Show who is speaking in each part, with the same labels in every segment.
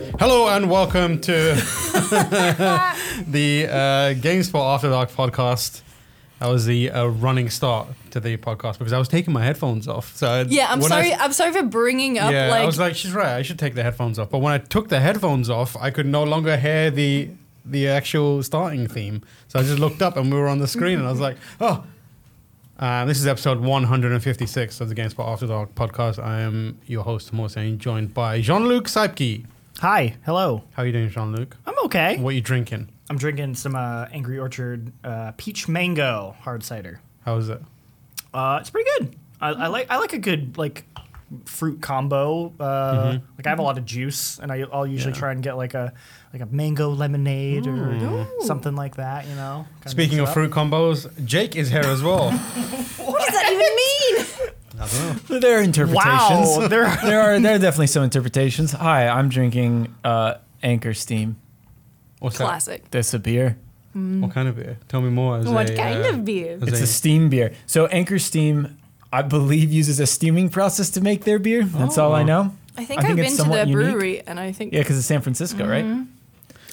Speaker 1: everyone. Welcome to the uh, GameSpot After Dark podcast. That was the uh, running start to the podcast because I was taking my headphones off. So I-
Speaker 2: Yeah, I'm
Speaker 1: when I-
Speaker 2: sorry. I, am sorry for bringing up
Speaker 1: yeah, I
Speaker 2: like,
Speaker 1: was like, she's right. I should take the headphones off. But when I took the headphones off, I could no longer hear the the actual starting theme. So I just looked up and we were on the screen, and I was like, oh. Uh, this is episode 156 of the GameSpot After Dark podcast. I am your host, Morsain, joined by Jean Luc Seipke.
Speaker 3: Hi, hello.
Speaker 1: How are you doing, Jean Luc?
Speaker 3: I'm okay.
Speaker 1: What are you drinking?
Speaker 3: I'm drinking some uh, Angry Orchard uh, peach mango hard cider.
Speaker 1: How is it?
Speaker 3: Uh, it's pretty good. I, I like I like a good like fruit combo. Uh, Like I have a lot of juice, and I, I'll
Speaker 1: Mm-hmm.
Speaker 3: usually
Speaker 1: Yeah. Mm.
Speaker 3: try and get like a like a mango lemonade or something like that. You know. Kinda
Speaker 1: Speaking
Speaker 3: mix
Speaker 1: of
Speaker 3: it
Speaker 1: fruit combos, Jake is here as well.
Speaker 2: what does that even mean?
Speaker 4: There are interpretations.
Speaker 3: Wow, there are-
Speaker 4: there are there are definitely some interpretations. Hi, I'm drinking uh, Anchor Steam.
Speaker 1: What's that?
Speaker 2: Classic.
Speaker 4: That's a beer.
Speaker 1: What kind of beer? Tell me more. as
Speaker 2: What
Speaker 1: a,
Speaker 2: kind
Speaker 1: uh,
Speaker 2: of beer?
Speaker 1: as
Speaker 4: It's
Speaker 1: a-
Speaker 4: a steam beer. So Anchor Steam, I believe, uses a steaming process to make their beer. That's all I know.
Speaker 2: I think
Speaker 4: I
Speaker 2: I
Speaker 4: think
Speaker 2: have
Speaker 4: it's
Speaker 2: been to
Speaker 4: somewhat
Speaker 2: their
Speaker 4: unique.
Speaker 2: brewery, Mm-hmm. and I think
Speaker 4: Yeah, because it's San Francisco, right?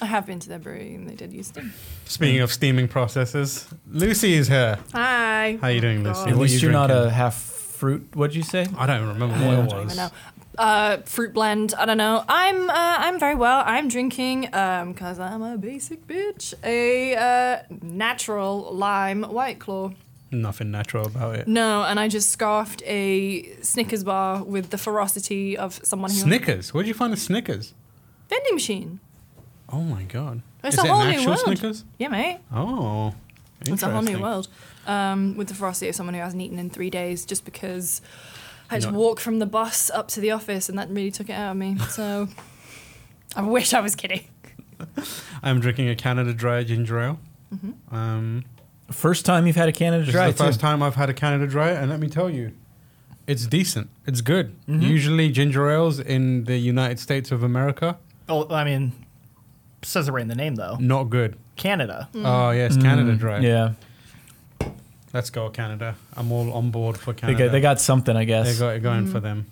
Speaker 2: I have been to their brewery, and they did use them.
Speaker 1: Speaking of steaming processes, Lucy is here.
Speaker 2: Hi.
Speaker 1: How you doing, Lucy?
Speaker 4: At
Speaker 1: What are
Speaker 4: least
Speaker 1: you
Speaker 4: you're not
Speaker 1: drinking?
Speaker 4: a half fruit. What'd you say?
Speaker 1: I don't remember
Speaker 4: I
Speaker 1: what
Speaker 4: don't
Speaker 1: it
Speaker 2: I
Speaker 1: was.
Speaker 2: know. Uh, fruit blend. I don't know. I'm uh, I'm very well. I'm drinking um, cause I'm a basic bitch. A uh, natural lime white claw.
Speaker 1: Nothing natural about it.
Speaker 2: No, and I just scarfed a Snickers bar with the ferocity of someone who
Speaker 1: Snickers. Where'd you find a Snickers?
Speaker 2: vending machine.
Speaker 1: Oh my god.
Speaker 2: It's
Speaker 1: is
Speaker 2: a
Speaker 1: it
Speaker 2: whole
Speaker 1: an
Speaker 2: new
Speaker 1: actual
Speaker 2: world.
Speaker 1: Snickers?
Speaker 2: Yeah, mate.
Speaker 1: Oh.
Speaker 2: It's a whole new
Speaker 1: interesting.
Speaker 2: world. Um, with the ferocity of someone who hasn't eaten in three days, just because I had to
Speaker 1: No.
Speaker 2: walk from the bus up to the office, and that really took it out of me. So I wish I was kidding.
Speaker 1: I'm drinking a Canada Dry ginger ale.
Speaker 2: Mm-hmm.
Speaker 1: Um,
Speaker 4: First time you've had a Canada
Speaker 1: This
Speaker 4: Dry.
Speaker 1: is the first
Speaker 4: too.
Speaker 1: time I've had a Canada Dry, and let me tell you, it's decent. It's good.
Speaker 4: Mm-hmm.
Speaker 1: Usually, ginger ales in the United States of America,
Speaker 3: Oh, I mean, says it right in the name though.
Speaker 1: not good.
Speaker 3: Canada.
Speaker 1: Oh yes, Canada Dry.
Speaker 4: Mm. Mm-hmm. Yeah,
Speaker 1: Let's go Canada. I'm all on board for
Speaker 4: they
Speaker 1: Canada.
Speaker 4: got, Mm. they got something, I
Speaker 1: They
Speaker 4: guess.
Speaker 1: got it going for them.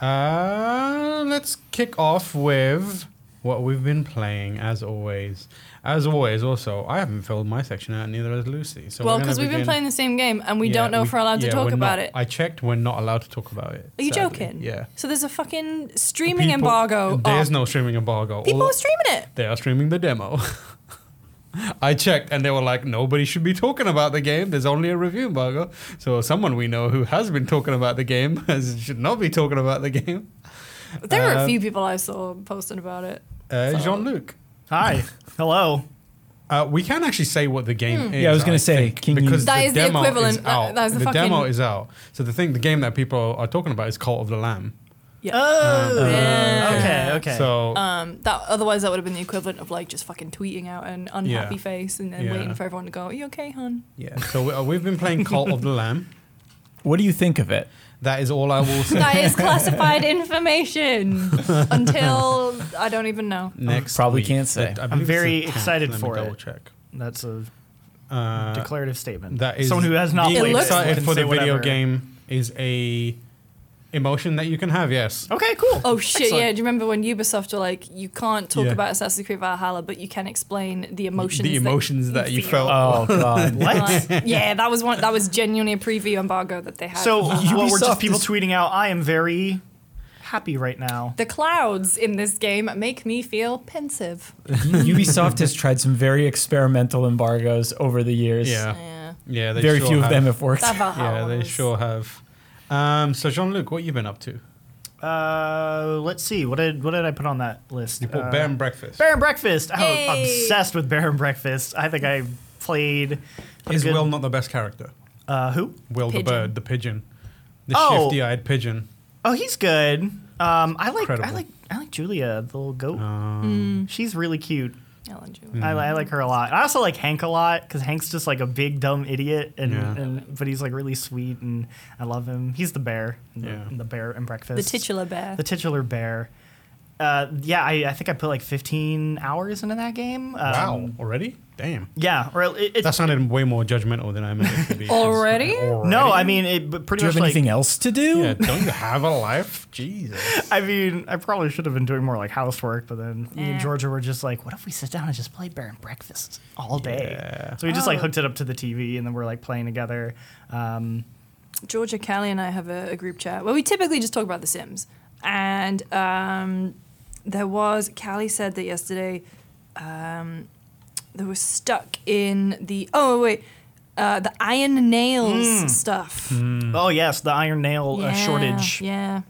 Speaker 1: Uh, let's kick off with what we've been playing, as always. As always, also, I haven't filled my section out, neither has Lucy. So
Speaker 2: well,
Speaker 1: we're gonna
Speaker 2: because we've been
Speaker 1: begin-
Speaker 2: playing the same game, and we
Speaker 1: Yeah,
Speaker 2: don't know if we're allowed to
Speaker 1: yeah,
Speaker 2: talk
Speaker 1: we're not-
Speaker 2: about it.
Speaker 1: I checked. We're not allowed to talk about it.
Speaker 2: Are you
Speaker 1: sadly.
Speaker 2: joking?
Speaker 1: Yeah.
Speaker 2: So there's a fucking streaming
Speaker 1: People-
Speaker 2: embargo.
Speaker 1: There's
Speaker 2: of-
Speaker 1: no streaming embargo.
Speaker 2: people
Speaker 1: All-
Speaker 2: are streaming it.
Speaker 1: they are streaming the demo. I checked and they were like, nobody should be talking about the game. There's only a review embargo. So someone we know who has been talking about the game has, should not be talking about the game.
Speaker 2: There were
Speaker 1: Uh,
Speaker 2: a few people I saw posting about it.
Speaker 1: Uh, Jean Luc.
Speaker 3: Hi, hello.
Speaker 1: Uh, we can actually say what the game is.
Speaker 4: Yeah, I was gonna say,
Speaker 1: think,
Speaker 4: can you-
Speaker 1: because
Speaker 2: Hmm. That
Speaker 1: the
Speaker 2: is the
Speaker 1: demo
Speaker 2: equivalent.
Speaker 1: Is
Speaker 2: That-
Speaker 1: out.
Speaker 2: that is the
Speaker 1: the demo
Speaker 2: fucking-
Speaker 1: is out. So the thing, the game that people are talking about is Cult of the Lamb.
Speaker 2: Yeah.
Speaker 1: Uh,
Speaker 3: Oh,
Speaker 2: Yeah.
Speaker 3: okay, okay.
Speaker 1: So
Speaker 2: Um, that otherwise that would have been the equivalent of like just fucking tweeting out an unhappy
Speaker 1: Yeah.
Speaker 2: face and then
Speaker 1: Yeah.
Speaker 2: waiting for everyone to go, "Are you okay, hon?"
Speaker 1: yeah, so we, uh, we've been playing Cult of the Lamb.
Speaker 4: What do you think of it?
Speaker 1: That is all I will say.
Speaker 2: That is classified information until I don't even know.
Speaker 1: Next,
Speaker 4: Probably
Speaker 1: week.
Speaker 4: can't say.
Speaker 1: I- I believe it's
Speaker 3: very
Speaker 1: the 10th.
Speaker 3: excited
Speaker 1: Let me
Speaker 3: for it.
Speaker 1: double Check.
Speaker 3: That's a
Speaker 1: Uh,
Speaker 3: declarative statement.
Speaker 1: that is
Speaker 3: someone who has not
Speaker 1: being
Speaker 3: played
Speaker 2: looks-
Speaker 3: it.
Speaker 1: excited
Speaker 3: can
Speaker 1: for
Speaker 3: say
Speaker 1: the video
Speaker 3: whatever.
Speaker 1: game is a emotion that you can have. Yes,
Speaker 3: Okay, cool.
Speaker 2: Oh shit!
Speaker 3: Excellent.
Speaker 2: Yeah, do you remember when Ubisoft were like, "You can't talk
Speaker 1: Yeah.
Speaker 2: about Assassin's Creed Valhalla, but you can explain the emotions,
Speaker 1: the emotions that, you
Speaker 2: feel."
Speaker 1: felt.
Speaker 4: Oh God.
Speaker 3: What?
Speaker 2: Like, yeah, that was one. That was genuinely a preview embargo that they had.
Speaker 3: so what were
Speaker 4: Ubisoft
Speaker 3: just people
Speaker 4: is-
Speaker 3: tweeting out? I am very happy right now.
Speaker 2: the clouds in this game make me feel pensive.
Speaker 4: Ubisoft has tried some very experimental embargoes over the years.
Speaker 1: yeah,
Speaker 2: Yeah,
Speaker 1: yeah. They
Speaker 4: Very
Speaker 1: sure
Speaker 4: few of
Speaker 1: have.
Speaker 4: them have worked.
Speaker 2: that Valhalla.
Speaker 1: Yeah, they
Speaker 2: was-
Speaker 1: sure have. Um, so Jean Luc, what you been up to?
Speaker 3: Uh, let's see. What did what did I put on that list?
Speaker 1: You bought
Speaker 3: Uh,
Speaker 1: Bear and Breakfast.
Speaker 3: Bear and Breakfast. I'm
Speaker 2: Yay.
Speaker 3: obsessed with Bear and Breakfast. I think I played. a
Speaker 1: is
Speaker 3: good-
Speaker 1: Will not the best character?
Speaker 3: Uh, who?
Speaker 1: Will
Speaker 2: Pigeon.
Speaker 1: the bird, the pigeon, the
Speaker 3: Oh.
Speaker 1: shifty-eyed pigeon.
Speaker 3: Oh, he's good. Um, I like I
Speaker 1: Incredible.
Speaker 3: like I like Julia, the little goat.
Speaker 1: Um,
Speaker 2: Mm.
Speaker 3: She's really cute.
Speaker 2: Ellen Jewell.
Speaker 1: Mm.
Speaker 3: I, I like her a lot. I also like Hank a lot because Hank's just like a big dumb idiot, and,
Speaker 1: Yeah.
Speaker 3: and but he's like really sweet, and I love him. He's the bear, in the,
Speaker 1: Yeah.
Speaker 3: in the bear and
Speaker 2: the
Speaker 3: breakfast,
Speaker 2: titular bear.
Speaker 3: the titular bear. uh, yeah, I, I think I put like 15 hours into that game. Um,
Speaker 1: Wow, already? Damn.
Speaker 3: Yeah, or it, it's
Speaker 1: That sounded way more judgmental than I meant it to be. 'cause-
Speaker 2: Already?
Speaker 3: no, I mean it but pretty
Speaker 4: Do you
Speaker 3: much
Speaker 4: have
Speaker 3: like
Speaker 4: anything else to do?
Speaker 1: Yeah, don't you have a life? Jesus.
Speaker 3: I mean, I probably should have been doing more like housework, but then me
Speaker 2: Eh.
Speaker 3: and Georgia were just like, what if we sit down and just play Bear and Breakfast all day?
Speaker 1: Yeah.
Speaker 3: So we just like
Speaker 2: Oh.
Speaker 3: hooked it up to the TV and then we're like playing together. Um,
Speaker 2: Georgia, Callie, and I have a, a group chat where we typically just talk about The Sims. And um, there was, Callie said that yesterday um, they were stuck in the, oh, wait, uh, the iron nails
Speaker 3: Hmm.
Speaker 2: stuff.
Speaker 3: Oh, yes, the iron nail uh, shortage.
Speaker 2: Yeah.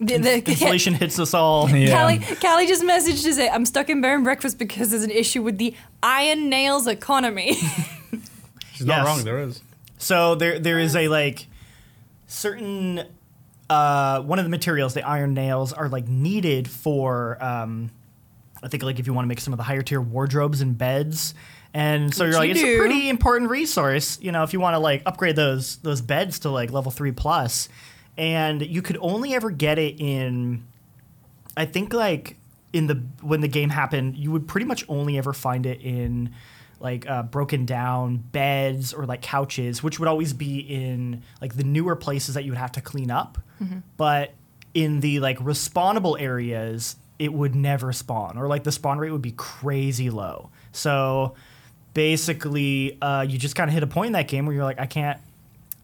Speaker 2: The, the,
Speaker 3: Inflation hits us all.
Speaker 4: Yeah.
Speaker 2: Callie, Callie just messaged to say, I'm stuck in Bear and Breakfast because there's an issue with the iron nails economy.
Speaker 1: She's
Speaker 3: Yes.
Speaker 1: not wrong, there is.
Speaker 3: So there there is a like certain uh, one of the materials, the iron nails, are like needed for um, I think like if you want to make some of the higher tier wardrobes and beds. And so
Speaker 2: Which
Speaker 3: you're like,
Speaker 2: you
Speaker 3: it's a
Speaker 2: do.
Speaker 3: pretty important resource, you know, if you want to like upgrade those those beds to like level three plus. And you could only ever get it in I think like in the when the game happened, you would pretty much only ever find it in like uh, broken down beds or like couches, which would always be in like the newer places that you would have to clean up. But in the like respawnable areas, it would never spawn, or like the spawn rate would be crazy low. So basically, uh, you just kind of hit a point in that game where you're like, I can't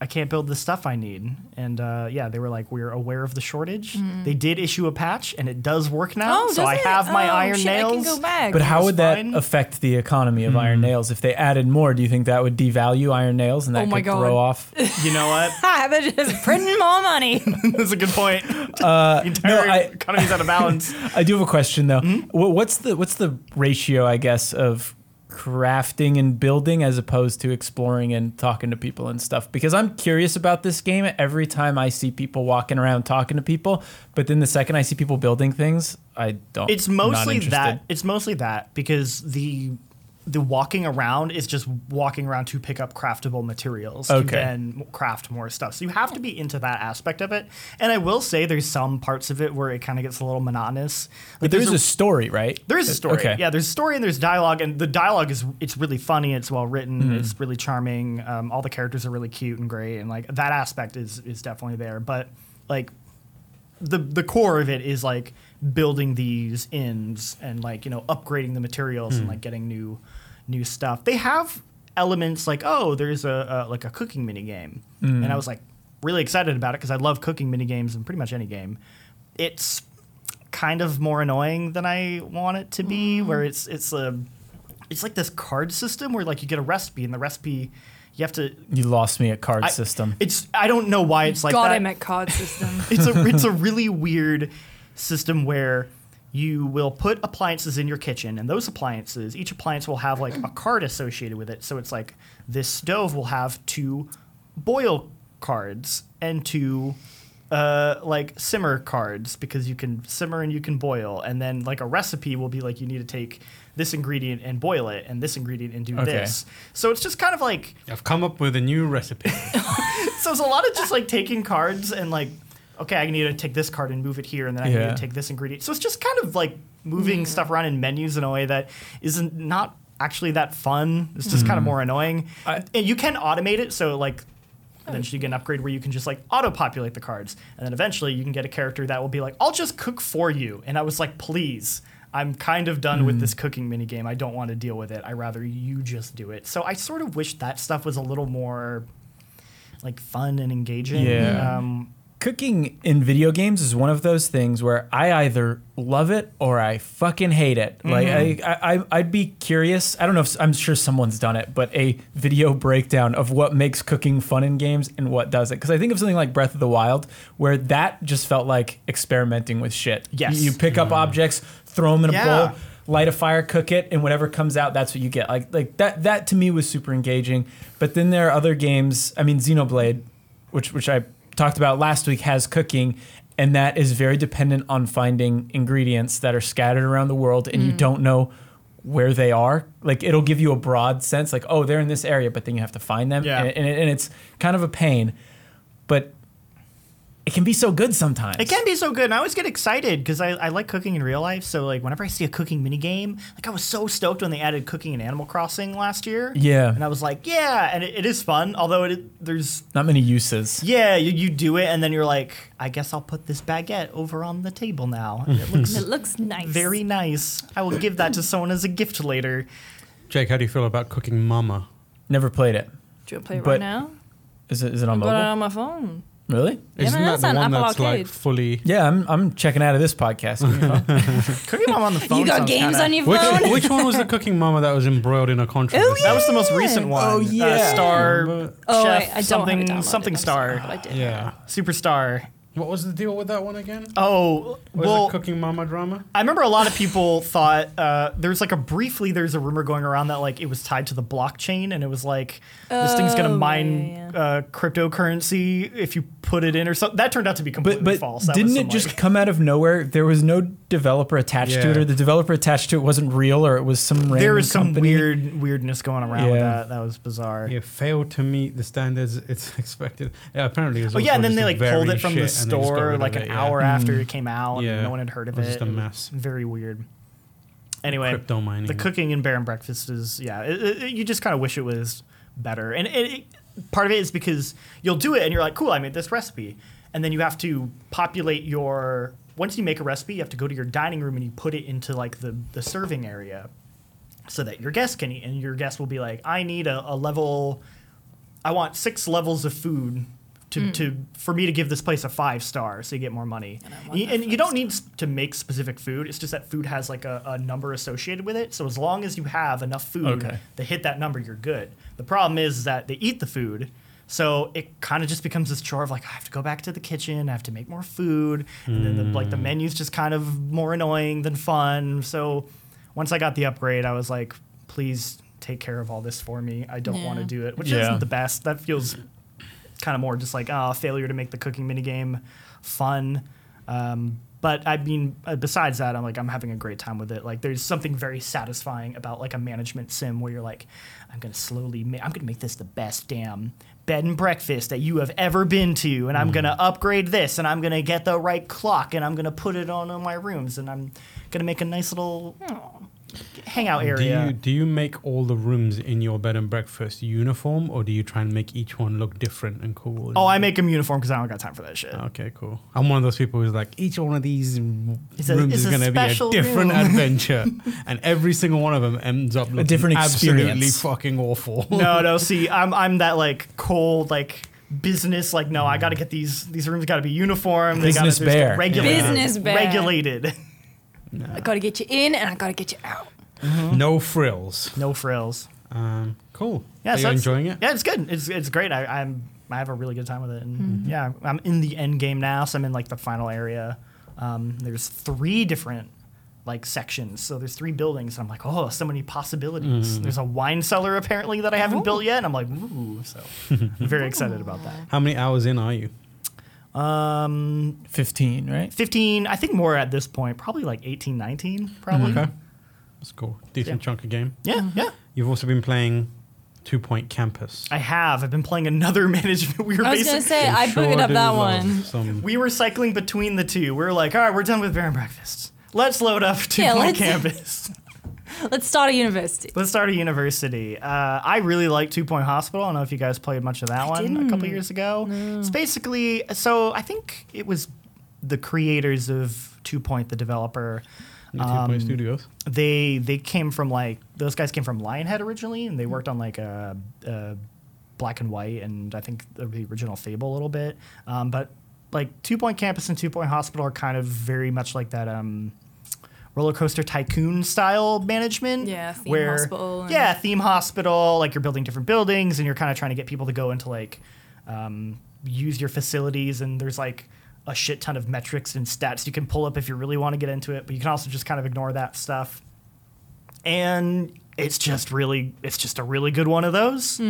Speaker 3: I can't build the stuff I need. And uh, yeah, they were like, we're aware of the shortage. They did issue a patch, and it does work now. so
Speaker 2: does
Speaker 3: I
Speaker 2: it?
Speaker 3: have my
Speaker 2: Mm-hmm. Oh,
Speaker 3: iron
Speaker 2: shit,
Speaker 3: nails.
Speaker 2: I can go back.
Speaker 4: But how would that
Speaker 3: fine.
Speaker 4: affect the economy of
Speaker 1: Hmm.
Speaker 4: iron nails? If they added more, do you think that would devalue iron nails and that
Speaker 2: Oh my
Speaker 4: could
Speaker 2: God.
Speaker 4: throw off?
Speaker 3: You know what?
Speaker 2: I have just printing more money.
Speaker 3: That's a good point. the entire
Speaker 4: Uh, I-
Speaker 3: economy's out of balance.
Speaker 4: I do have a question though.
Speaker 3: Mm-hmm.
Speaker 4: Wha- What's the what's the ratio, I guess, of crafting and building as opposed to exploring and talking to people and stuff? Because I'm curious about this game every time I see people walking around talking to people, but then the second I see people building things, I don't.
Speaker 3: It's
Speaker 4: I'm not
Speaker 3: mostly
Speaker 4: interested.
Speaker 3: that. It's mostly that because the the walking around is just walking around to pick up craftable materials to
Speaker 4: Okay.
Speaker 3: then craft more stuff. So you have to be into that aspect of it. And I will say there's some parts of it where it kind of gets a little monotonous.
Speaker 4: But
Speaker 3: Like,
Speaker 4: there's a story, right?
Speaker 3: There is a story.
Speaker 4: Okay.
Speaker 3: Yeah, there's a story and there's dialogue, and the dialogue is it's really funny. It's well written. It's really charming. Um, all the characters are really cute and great, and like that aspect is is definitely there. But like the the core of it is like building these inns and like you know upgrading the materials and like getting new new stuff. They have elements like oh there's a, a like a cooking mini game, and I was like really excited about it because I love cooking mini games in pretty much any game. It's kind of more annoying than I want it to be, where it's it's a it's like this card system where like you get a recipe and the recipe you have to
Speaker 4: You lost me at card
Speaker 3: I-
Speaker 4: system.
Speaker 3: It's I don't know why it's like
Speaker 2: God,
Speaker 3: that
Speaker 2: I meant card system.
Speaker 3: it's a it's a really weird system where you will put appliances in your kitchen and those appliances each appliance will have like a card associated with it so it's like this stove will have two boil cards and two uh, like simmer cards because you can simmer and you can boil and then like a recipe will be like you need to take this ingredient and boil it and this ingredient and do
Speaker 4: Okay.
Speaker 3: this so it's just kind of like
Speaker 1: I've come up with a new recipe.
Speaker 3: so it's a lot of just like taking cards and like, okay, I need to take this card and move it here, and then I
Speaker 4: Yeah.
Speaker 3: need to take this ingredient. So it's just kind of like moving
Speaker 4: Mm.
Speaker 3: stuff around in menus in a way that isn't not actually that fun. It's just kind of more annoying.
Speaker 4: Mm. I- Oh.
Speaker 3: and you can automate it, so like. Eventually, you get an upgrade where you can just like auto populate the cards. And then eventually, you can get a character that will be like, I'll just cook for you. And I was like, please, I'm kind of done
Speaker 4: Mm.
Speaker 3: with this cooking minigame. I don't want to deal with it. I rather you just do it. So I sort of wish that stuff was a little more like fun and engaging.
Speaker 4: Yeah.
Speaker 3: Um,
Speaker 4: Cooking in video games is one of those things where I either love it or I fucking hate it. Like I, I, I'd be curious. I don't know if I'm sure someone's done it, but a video breakdown of what makes cooking fun in games and what doesn't. Because I think of something like Breath of the Wild, where that just felt like experimenting with shit.
Speaker 3: Yes.
Speaker 4: you, you pick up objects, throw them in a
Speaker 3: Yeah.
Speaker 4: bowl, light a fire, cook it, and whatever comes out, that's what you get. Like like that that to me was super engaging. But then there are other games. I mean, Xenoblade, which which I talked about last week, has cooking, and that is very dependent on finding ingredients that are scattered around the world, and you don't know where they are. Like it'll give you a broad sense, like oh they're in this area, but then you have to find them,
Speaker 3: Yeah.
Speaker 4: and, and, it, and it's kind of a pain. But it can be so good sometimes.
Speaker 3: It can be so good, and I always get excited because I, I like cooking in real life. So like whenever I see a cooking minigame, like I was so stoked when they added cooking in Animal Crossing last year.
Speaker 4: Yeah.
Speaker 3: and I was like, yeah, and it, it is fun. Although it there's
Speaker 4: Not many uses.
Speaker 3: yeah, you, you do it, and then you're like, I guess I'll put this baguette over on the table now. And it looks
Speaker 2: It looks nice.
Speaker 3: very nice. I will give that to someone as a gift later.
Speaker 1: Jake, how do you feel about cooking mama?
Speaker 4: Never played it.
Speaker 2: Do you want to play it
Speaker 4: but-
Speaker 2: right now?
Speaker 4: Is it, is it on
Speaker 2: I've got it
Speaker 4: mobile?
Speaker 2: on my phone.
Speaker 4: Really?
Speaker 2: Yeah,
Speaker 1: Isn't
Speaker 2: man,
Speaker 1: that
Speaker 2: that's
Speaker 1: the
Speaker 2: on
Speaker 1: one
Speaker 2: Apple
Speaker 1: that's like
Speaker 2: Arcade.
Speaker 1: fully?
Speaker 4: Yeah, I'm, I'm checking out of this podcast.
Speaker 3: Cooking mom on the phone.
Speaker 2: you got
Speaker 3: sounds
Speaker 2: games
Speaker 3: kinda-
Speaker 2: on your
Speaker 1: Which,
Speaker 2: phone?
Speaker 1: which one was the cooking mama that was embroiled in a controversy?
Speaker 3: That was the most recent one.
Speaker 4: Oh,
Speaker 3: Uh,
Speaker 4: yeah.
Speaker 3: star
Speaker 2: oh,
Speaker 3: chef
Speaker 2: wait, I don't
Speaker 3: something
Speaker 2: have it downloaded.
Speaker 3: something
Speaker 2: I'm
Speaker 3: star
Speaker 2: sorry, but I did.
Speaker 1: Yeah.
Speaker 3: superstar.
Speaker 1: What was the deal with that one again?
Speaker 3: Oh
Speaker 1: Was
Speaker 3: well,
Speaker 1: it cooking mama drama?
Speaker 3: I remember a lot of people thought uh, there's like a briefly there's a rumor going around that like it was tied to the blockchain and it was like this thing's gonna
Speaker 2: Oh,
Speaker 3: mine
Speaker 2: yeah,
Speaker 3: Uh, cryptocurrency if you put it in or something. That turned out to be completely
Speaker 4: But but
Speaker 3: false. That was
Speaker 4: didn't
Speaker 3: some,
Speaker 4: it just
Speaker 3: like-
Speaker 4: come out of nowhere? There was no developer attached to it,
Speaker 1: Yeah.
Speaker 4: or the developer attached to it wasn't real, or it was some random
Speaker 3: there was some
Speaker 4: company.
Speaker 3: weird weirdness going around with
Speaker 4: Yeah.
Speaker 3: that. That was bizarre.
Speaker 1: Yeah, failed to meet the standards it's expected. Yeah, apparently it was.
Speaker 3: Oh yeah,
Speaker 1: also
Speaker 3: and then
Speaker 1: just
Speaker 3: they
Speaker 1: a
Speaker 3: like pulled
Speaker 1: very
Speaker 3: it from
Speaker 1: shit and they
Speaker 3: the
Speaker 1: just got rid
Speaker 3: store
Speaker 1: of
Speaker 3: like an
Speaker 1: it, yeah. Mm-hmm.
Speaker 3: hour after it came out, and
Speaker 1: Yeah.
Speaker 3: no one had heard of
Speaker 1: It
Speaker 3: it.
Speaker 1: was just a
Speaker 3: It was
Speaker 1: mess.
Speaker 3: very weird. Anyway,
Speaker 1: Crypto mining.
Speaker 3: the cooking and Baron Breakfast is yeah, it, it- it- you just kind of wish it was better, and it, it, part of it is because you'll do it and you're like, cool, I made this recipe, and then you have to populate your. Once you make a recipe, you have to go to your dining room and you put it into like the the serving area, so that your guest can eat, and your guest will be like, I need a, a level. I want six levels of food to,
Speaker 2: Hmm.
Speaker 3: to for me to give this place a five star, so you get more money.
Speaker 2: I want
Speaker 3: And, you,
Speaker 2: that
Speaker 3: and you don't need s- to make specific food. It's just that food has like a, a number associated with it. So as long as you have enough food
Speaker 4: Okay.
Speaker 3: to hit that number, you're good. The problem is that they eat the food. So it kind of just becomes this chore of like I have to go back to the kitchen, I have to make more food, and then the, like the menu's just kind of more annoying than fun. So once I got the upgrade, I was like, please take care of all this for me. I don't want to
Speaker 2: Yeah.
Speaker 3: do it, which
Speaker 4: Yeah.
Speaker 3: isn't the best. That feels kind of more just like oh, failure to make the cooking minigame fun. Um, but I mean, uh, besides that, I'm like I'm having a great time with it. Like, there's something very satisfying about like a management sim where you're like, I'm gonna slowly, ma- I'm gonna make this the best damn bed and breakfast that you have ever been to, and I'm
Speaker 1: Mm.
Speaker 3: gonna upgrade this, and I'm gonna get the right clock, and I'm gonna put it on, on my rooms, and I'm gonna make a nice little oh, hangout
Speaker 1: Mm. Do
Speaker 3: area.
Speaker 1: you do you make all the rooms in your bed and breakfast uniform, or do you try and make each one look different and cool? and-
Speaker 3: Oh, I make them uniform because I don't got time for that shit.
Speaker 1: Okay, cool. I'm one of those people who's like, each one of these w-
Speaker 3: It's a-
Speaker 1: rooms
Speaker 3: it's
Speaker 1: is
Speaker 3: a
Speaker 1: going to be a
Speaker 3: special
Speaker 1: different
Speaker 3: room.
Speaker 1: adventure, and every single one of them ends up looking
Speaker 4: different
Speaker 1: absolutely
Speaker 4: experience.
Speaker 1: fucking awful.
Speaker 3: no, no. See, I'm I'm that like cold like business. Like, no, I got to get these these rooms got to be uniform.
Speaker 4: Business
Speaker 3: they gotta,
Speaker 4: bear.
Speaker 3: regulated,
Speaker 2: Business bear.
Speaker 3: regulated.
Speaker 2: I gotta get you in and I gotta get you out.
Speaker 1: no frills.
Speaker 3: no frills.
Speaker 1: Um, cool.
Speaker 3: Yeah,
Speaker 1: Are
Speaker 3: so
Speaker 1: you
Speaker 3: that's-
Speaker 1: enjoying it?
Speaker 3: Yeah, it's good. It's it's great. I, I'm I have a really good time with it. And
Speaker 2: Mm-hmm.
Speaker 3: yeah, I'm in the end game now, so I'm in like the final area. Um, there's three different like sections, so there's three buildings. And I'm like, oh, so many possibilities.
Speaker 1: Mm-hmm.
Speaker 3: There's a wine cellar apparently that I haven't built yet, and I'm like, ooh, so I'm very excited about that.
Speaker 1: How many hours in are you?
Speaker 3: Um,
Speaker 4: 15, right?
Speaker 3: 15 i think more at this point probably like 18 19 probably
Speaker 1: Okay, that's cool. Decent
Speaker 3: Yeah.
Speaker 1: chunk of game.
Speaker 3: yeah yeah
Speaker 1: You've also been playing Two Point Campus.
Speaker 3: i have i've been playing another management we were
Speaker 2: I was gonna
Speaker 3: basically
Speaker 2: say I
Speaker 1: Sure
Speaker 2: booted up
Speaker 1: do
Speaker 2: that
Speaker 1: love
Speaker 2: one.
Speaker 1: Some
Speaker 3: we were cycling between the two we were like all right we're done with Baron breakfast let's load up to
Speaker 2: Yeah,
Speaker 3: my
Speaker 2: let's-
Speaker 3: campus
Speaker 2: Let's start a university.
Speaker 3: let's start a university uh, i really like two point hospital i don't know if you guys played much of that one a couple years ago it's basically so i think it was the creators of two point the developer Um,
Speaker 1: Two
Speaker 4: Um,
Speaker 1: Point Studios.
Speaker 3: they they came from like those guys came from Lionhead originally, and they worked on like a, a Black and White, and I think the the original Fable a little bit. Um, but like Two Point Campus and Two Point Hospital are kind of very much like that. Um, Roller coaster tycoon style management,
Speaker 2: Yeah, theme
Speaker 3: where
Speaker 2: hospital and-
Speaker 3: yeah, theme hospital. Like you're building different buildings, and you're kind of trying to get people to go into like um, use your facilities and there's like a shit ton of metrics and stats you can pull up if you really want to get into it but you can also just kind of ignore that stuff
Speaker 2: Mm-hmm.
Speaker 3: and it's just really it's just a really good one of those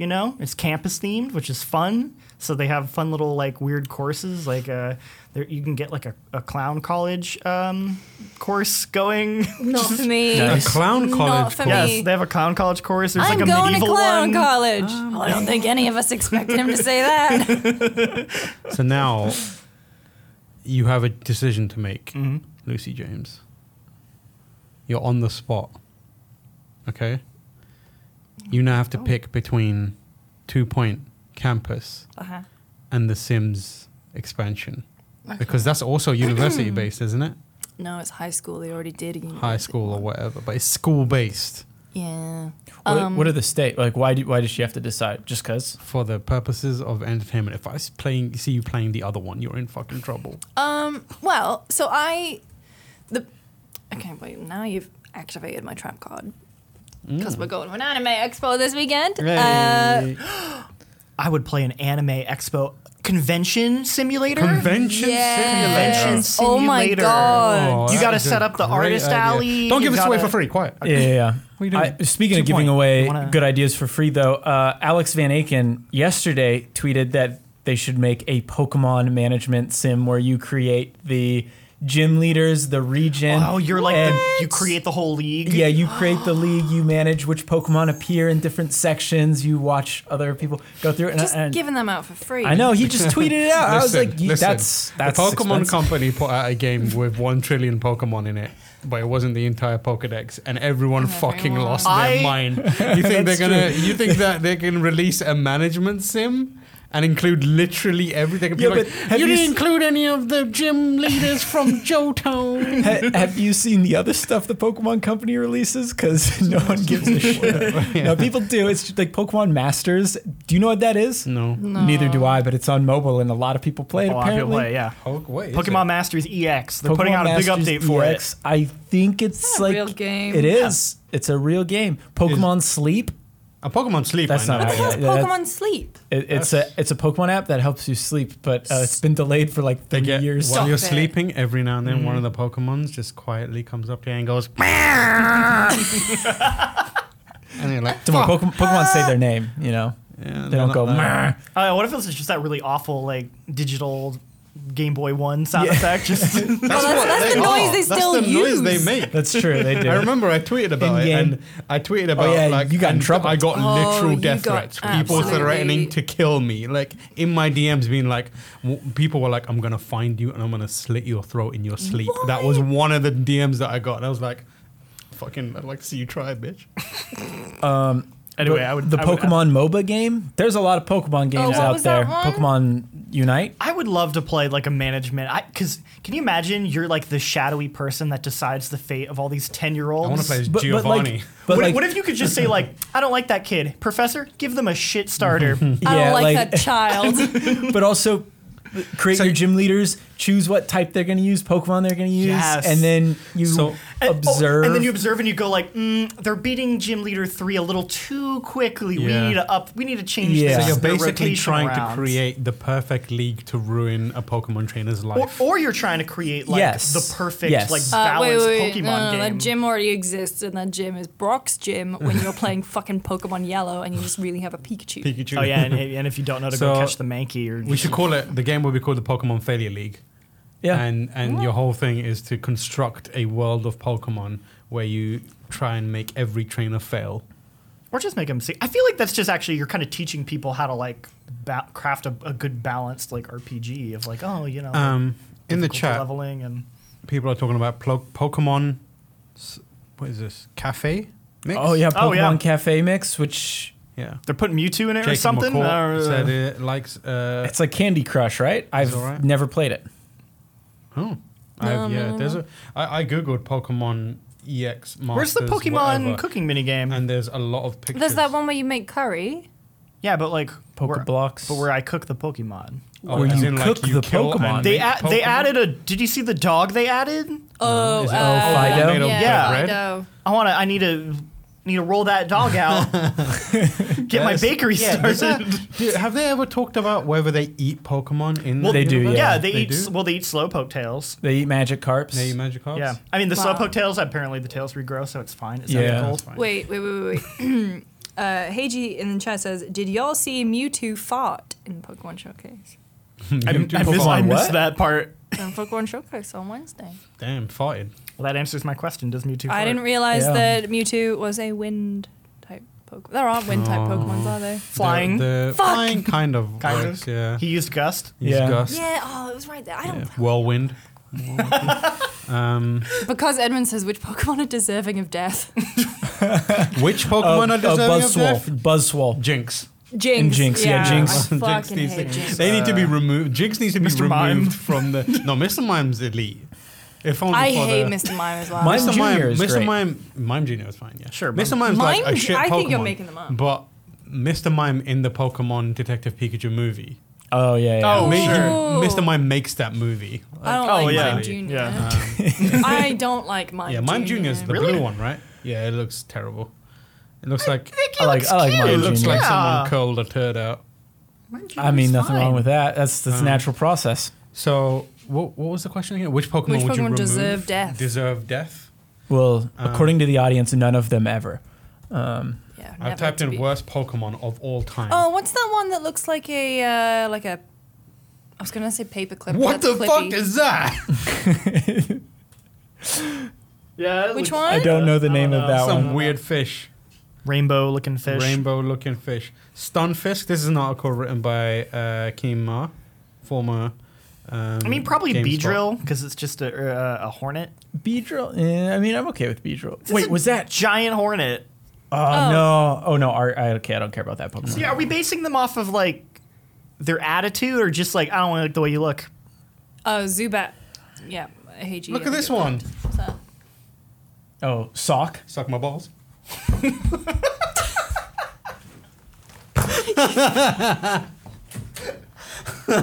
Speaker 3: you know it's campus themed which is fun so they have fun little like weird courses like uh there, you can get like a, a clown college um, course going
Speaker 2: Not for me.
Speaker 1: A clown
Speaker 2: Not
Speaker 1: college
Speaker 2: for
Speaker 1: course.
Speaker 2: me.
Speaker 3: yes they have a clown college course there's
Speaker 2: I'm
Speaker 3: like a
Speaker 2: going to
Speaker 3: medieval
Speaker 2: clown
Speaker 3: one
Speaker 2: college. well, I don't think any of us expected him to say that.
Speaker 1: So now you have a decision to make, Lucy James. You're on the spot. Okay? You now have to pick between Two Point Campus
Speaker 2: Uh-huh.
Speaker 1: and The Sims expansion. Because that's also university based, isn't it?
Speaker 2: No, it's high school. They already did. a
Speaker 1: High
Speaker 2: university
Speaker 1: school or
Speaker 2: one.
Speaker 1: whatever, but it's school based
Speaker 2: Yeah.
Speaker 4: What,
Speaker 2: Um,
Speaker 4: what are the state? Like, why do why does she have to decide? Just because?
Speaker 1: for the purposes of entertainment. If I s- playing, see you playing the other one, you're in fucking trouble.
Speaker 2: Um. Well, so I, the, okay. Wait. Now you've activated my trap card
Speaker 4: Mm.
Speaker 2: because we're going to an anime expo this weekend. Uh,
Speaker 1: Hey.
Speaker 3: i would play an anime expo convention simulator
Speaker 1: Convention
Speaker 2: yes.
Speaker 1: simulator.
Speaker 2: Oh my
Speaker 3: simulator.
Speaker 2: god.
Speaker 1: Oh,
Speaker 3: You
Speaker 1: that
Speaker 3: gotta
Speaker 1: is a
Speaker 3: set up the
Speaker 1: great
Speaker 3: artist alley.
Speaker 1: Don't
Speaker 3: You
Speaker 1: give this away
Speaker 3: gotta-
Speaker 1: for free. Quiet.
Speaker 4: Yeah, yeah. yeah.
Speaker 1: What are you doing?
Speaker 4: I- speaking
Speaker 3: Two
Speaker 4: of giving
Speaker 3: point.
Speaker 4: away
Speaker 3: You wanna-
Speaker 4: good ideas for free, though, uh, Alex Van Aken yesterday tweeted that they should make a Pokemon management sim where you create the gym leaders, the region.
Speaker 3: oh you're like
Speaker 4: and-
Speaker 3: the, you create the whole league Oh,
Speaker 4: yeah, you create the league, you manage which Pokemon appear in different sections, you watch other people go through. And,
Speaker 2: Just
Speaker 4: and-
Speaker 2: giving them out for free.
Speaker 4: I know he just tweeted it out. I was
Speaker 1: Listen,
Speaker 4: like, "Ye-
Speaker 1: listen.
Speaker 4: that's that's
Speaker 1: the Pokemon
Speaker 4: expensive."
Speaker 1: company put out a game with one trillion Pokemon in it, but it wasn't the entire Pokedex, and everyone fucking
Speaker 2: Everyone.
Speaker 1: lost
Speaker 3: I-
Speaker 1: their mind. You think they're
Speaker 4: That's
Speaker 1: gonna? You think that they can release a management sim? And include literally everything. And people
Speaker 4: Yeah,
Speaker 1: are
Speaker 4: but
Speaker 1: like,
Speaker 4: have
Speaker 1: you,
Speaker 4: you
Speaker 1: didn't
Speaker 4: s-
Speaker 1: include any of the gym leaders from Johto.
Speaker 4: Ha- have you seen the other stuff the Pokemon Company releases? Because no one gives a shit. No, people do. It's just like Pokemon Masters. Do you know what that is?
Speaker 1: No.
Speaker 4: Neither do I, but it's on mobile and a lot of people play it.
Speaker 3: A lot of people play,
Speaker 4: apparently,
Speaker 3: yeah
Speaker 1: Oh, wait, is
Speaker 3: Pokemon
Speaker 1: it?
Speaker 3: Masters EX. They're putting
Speaker 4: Pokemon
Speaker 3: out a big
Speaker 4: Masters
Speaker 3: update for
Speaker 1: E
Speaker 4: EX. I think it's,
Speaker 2: It's not a
Speaker 4: like
Speaker 2: real game.
Speaker 4: It is. It's a real game. Pokemon Sleep.
Speaker 1: A Pokemon Sleep.
Speaker 4: That's
Speaker 1: I know.
Speaker 4: not
Speaker 2: What the
Speaker 4: Yeah,
Speaker 2: hell's
Speaker 4: yeah, that's-
Speaker 2: Pokemon Sleep?
Speaker 4: It, it's a it's a Pokemon app that helps you sleep, but uh, it's been delayed for like
Speaker 1: They
Speaker 4: three
Speaker 1: get
Speaker 4: years. Mm-hmm.
Speaker 1: while
Speaker 2: Stop
Speaker 1: you're
Speaker 2: it.
Speaker 1: sleeping, every now and then one of the Pokemons just quietly comes up to you and goes, and you're like,
Speaker 4: So when Pokemon, Pokemon say their name, you know.
Speaker 1: Yeah,
Speaker 4: they
Speaker 1: they're
Speaker 4: don't
Speaker 1: not
Speaker 4: go.
Speaker 1: that-
Speaker 4: "Meh."
Speaker 3: it. Uh, what if it's just that really awful like digital Game Boy One sound effect? Just
Speaker 2: Well, that's, that's the noise they still
Speaker 1: That's the
Speaker 2: use.
Speaker 1: noise they make.
Speaker 4: That's true. They do.
Speaker 1: I remember I tweeted about it,
Speaker 4: In-game.
Speaker 1: and I tweeted about
Speaker 4: oh, yeah,
Speaker 1: like
Speaker 4: you got in
Speaker 1: and
Speaker 4: trouble.
Speaker 1: I got
Speaker 2: Oh,
Speaker 1: literal
Speaker 2: you
Speaker 1: death
Speaker 2: got
Speaker 1: threats. People
Speaker 2: absolutely-
Speaker 1: threatening to kill me, like in my DMs, being like, w- people were like, "I'm gonna find you and I'm gonna slit your throat in your sleep." That was one of the DMs that I got, and I was like, "Fucking, I'd like to see you try, bitch."
Speaker 3: anyway,
Speaker 4: But
Speaker 3: I would
Speaker 4: the
Speaker 3: I would-
Speaker 4: Pokemon MOBA game. There's a lot of Pokemon games
Speaker 2: Oh, what
Speaker 4: out
Speaker 2: was that
Speaker 4: there.
Speaker 2: one?
Speaker 4: Pokemon Unite.
Speaker 3: I would love to play like a management. I because can you imagine you're like the shadowy person that decides the fate of all these ten year olds?
Speaker 1: I want to play as
Speaker 4: But- but, like-
Speaker 1: Giovanni.
Speaker 4: but,
Speaker 3: what,
Speaker 4: like-
Speaker 3: what if you could just say like, I don't like that kid, Professor? Give them a shit starter.
Speaker 2: I don't
Speaker 4: Yeah,
Speaker 2: like,
Speaker 4: like-
Speaker 2: that child.
Speaker 4: but also create
Speaker 1: So-
Speaker 4: your gym leaders, choose what type they're going to use, Pokemon they're going to use,
Speaker 3: Yes.
Speaker 4: and then you
Speaker 1: So-
Speaker 3: And- oh,
Speaker 4: observe.
Speaker 3: and then you observe, and you go like, mm, "They're beating Gym Leader three a little too quickly. We
Speaker 1: Yeah.
Speaker 3: need to up. We need to change
Speaker 4: Yeah.
Speaker 3: this."
Speaker 4: So
Speaker 1: You're
Speaker 3: their
Speaker 1: basically
Speaker 3: rotation
Speaker 1: trying
Speaker 3: rounds."
Speaker 1: to create the perfect league to ruin a Pokemon trainer's
Speaker 3: or,
Speaker 1: life.
Speaker 3: or you're trying to create like
Speaker 4: Yes.
Speaker 3: the perfect
Speaker 4: Yes.
Speaker 3: like
Speaker 2: Uh, wait,
Speaker 3: balanced
Speaker 2: wait, wait.
Speaker 3: Pokemon
Speaker 2: no, no, no,
Speaker 3: game.
Speaker 2: That gym already exists, and that gym is Brock's gym when you're playing fucking Pokemon Yellow and you just really have a Pikachu.
Speaker 1: Pikachu.
Speaker 3: Oh yeah, and, and if you don't know to go
Speaker 1: So,
Speaker 3: catch the Mankey, or
Speaker 1: we should call it the game will be called the Pokemon Failure League.
Speaker 4: yeah.
Speaker 1: And and your whole thing is to construct a world of Pokemon where you try and make every trainer fail.
Speaker 3: or just make them see. I feel like that's just actually you're kind of teaching people how to like ba- craft a, a good balanced like RPG of like oh you know
Speaker 1: Um, in the
Speaker 3: difficulty
Speaker 1: chat,
Speaker 3: leveling and
Speaker 1: people are talking about plo- Pokemon. s- What is this? Cafe? Mix?
Speaker 4: oh yeah, Pokemon
Speaker 3: Oh, yeah.
Speaker 4: Cafe Mix, which
Speaker 1: yeah.
Speaker 3: they're putting Mewtwo in it or
Speaker 1: Jacob
Speaker 3: something. uh,
Speaker 1: McCall
Speaker 3: or-
Speaker 1: said it likes. Uh,
Speaker 4: it's like Candy Crush, right? I've
Speaker 1: all right.
Speaker 4: never played it.
Speaker 1: oh, I've, yeah. There's a. I, I googled Pokemon EX. Masters,
Speaker 3: uh, Where's the Pokemon
Speaker 1: whatever,
Speaker 3: cooking minigame?
Speaker 1: And there's a lot of pictures.
Speaker 2: There's that one where you make curry.
Speaker 3: yeah, but like where-
Speaker 4: Pokeblocks.
Speaker 3: but where I cook the Pokemon.
Speaker 1: Oh,
Speaker 4: Where
Speaker 1: as
Speaker 4: you
Speaker 1: in,
Speaker 4: cook the
Speaker 1: kill and
Speaker 4: Pokemon.
Speaker 3: They
Speaker 1: make
Speaker 3: a- they
Speaker 1: Pokemon?
Speaker 3: added a. Did you see the dog they added?
Speaker 2: Oh,
Speaker 1: Is it-
Speaker 4: Oh, Fido?
Speaker 1: Tomato
Speaker 3: Yeah.
Speaker 1: bread?
Speaker 2: Fido.
Speaker 3: I want to. I need to need to roll that dog out. Get my
Speaker 1: Yes.
Speaker 3: bakery
Speaker 1: Is
Speaker 3: started.
Speaker 1: that- do- have they ever talked about whether they eat Pokemon in?
Speaker 4: Well,
Speaker 1: the
Speaker 4: They do,
Speaker 1: universe?
Speaker 3: Yeah, they, eat.
Speaker 1: do?
Speaker 3: Well, they eat slowpoke tails.
Speaker 4: They eat magic carps.
Speaker 1: They eat Magikarps.
Speaker 3: Yeah, I mean the
Speaker 2: Wow.
Speaker 3: slowpoke tails. Apparently, the tails regrow, so it's fine. It's
Speaker 4: Yeah.
Speaker 3: ethical.
Speaker 4: That's
Speaker 1: fine.
Speaker 2: Wait, wait, wait, wait, wait. Uh, Heiji in the chat says, "Did y'all see Mewtwo fought in Pokemon Showcase?
Speaker 3: I, I, miss,
Speaker 4: Pokemon
Speaker 3: I missed
Speaker 4: what?
Speaker 3: that part.
Speaker 2: In Pokemon Showcase on Wednesday.
Speaker 1: Damn, farted.
Speaker 3: Well, that answers my question. Does Mewtwo?
Speaker 2: I
Speaker 3: fart?
Speaker 2: didn't realize
Speaker 4: Yeah.
Speaker 2: that Mewtwo was a wind type Pokemon. There aren't wind type Pokemons, are there?
Speaker 3: flying.
Speaker 1: The, the
Speaker 2: Fuck.
Speaker 1: flying kind of
Speaker 3: Kind
Speaker 1: works,
Speaker 3: of.
Speaker 1: yeah.
Speaker 3: He used gust.
Speaker 1: Use
Speaker 4: Yeah.
Speaker 1: gust.
Speaker 2: Yeah. Oh, it was right there. I don't
Speaker 1: yeah. Whirlwind. um,
Speaker 2: because Edmund says which Pokemon are deserving of death.
Speaker 1: which Pokemon are deserving of death?
Speaker 4: Buzzswole. Buzzswole.
Speaker 1: Jinx.
Speaker 2: Jinx.
Speaker 4: Jinx, yeah, Jinx.
Speaker 2: I
Speaker 1: Jinx
Speaker 2: fucking
Speaker 1: needs
Speaker 2: hate
Speaker 1: to-
Speaker 2: Jinx.
Speaker 1: They need to be removed. Jinx needs to be
Speaker 3: Mr.
Speaker 1: removed
Speaker 3: Mime.
Speaker 1: from the. No, Mr. Mime's elite. If only
Speaker 2: I
Speaker 1: for
Speaker 2: hate
Speaker 1: the,
Speaker 2: Mr. Mime as well.
Speaker 1: Mr.
Speaker 4: Mine's Mime
Speaker 1: Mime,
Speaker 4: Junior is
Speaker 1: Mr.
Speaker 4: great.
Speaker 1: Mime, Mime Junior is fine. Yeah,
Speaker 3: Sure,
Speaker 1: Mr. Mime's like
Speaker 2: Mime
Speaker 1: a
Speaker 2: Ju-
Speaker 1: shit
Speaker 2: I think you're
Speaker 1: Pokemon,
Speaker 2: making them up.
Speaker 1: But Mr. Mime in the Pokemon Detective Pikachu movie,
Speaker 4: Oh yeah. yeah.
Speaker 3: Oh,
Speaker 1: Made-
Speaker 2: sure.
Speaker 1: Mr. Mime makes that movie.
Speaker 2: I don't
Speaker 3: Oh,
Speaker 2: like
Speaker 3: yeah.
Speaker 2: Mime Junior.
Speaker 3: Yeah.
Speaker 2: I don't like Mime.
Speaker 1: yeah, Mime Junior is the
Speaker 3: Really?
Speaker 1: blue one, right? Yeah, it looks terrible. It looks like
Speaker 4: I like I like
Speaker 1: it
Speaker 4: Mime
Speaker 1: looks
Speaker 4: Junior.
Speaker 1: like
Speaker 3: Yeah.
Speaker 1: someone curled a turd out.
Speaker 4: I mean, nothing wrong with that. That's that's natural process.
Speaker 1: So what, what was the question again? Which Pokemon
Speaker 2: Which
Speaker 1: would you
Speaker 2: Pokemon
Speaker 1: remove?
Speaker 2: deserve death?
Speaker 1: Deserve death.
Speaker 4: Well, according to the audience, none of them ever.
Speaker 2: Yeah,
Speaker 1: I've
Speaker 2: never
Speaker 1: typed
Speaker 2: to
Speaker 1: in
Speaker 2: be-
Speaker 1: worst Pokemon of all time.
Speaker 2: Oh, what's that one that looks like a uh, like a? I was gonna say paperclip. but
Speaker 1: what
Speaker 2: that's
Speaker 1: the
Speaker 2: clippy.
Speaker 1: fuck is that?
Speaker 3: Yeah.
Speaker 2: Which one?
Speaker 4: I don't know the name of that
Speaker 1: Some
Speaker 4: one.
Speaker 1: weird fish.
Speaker 3: Rainbow looking fish.
Speaker 1: Rainbow looking fish. Stunfisk. This is an article written by uh, Keem Ma, former. Um,
Speaker 3: I mean, probably
Speaker 1: GameSpot.
Speaker 3: Beedrill because it's just a, uh, a hornet.
Speaker 4: Beedrill. Eh, I mean, I'm okay with Beedrill.
Speaker 3: It's
Speaker 4: Wait,
Speaker 3: a
Speaker 4: was that?
Speaker 3: giant hornet?
Speaker 4: Oh, no. Oh no. Ar- I, okay, I don't care about that Pokemon.
Speaker 3: Yeah, are we basing them off of like their attitude or just like I don't like the way you look?
Speaker 2: Oh, Zubat. Yeah, I hate you.
Speaker 1: Look at this one.
Speaker 2: So-
Speaker 4: Oh, sock.
Speaker 1: Suck my balls.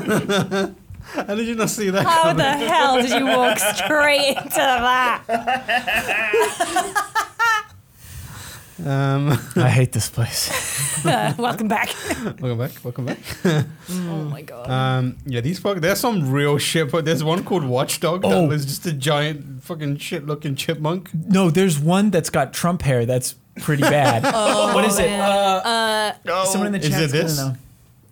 Speaker 1: How did you not see that?
Speaker 2: How the hell did you walk straight into that?
Speaker 1: Um,
Speaker 4: I hate this place.
Speaker 2: Welcome back.
Speaker 1: welcome back. Welcome back.
Speaker 2: Oh my god.
Speaker 1: Um, yeah, these fuck. There's some real shit, but there's one called Watchdog
Speaker 4: Oh.
Speaker 1: that was just a giant fucking shit-looking chipmunk.
Speaker 4: No, there's one that's got Trump hair. That's pretty bad. what is it? Uh,
Speaker 3: No.
Speaker 4: someone in the
Speaker 1: Is
Speaker 4: chat.
Speaker 1: it this?
Speaker 4: this?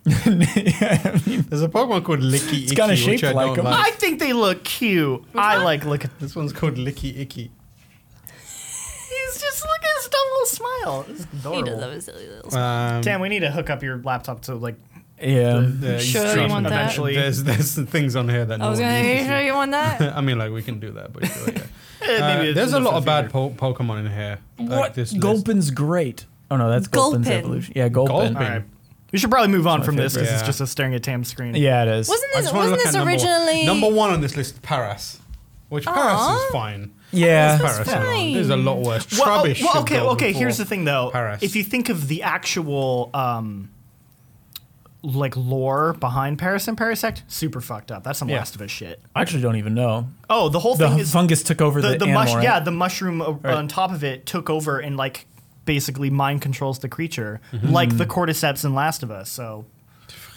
Speaker 1: There's a Pokemon called Licky Icky,
Speaker 4: kinda
Speaker 1: which
Speaker 4: shaped
Speaker 1: I
Speaker 4: like
Speaker 1: don't
Speaker 4: him.
Speaker 1: like.
Speaker 3: I think they look cute. I like look at
Speaker 1: This one's called Licky Icky.
Speaker 3: He's just look at his dumb little smile. It's
Speaker 1: oh.
Speaker 2: he does have
Speaker 3: adorable.
Speaker 2: a silly little.
Speaker 1: Um,
Speaker 3: Damn, we need to hook up your laptop to like
Speaker 4: yeah.
Speaker 1: the
Speaker 2: Sure you
Speaker 1: instruction-
Speaker 2: want that?
Speaker 3: Eventually.
Speaker 1: There's there's some things on here that
Speaker 2: I
Speaker 1: no
Speaker 2: was
Speaker 1: one
Speaker 2: gonna. Are you
Speaker 1: uses.
Speaker 2: sure you want that?
Speaker 1: I mean, like we can do that, but sure, yeah.
Speaker 3: eh, maybe
Speaker 1: Uh,
Speaker 3: it's
Speaker 1: there's a
Speaker 3: enough
Speaker 1: lot
Speaker 3: for
Speaker 1: of
Speaker 3: the
Speaker 1: bad
Speaker 3: future.
Speaker 1: po- Pokemon in here. Like
Speaker 4: What?
Speaker 1: this list.
Speaker 4: Gulpin's great. Oh no, that's Gulpin's
Speaker 2: Gulpin.
Speaker 4: evolution. Yeah, Gulpin.
Speaker 1: Gulpin.
Speaker 3: All right, we should probably move on from this because
Speaker 1: favorite.
Speaker 3: it's
Speaker 1: Yeah.
Speaker 3: just us staring at Tam's screen.
Speaker 4: Yeah, it is.
Speaker 2: Wasn't
Speaker 1: I
Speaker 2: this?
Speaker 1: just wanna look
Speaker 2: Wasn't this
Speaker 1: at number-
Speaker 2: originally?
Speaker 1: number one on this list? Paras, which Paras
Speaker 2: Aw.
Speaker 1: is fine.
Speaker 4: yeah.
Speaker 1: Paras, is fine. there's a lot worse.
Speaker 3: Well, oh,
Speaker 1: Trubbish.
Speaker 3: well,
Speaker 1: should
Speaker 3: okay,
Speaker 1: go
Speaker 3: okay.
Speaker 1: before
Speaker 3: Here's the thing, though.
Speaker 1: Paras.
Speaker 3: If you think of the actual, um, like lore behind Paris and Parasect, super fucked up. That's some
Speaker 1: Yeah.
Speaker 3: Last of Us shit.
Speaker 4: I actually don't even know.
Speaker 3: Oh, the whole
Speaker 4: The
Speaker 3: thing is
Speaker 4: fungus took over the,
Speaker 3: the, the
Speaker 4: animal,
Speaker 3: mush,
Speaker 4: right?
Speaker 3: yeah, the mushroom o
Speaker 4: Right.
Speaker 3: on top of it took over and like basically mind controls the creature,
Speaker 4: Mm-hmm.
Speaker 3: like the cordyceps in Last of Us. So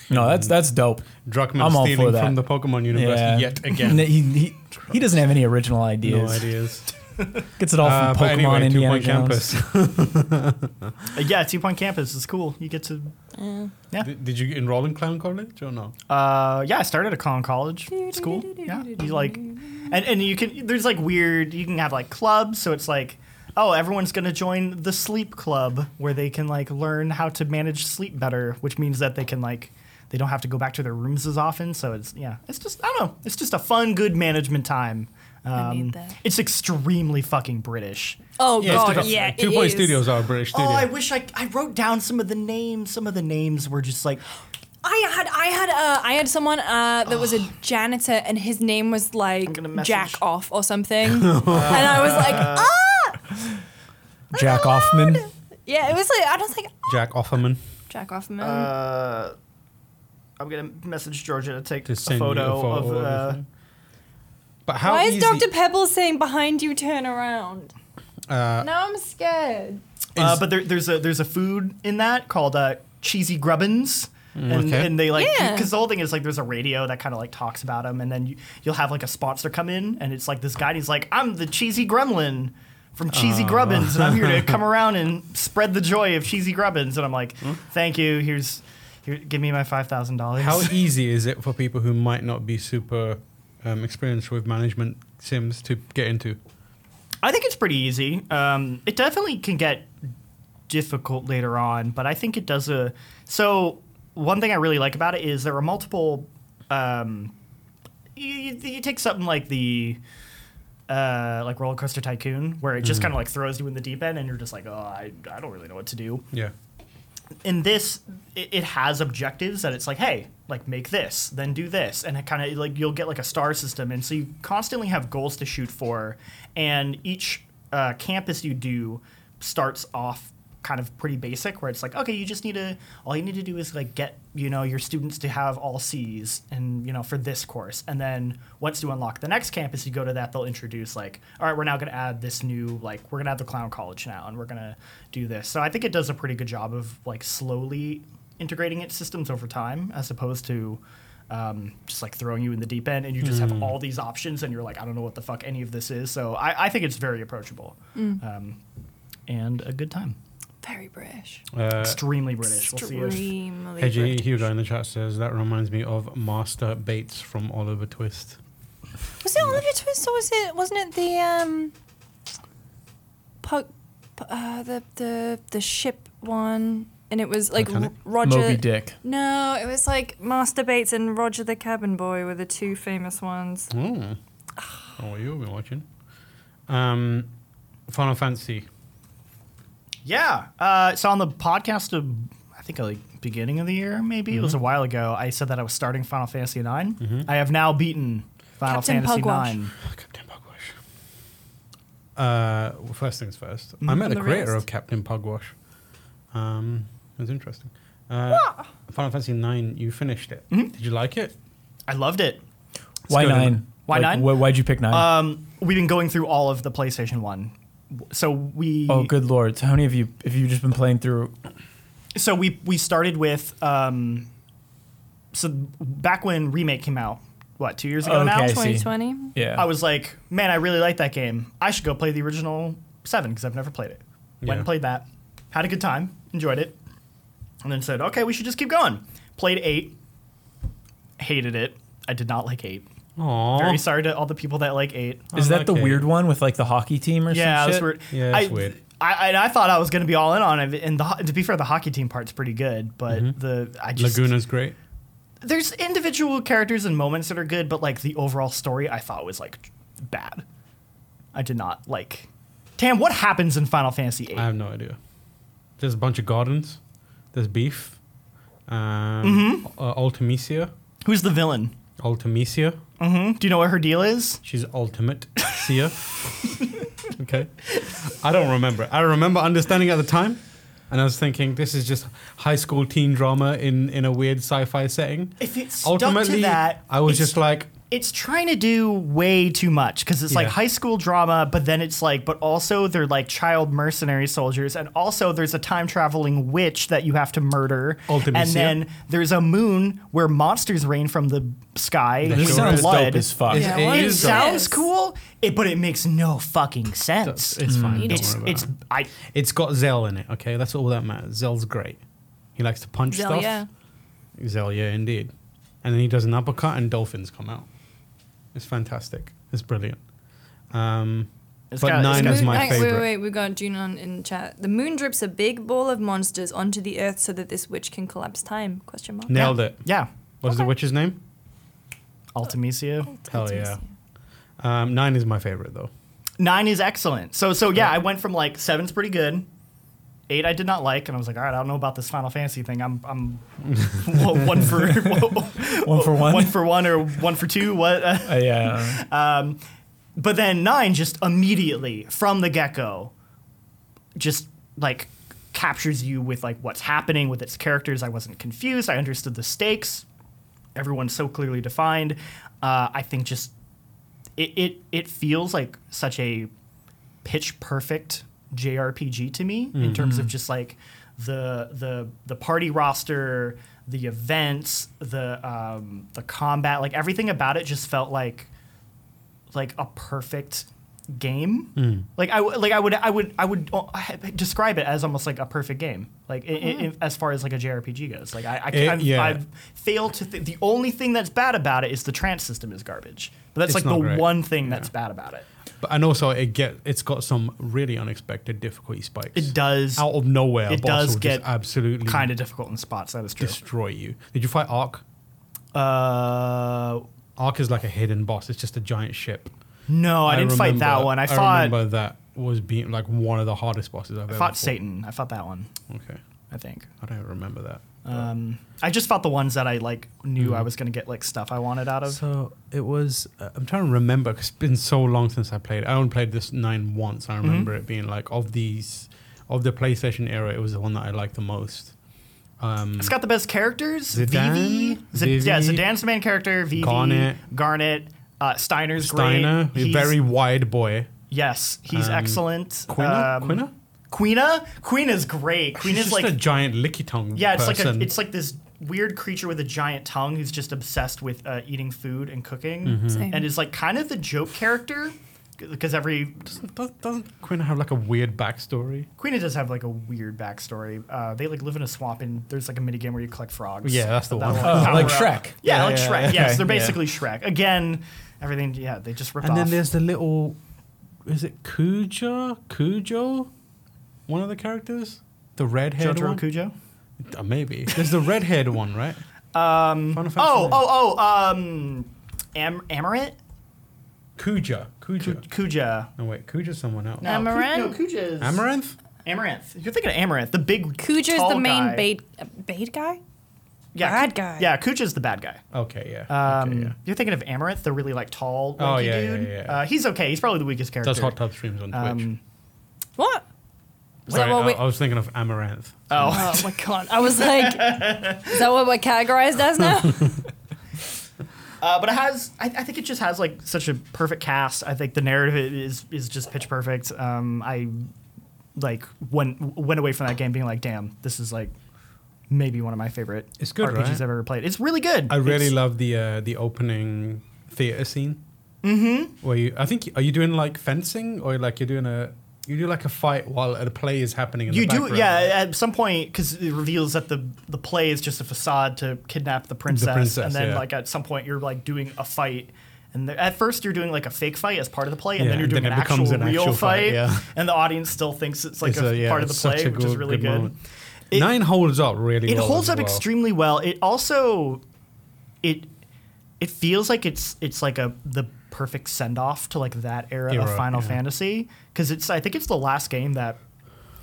Speaker 4: No, that's that's dope.
Speaker 1: Druckmann
Speaker 4: I'm all for
Speaker 1: stealing
Speaker 4: that.
Speaker 1: from the Pokemon universe
Speaker 4: Yeah.
Speaker 1: yet again.
Speaker 4: N- he, he, he doesn't have any original ideas.
Speaker 1: no ideas.
Speaker 4: Gets it all
Speaker 1: Uh,
Speaker 4: from
Speaker 1: but
Speaker 4: Pokemon,
Speaker 1: anyway, Two
Speaker 4: Indiana
Speaker 1: Point
Speaker 4: Jones.
Speaker 1: Campus.
Speaker 3: uh, yeah, Two Point Campus is cool. You get to
Speaker 1: Did did you enroll in Clown College or no?
Speaker 3: uh, yeah. I started at Collin College. It's cool. Yeah, you like, and and you can there's like weird. You can have like clubs. So it's like. Oh, everyone's gonna join the sleep club where they can like learn how to manage sleep better, which means that they can like they don't have to go back to their rooms as often. So it's yeah, it's just I don't know, it's just a fun, good management time. Um,
Speaker 2: I need that.
Speaker 3: It's extremely fucking British.
Speaker 2: Oh
Speaker 1: Two
Speaker 2: god,
Speaker 1: Point-
Speaker 2: yeah.
Speaker 1: Two
Speaker 2: it
Speaker 1: Point
Speaker 2: is.
Speaker 1: Studios are a British studio.
Speaker 3: Oh, I wish I I wrote down some of the names. Some of the names were just like
Speaker 2: I had I had uh, I had someone uh, that was a janitor and his name was like
Speaker 3: gonna message-
Speaker 2: Jack Off or something, and I was like, ah,
Speaker 4: Jack Offman.
Speaker 2: yeah. It was like I was like
Speaker 1: Jack Offerman.
Speaker 2: Jack Offman.
Speaker 1: Um,
Speaker 3: uh, I'm gonna message Georgia to take
Speaker 1: to
Speaker 3: a
Speaker 1: send you a
Speaker 3: photo of.
Speaker 1: photo
Speaker 3: Uh,
Speaker 1: everything. but how
Speaker 2: Why is
Speaker 1: easy-
Speaker 2: Doctor Pebbles saying behind you turn around?
Speaker 1: Uh,
Speaker 2: Now I'm scared.
Speaker 3: uh,
Speaker 1: Is-
Speaker 3: but there, there's a there's a food in that called uh, cheesy grubbins. And,
Speaker 1: Mm, okay.
Speaker 3: and they like
Speaker 2: Yeah.
Speaker 3: because the whole thing is like there's a radio that kind of like talks about them, and then you, you'll have like a sponsor come in, and it's like this guy, and he's like, "I'm the cheesy gremlin from Cheesy
Speaker 1: Oh.
Speaker 3: Grubbins, and I'm here to come around and spread the joy of Cheesy Grubbins. And I'm like,
Speaker 1: Hmm?
Speaker 3: thank you. Here's, here, give me my five thousand dollars.
Speaker 1: How easy is it for people who might not be super um, experienced with management sims to get into?
Speaker 3: I think it's pretty easy. Um, it definitely can get difficult later on, but I think it does a. So one thing I really like about it is there are multiple. Um, you, you, you take something like the. Uh, like roller coaster tycoon, where it just kind of like throws you in the deep end, and you're just like, oh, I, I don't really know what to do
Speaker 1: Yeah.
Speaker 3: in this it, it has objectives that it's like hey like make this then do this and it kind of like you'll get like a star system and so you constantly have goals to shoot for and each uh, campus you do starts off kind of pretty basic where it's like okay you just need to all you need to do is like get you know your students to have all c's and you know for this course and then once you unlock the next campus you go to that they'll introduce like all right we're now going to add this new like we're going to have the clown college now and we're going to do this so i think it does a pretty good job of like slowly integrating its systems over time as opposed to um, just like throwing you in the deep end and you just have all these options and you're like i don't know what the fuck any of this is so i, I think it's very approachable um, and a good time
Speaker 2: Very British.
Speaker 1: Uh,
Speaker 3: extremely British. We'll see if
Speaker 2: Extremely
Speaker 1: Hedgy
Speaker 2: British.
Speaker 1: Hugo in the chat says that reminds me of Master Bates from Oliver Twist.
Speaker 2: Was it Olivia Twist or was it? Wasn't it the um, pug, pu- uh, the the the ship one? And it was like
Speaker 1: Titanic?
Speaker 2: R- Roger.
Speaker 4: Moby Dick.
Speaker 2: No, it was like Master Bates and Roger the Cabin Boy were the two famous ones.
Speaker 1: Oh, oh you'll be watching. Um, Final Fantasy.
Speaker 3: Yeah. Uh, so on the podcast of I think like beginning of the year, maybe it was
Speaker 4: Mm-hmm.
Speaker 3: a while ago. I said that I was starting Final Fantasy 9 I have now beaten Final
Speaker 2: Captain
Speaker 3: Fantasy
Speaker 2: Pugwash.
Speaker 3: Nine.
Speaker 1: Captain Pugwash. Uh, well, first things first. I
Speaker 3: Mm-hmm.
Speaker 1: met the,
Speaker 2: The
Speaker 1: creator
Speaker 2: rest.
Speaker 1: of Captain Pugwash. Um, it was interesting. Uh, Final Fantasy Nine. You finished it.
Speaker 3: Mm-hmm.
Speaker 1: Did you like it?
Speaker 3: I loved it.
Speaker 4: Why
Speaker 1: go to-
Speaker 4: nine?
Speaker 3: Why
Speaker 4: Like,
Speaker 3: nine?
Speaker 4: wh- why'd you pick nine?
Speaker 1: Uh,
Speaker 3: Um, we've been going through all of the PlayStation One. So we
Speaker 4: oh, good lord! So how many of you, if you've just been playing through?
Speaker 3: so we we started with um, so back when remake came out, what two years ago now?
Speaker 4: Okay. I see.
Speaker 2: 2020.
Speaker 4: Yeah,
Speaker 3: I was like, man, I really like that game. I should go play the original seven because I've never played it. Went
Speaker 1: Yeah.
Speaker 3: and played that, had a good time, enjoyed it, and then said, okay, we should just keep going. Played eight, hated it. I did not like eight.
Speaker 1: Aww.
Speaker 3: Very sorry to all the people that like eight.
Speaker 4: Is that the
Speaker 1: Okay.
Speaker 4: weird one with like the hockey team or
Speaker 3: Yeah,
Speaker 4: some
Speaker 3: that's
Speaker 4: shit?
Speaker 3: weird.
Speaker 1: Yeah, that's
Speaker 3: I,
Speaker 1: weird.
Speaker 3: I, I, I thought I was going to be all in on it, and the, ho- to be fair, the hockey team part's pretty good, but the I just
Speaker 1: Laguna's great.
Speaker 3: there's individual characters and moments that are good, but like the overall story, I thought was like bad. I did not like. Tam, what happens in Final Fantasy VIII?
Speaker 1: I have no idea. There's a bunch of gardens. There's beef. Um,
Speaker 3: Mm-hmm.
Speaker 1: uh, Ultimisia.
Speaker 3: Who's the villain?
Speaker 1: Ultimisia.
Speaker 3: hmm Do you know what her deal is?
Speaker 1: She's ultimate seer. okay. I don't remember. I remember understanding at the time, and I was thinking this is just high school teen drama in in a weird sci-fi setting.
Speaker 3: If it's stuck to
Speaker 1: Ultimately,
Speaker 3: that,
Speaker 1: I was
Speaker 3: it's-
Speaker 1: just like,
Speaker 3: It's trying to do way too much because it's like
Speaker 1: Yeah.
Speaker 3: high school drama, but then it's like, but also they're like child mercenary soldiers, and also there's a time traveling witch that you have to murder, and
Speaker 1: Ultimisia.
Speaker 3: then there's a moon where monsters rain from the sky
Speaker 1: That
Speaker 3: with
Speaker 4: sounds dope
Speaker 3: blood.
Speaker 4: as fuck.
Speaker 1: It's-
Speaker 2: Yeah,
Speaker 1: it
Speaker 2: what
Speaker 3: It
Speaker 1: is
Speaker 2: is
Speaker 1: dope.
Speaker 2: that?
Speaker 3: sounds cool, it, but it makes no fucking sense.
Speaker 1: It's, it's fine. Don't
Speaker 3: Mm. It's
Speaker 1: worry about
Speaker 3: it's
Speaker 1: it.
Speaker 3: I
Speaker 1: it's got Zell in it. Okay, that's all that matters. Zell's great. He likes to punch
Speaker 2: Zell,
Speaker 1: stuff.
Speaker 2: yeah.
Speaker 1: Zell, yeah, indeed. And then he does an uppercut, and dolphins come out. It's fantastic. It's brilliant. Um,
Speaker 3: It's
Speaker 1: but
Speaker 3: got- it's
Speaker 1: nine
Speaker 3: got-
Speaker 1: is my
Speaker 2: Hang-
Speaker 1: favorite.
Speaker 2: Wait, wait, wait. We've got Junon in chat. The moon drips a big ball of monsters onto the earth so that this witch can collapse time? Question mark.
Speaker 1: Nailed it.
Speaker 3: yeah.
Speaker 1: What's the
Speaker 2: Okay.
Speaker 1: witch's name?
Speaker 3: Ultimisia.
Speaker 1: Hell
Speaker 2: That's
Speaker 1: yeah.
Speaker 2: amazing.
Speaker 1: Um, nine is my favorite though.
Speaker 3: Nine is excellent. So so yeah, I went from like seven's pretty good. Eight I did not like, and I was like, all right, I don't know about this Final Fantasy thing. I'm I'm one one for
Speaker 4: One for one?
Speaker 3: one for one, or one for two. What?
Speaker 4: Uh, yeah.
Speaker 3: Um, but then nine just immediately from the get go, just like captures you with like what's happening with its characters. I wasn't confused. I understood the stakes. Everyone's so clearly defined. Uh, I think just it, it it feels like such a pitch perfect JRPG to me in terms of just like the the the party roster, the events, the um, the combat, like everything about it just felt like like a perfect game.
Speaker 1: Mm.
Speaker 3: Like I w- like I would I would I would uh, I- describe it as almost like a perfect game. Like i i i as far as like a JRPG goes, like I I,
Speaker 1: It-
Speaker 3: I've,
Speaker 1: yeah.
Speaker 3: I've failed to. Th- the only thing that's bad about it is the trance system is garbage. But that's
Speaker 1: It's
Speaker 3: like
Speaker 1: not
Speaker 3: the
Speaker 1: great.
Speaker 3: one thing that's bad about it.
Speaker 1: But, and also, it get it's got some really unexpected difficulty spikes.
Speaker 3: It does
Speaker 1: out of nowhere.
Speaker 3: it
Speaker 1: a boss
Speaker 3: does
Speaker 1: will
Speaker 3: get
Speaker 1: just absolutely
Speaker 3: kind of difficult in spots. That is true.
Speaker 1: destroy you. Did you fight Ark?
Speaker 3: uh,
Speaker 1: Ark is like a hidden boss. It's just a giant ship.
Speaker 3: no, Oh, I, didn't fight that
Speaker 1: remember-
Speaker 3: one. I,
Speaker 1: I
Speaker 3: fought
Speaker 1: remember that was being like one of the hardest bosses I've
Speaker 3: I
Speaker 1: ever
Speaker 3: fought Satan. I fought that one.
Speaker 1: Okay,
Speaker 3: I think.
Speaker 1: I don't remember that.
Speaker 3: Um, I just fought the ones that I like knew
Speaker 1: Mm-hmm.
Speaker 3: I was gonna get like stuff I wanted out of.
Speaker 1: So it was. Uh, I'm trying to remember 'cause it's been so long since I played. I only played this nine once.
Speaker 3: Mm-hmm.
Speaker 1: I remember it being like of these of the PlayStation era. It was the one that I liked the most. Um,
Speaker 3: It's got the best characters.
Speaker 1: Zidane?
Speaker 3: Vivi. Z- yeah,
Speaker 1: Vivi.
Speaker 3: Zidane's the main character. Vivi.
Speaker 1: Garnet.
Speaker 3: Garnet. Uh, Steiner's
Speaker 1: Steiner,
Speaker 3: great.
Speaker 1: a
Speaker 3: He's-
Speaker 1: very wide boy.
Speaker 3: yes, he's
Speaker 1: um,
Speaker 3: excellent.
Speaker 1: Quina,
Speaker 3: Um,
Speaker 1: Quina.
Speaker 3: Quina. Quina's great.
Speaker 1: She's
Speaker 3: Quina's
Speaker 1: just
Speaker 3: like
Speaker 1: a giant licky tongue.
Speaker 3: yeah, it's
Speaker 1: person.
Speaker 3: like a, it's like this weird creature with a giant tongue who's just obsessed with uh, eating food and cooking,
Speaker 1: Mm-hmm.
Speaker 2: Same.
Speaker 3: and is like kind of the joke character because every
Speaker 1: doesn't, doesn't Quina have like a weird backstory?
Speaker 3: Quina does have like a weird backstory. Uh, they like live in a swamp, and there's like a minigame where you collect frogs.
Speaker 1: Yeah, that's the
Speaker 3: That
Speaker 1: one.
Speaker 3: will
Speaker 4: Oh,
Speaker 3: power
Speaker 4: like
Speaker 3: up.
Speaker 4: Shrek.
Speaker 3: Yeah,
Speaker 4: Yeah,
Speaker 3: like
Speaker 4: yeah,
Speaker 3: Shrek.
Speaker 4: yeah,
Speaker 3: Yes,
Speaker 4: okay.
Speaker 3: they're
Speaker 4: Yeah.
Speaker 3: basically Shrek again. Everything. Yeah, they just ripped
Speaker 1: And
Speaker 3: off.
Speaker 1: then there's the little, is it Cujo? Cujo, one of the characters, the redhead
Speaker 3: Jotaro
Speaker 1: one.
Speaker 3: Kujo.
Speaker 1: Uh, maybe there's the redhead one, right? Um. Final Fantasy
Speaker 3: Oh,
Speaker 1: name.
Speaker 3: oh, oh. Um, Am- Amaret.
Speaker 1: Kuja, Kuja.
Speaker 3: Kuja.
Speaker 1: No wait, Kuja's someone else.
Speaker 3: No, Ku-
Speaker 2: Amaret?
Speaker 3: No, Kuja is
Speaker 1: Amaranth.
Speaker 3: Amaranth. You're thinking of Amaranth, the big
Speaker 2: Cooger's
Speaker 3: tall
Speaker 2: the main
Speaker 3: guy.
Speaker 2: bait uh, bait guy.
Speaker 3: yeah,
Speaker 2: bad
Speaker 3: Ku-
Speaker 2: guy.
Speaker 3: Yeah, Kuja's the bad guy.
Speaker 1: Okay, yeah.
Speaker 3: Um,
Speaker 1: okay, yeah.
Speaker 3: You're thinking of Amaranth, the really like tall,
Speaker 1: Oh,
Speaker 3: lanky
Speaker 1: yeah, yeah,
Speaker 3: dude.
Speaker 1: yeah, yeah.
Speaker 3: Uh, he's okay. He's probably the weakest character.
Speaker 1: Does hot tub streams on Twitch?
Speaker 3: Um,
Speaker 2: What? Is that
Speaker 1: Sorry, uh,
Speaker 2: what
Speaker 1: I,
Speaker 2: we-
Speaker 1: I was thinking of Amaranth.
Speaker 3: oh,
Speaker 2: Oh my god! I was like, is that what we're categorized as now?
Speaker 3: Uh, but it has, I, I think it just has like such a perfect cast. I think the narrative i- is is just pitch perfect. Um, I like went went away from that game being like, damn, this is like maybe one of my favorite
Speaker 1: It's good,
Speaker 3: RPGs
Speaker 1: right?
Speaker 3: I've ever played. It's really good.
Speaker 1: I really
Speaker 3: It's-
Speaker 1: love the uh, the opening theater scene. Mm-hmm. Where you, I think, are you doing like fencing or like you're doing a you do like a fight while a play is happening? In
Speaker 3: You
Speaker 1: the
Speaker 3: do,
Speaker 1: background?
Speaker 3: yeah. At some point, because it reveals that the the play is just a facade to kidnap the princess,
Speaker 1: princess,
Speaker 3: and then
Speaker 1: yeah.
Speaker 3: like at some point you're like doing a fight, and the, at first you're doing like a fake fight as part of the play, and
Speaker 1: Yeah,
Speaker 3: then you're
Speaker 1: and
Speaker 3: doing
Speaker 1: then
Speaker 3: an
Speaker 1: it becomes
Speaker 3: actual
Speaker 1: an
Speaker 3: real
Speaker 1: actual
Speaker 3: fight,
Speaker 1: fight, yeah.
Speaker 3: and the audience still thinks it's like
Speaker 1: It's
Speaker 3: a,
Speaker 1: a- yeah,
Speaker 3: part of the
Speaker 1: it's such
Speaker 3: play,
Speaker 1: a
Speaker 3: which is
Speaker 1: good-
Speaker 3: really
Speaker 1: good
Speaker 3: good.
Speaker 1: moment.
Speaker 3: It-
Speaker 1: Nine holds up really.
Speaker 3: it
Speaker 1: well
Speaker 3: holds
Speaker 1: as
Speaker 3: up
Speaker 1: well.
Speaker 3: extremely well. It also it it feels like it's it's like a the perfect send off to like that era, of
Speaker 1: Era,
Speaker 3: Final
Speaker 1: yeah.
Speaker 3: Fantasy because it's I think it's the last game that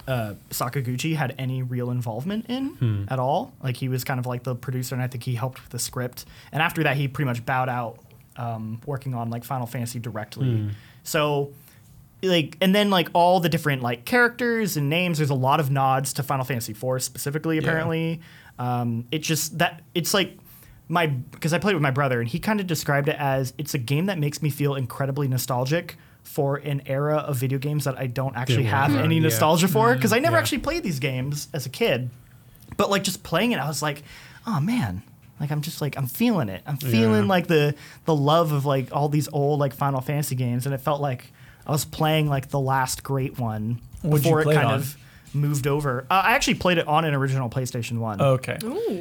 Speaker 3: uh, Sakaguchi had any real involvement in
Speaker 1: Hmm.
Speaker 3: at all. Like he was kind of like the producer, and I think he helped with the script. And after that, he pretty much bowed out um, working on like Final Fantasy directly.
Speaker 1: Hmm.
Speaker 3: So like and then like all the different like characters and names there's a lot of nods to final fantasy IV specifically apparently um, it just that it's like my because i played with my brother and he kind of described it as it's a game that makes me feel incredibly nostalgic for an era of video games that i don't actually
Speaker 1: were
Speaker 3: have
Speaker 1: around,
Speaker 3: any
Speaker 1: yeah. Mm.
Speaker 3: nostalgia for because i never
Speaker 1: yeah.
Speaker 3: actually played these games as a kid but like just playing it i was like oh man like i'm just like i'm feeling it i'm feeling
Speaker 1: Yeah.
Speaker 3: like the the love of like all these old like final fantasy games and it felt like i was playing like the last great one
Speaker 4: What'd you
Speaker 3: before it
Speaker 4: play it
Speaker 3: kind
Speaker 4: on?
Speaker 3: of moved over uh, i actually played it on an original playstation 1
Speaker 4: Okay.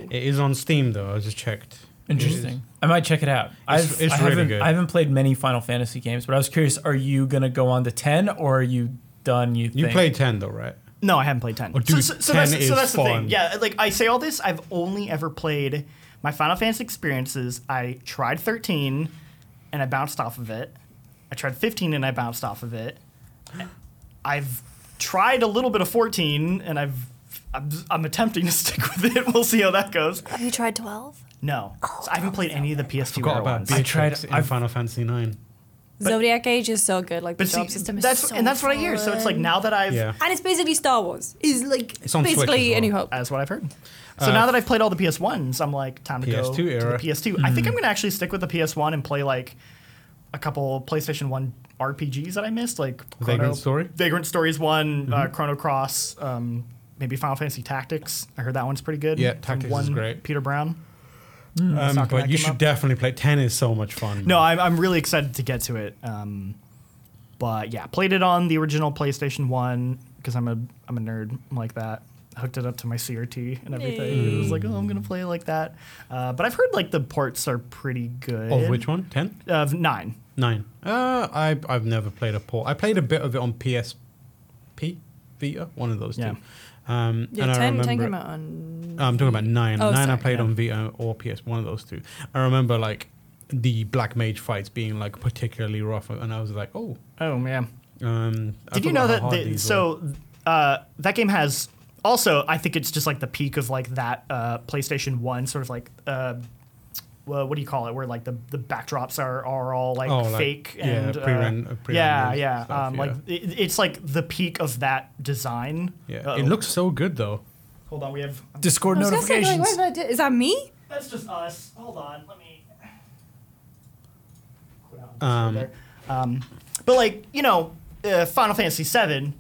Speaker 1: It is on Steam though. I just checked. It is.
Speaker 4: Interesting. I might check it out. I've,
Speaker 1: it's
Speaker 4: I
Speaker 1: really
Speaker 4: haven't-
Speaker 1: good.
Speaker 4: I haven't played many Final Fantasy games, but I was curious: Are you gonna go on to ten, or are you done? You
Speaker 1: You
Speaker 4: think?
Speaker 1: played ten though, right?
Speaker 3: No, I haven't played 10.
Speaker 1: Oh, dude,
Speaker 3: so, so,
Speaker 1: 10
Speaker 3: that's,
Speaker 1: is
Speaker 3: so that's the thing.
Speaker 1: fun.
Speaker 3: Yeah, like I say all this, I've only ever played my Final Fantasy experiences. I tried 13 and I bounced off of it. I tried 15 and I bounced off of it. I've tried a little bit of 14 and I've I'm, I'm attempting to stick with it. We'll see how that goes.
Speaker 2: Have you tried twelve?
Speaker 3: No, So I haven't played any of the PS2
Speaker 1: Forgot
Speaker 3: era
Speaker 1: about
Speaker 3: ones.
Speaker 1: Beatrix
Speaker 4: tried-
Speaker 1: in
Speaker 4: I've-
Speaker 1: Final Fantasy Nine.
Speaker 2: Zodiac Age is so good. Like
Speaker 3: But
Speaker 2: the
Speaker 3: see,
Speaker 2: job system is
Speaker 3: that's
Speaker 2: so
Speaker 3: and that's what I hear. So it's like
Speaker 2: fun.
Speaker 3: now that I've
Speaker 1: Yeah.
Speaker 2: and it's basically Star Wars. Is like
Speaker 1: It's on Switch
Speaker 2: basically
Speaker 1: as well. uh,
Speaker 2: Any Hope.
Speaker 3: That's what I've heard. So now that I've played all the PS1s, I'm like, time to go
Speaker 1: PS2
Speaker 3: to the
Speaker 1: era. Hmm.
Speaker 3: PS2. I think I'm going to actually stick with the PS1 and play like a couple PlayStation 1 RPGs that I missed, like
Speaker 1: Vagrant Story? Mm-hmm.
Speaker 3: Vagrant Stories 1, uh, Chrono Cross, um, maybe Final Fantasy Tactics. I heard that one's pretty good.
Speaker 1: Yeah,
Speaker 3: From
Speaker 1: Tactics is
Speaker 3: one
Speaker 1: great.
Speaker 3: Peter Brown.
Speaker 1: Um,
Speaker 3: not gonna
Speaker 1: but you
Speaker 3: come
Speaker 1: should
Speaker 3: up.
Speaker 1: definitely play. Ten is so much fun.
Speaker 3: No,
Speaker 1: man.
Speaker 3: I'm, I'm really excited to get to it. Um, But yeah, played it on the original PlayStation One because I'm a I'm a nerd like that. Hooked it up to my CRT and everything. It was like, oh, I'm gonna play like that. Uh, but I've heard like the ports are pretty good.
Speaker 1: Of Oh, which one? Ten?
Speaker 3: Of nine.
Speaker 1: Nine. Uh, I I've never played a port. I played a bit of it on PSP, Vita, one of those
Speaker 3: Yeah.
Speaker 1: two. Um,
Speaker 2: Yeah,
Speaker 1: and I
Speaker 2: 10,
Speaker 1: remember
Speaker 2: 10
Speaker 1: it-
Speaker 2: came out on.
Speaker 1: I'm talking about nine.
Speaker 2: Oh,
Speaker 1: Nine I
Speaker 2: sorry,
Speaker 1: played
Speaker 3: yeah.
Speaker 1: on Vita or PS, one of those two. I remember like the black mage fights being like particularly rough, and I was like, oh.
Speaker 3: Oh man.
Speaker 1: Um, I
Speaker 3: Did you
Speaker 1: forgot
Speaker 3: know
Speaker 1: how
Speaker 3: that?
Speaker 1: hard
Speaker 3: The,
Speaker 1: these were.
Speaker 3: so uh, that game has also. I think it's just like the peak of like that uh, PlayStation One sort of like. Uh, well, what do you call it? Where like the, the backdrops are, are all like
Speaker 1: Oh, like,
Speaker 3: fake
Speaker 1: yeah,
Speaker 3: and uh,
Speaker 1: pre-ren- uh,
Speaker 3: yeah,
Speaker 1: pre-rendered
Speaker 3: yeah.
Speaker 1: stuff,
Speaker 3: um,
Speaker 1: yeah.
Speaker 3: Like it, it's like the peak of that design.
Speaker 1: yeah,
Speaker 3: Uh-oh.
Speaker 1: it looks so good though.
Speaker 3: Hold on, we have.
Speaker 4: Discord
Speaker 2: I was gonna say, like,
Speaker 4: notifications.
Speaker 2: what did I do? Is that me?
Speaker 3: That's just us. Hold on, let me. Put out this
Speaker 1: Um,
Speaker 3: right there. um, but like you know, uh, Final Fantasy VII,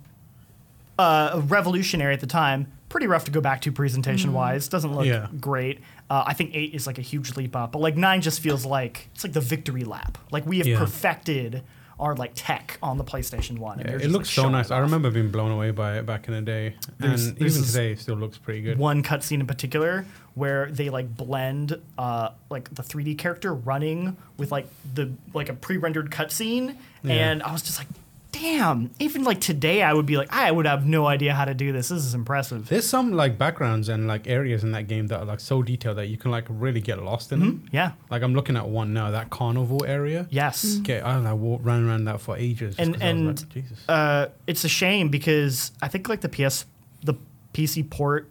Speaker 3: uh, revolutionary at the time. Pretty rough to go back to presentation wise. Doesn't look
Speaker 1: Mm. Yeah.
Speaker 3: great. Uh, I think eight is like a huge leap up, but like nine just feels like it's like the victory lap. Like we have
Speaker 1: Yeah.
Speaker 3: perfected our like tech on the PlayStation One. and
Speaker 1: Yeah,
Speaker 3: they're
Speaker 1: it
Speaker 3: just,
Speaker 1: looks
Speaker 3: like,
Speaker 1: so
Speaker 3: showing
Speaker 1: nice.
Speaker 3: it
Speaker 1: I
Speaker 3: off.
Speaker 1: remember being blown away by it back in the day,
Speaker 3: There's-
Speaker 1: and
Speaker 3: there's
Speaker 1: even
Speaker 3: this
Speaker 1: today it still looks pretty good.
Speaker 3: one cutscene in particular where they like blend uh, like the 3D character running with like the like a pre-rendered cutscene,
Speaker 1: Yeah.
Speaker 3: and I was just like, damn. Even like today, I would be like, I would have no idea how to do this. This is impressive.
Speaker 1: There's some like backgrounds and like areas in that game that are like so detailed that you can like really get lost in them.
Speaker 3: yeah.
Speaker 1: Like I'm looking at one now, that carnival area.
Speaker 3: Mm-hmm. Yes.
Speaker 1: Okay, I don't know. I walked, ran around that for ages. just
Speaker 3: And-
Speaker 1: 'cause I was
Speaker 3: and,
Speaker 1: like, Jesus.
Speaker 3: uh, it's a shame because I think like the PS, the PC port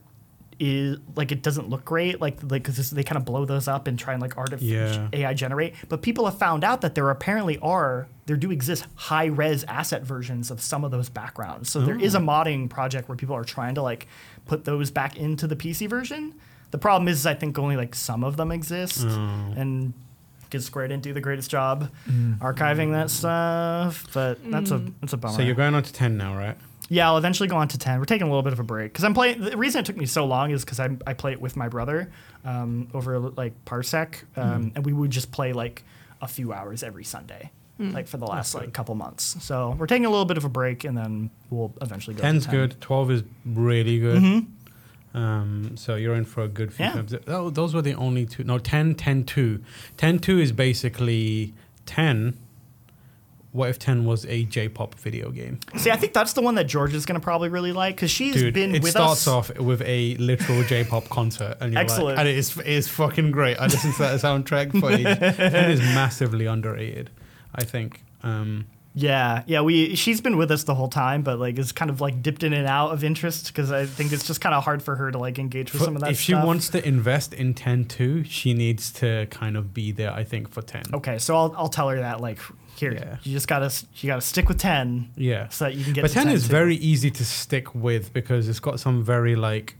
Speaker 3: is like it doesn't look great. Like like because they kind of blow those up and try and like artif-
Speaker 1: Yeah.
Speaker 3: AI generate. But people have found out that there apparently are there do exist high res asset versions of some of those backgrounds. So there is a
Speaker 1: Oh.
Speaker 3: modding project where people are trying to like put those back into the PC version. The problem is, I think only like some of them exist,
Speaker 1: Oh.
Speaker 3: and. Because Square didn't do the greatest job archiving that stuff, but that's a that's a bummer.
Speaker 1: so you're going on to ten now, right?
Speaker 3: Yeah, I'll eventually go on to 10. We're taking a little bit of a break because I'm playing. The reason it took me so long is because I, I play it with my brother um, over like Parsec,
Speaker 1: Mm-hmm.
Speaker 3: um, and we would just play like a few hours every Sunday,
Speaker 1: Mm.
Speaker 3: like for the last like couple months. So we're taking a little bit of a break, and then we'll eventually go.
Speaker 1: Ten's
Speaker 3: to 10.
Speaker 1: good. Twelve is really good. Um, so you're in for a good few
Speaker 3: Mm-hmm. Yeah.
Speaker 1: times. Tho- those were the only two. No, 10, 10, 2. 10, 2 is basically 10. What if 10 was a J-pop video game?
Speaker 3: See, I think that's the one that George is going to probably really like because she's
Speaker 1: Dude,
Speaker 3: been
Speaker 1: it
Speaker 3: with
Speaker 1: starts
Speaker 3: us.
Speaker 1: off with a literal J-pop concert, and you're
Speaker 3: Excellent.
Speaker 1: like, and it's it's fucking great. I listened to that soundtrack for ages. It is massively underrated, I think. Um,
Speaker 3: Yeah, yeah. We she's been with us the whole time, but like is kind of like dipped in and out of interest because I think it's just kind of hard for her to like engage with
Speaker 1: for-
Speaker 3: some of that.
Speaker 1: if she
Speaker 3: stuff.
Speaker 1: wants to invest in 10 too, she needs to kind of be there. I think for 10.
Speaker 3: Okay, so I'll, I'll tell her that like here
Speaker 1: Yeah.
Speaker 3: you just gotta you gotta stick with ten
Speaker 1: Yeah.
Speaker 3: so that you can get.
Speaker 1: but
Speaker 3: to
Speaker 1: 10, is
Speaker 3: too.
Speaker 1: very easy to stick with because it's got some very like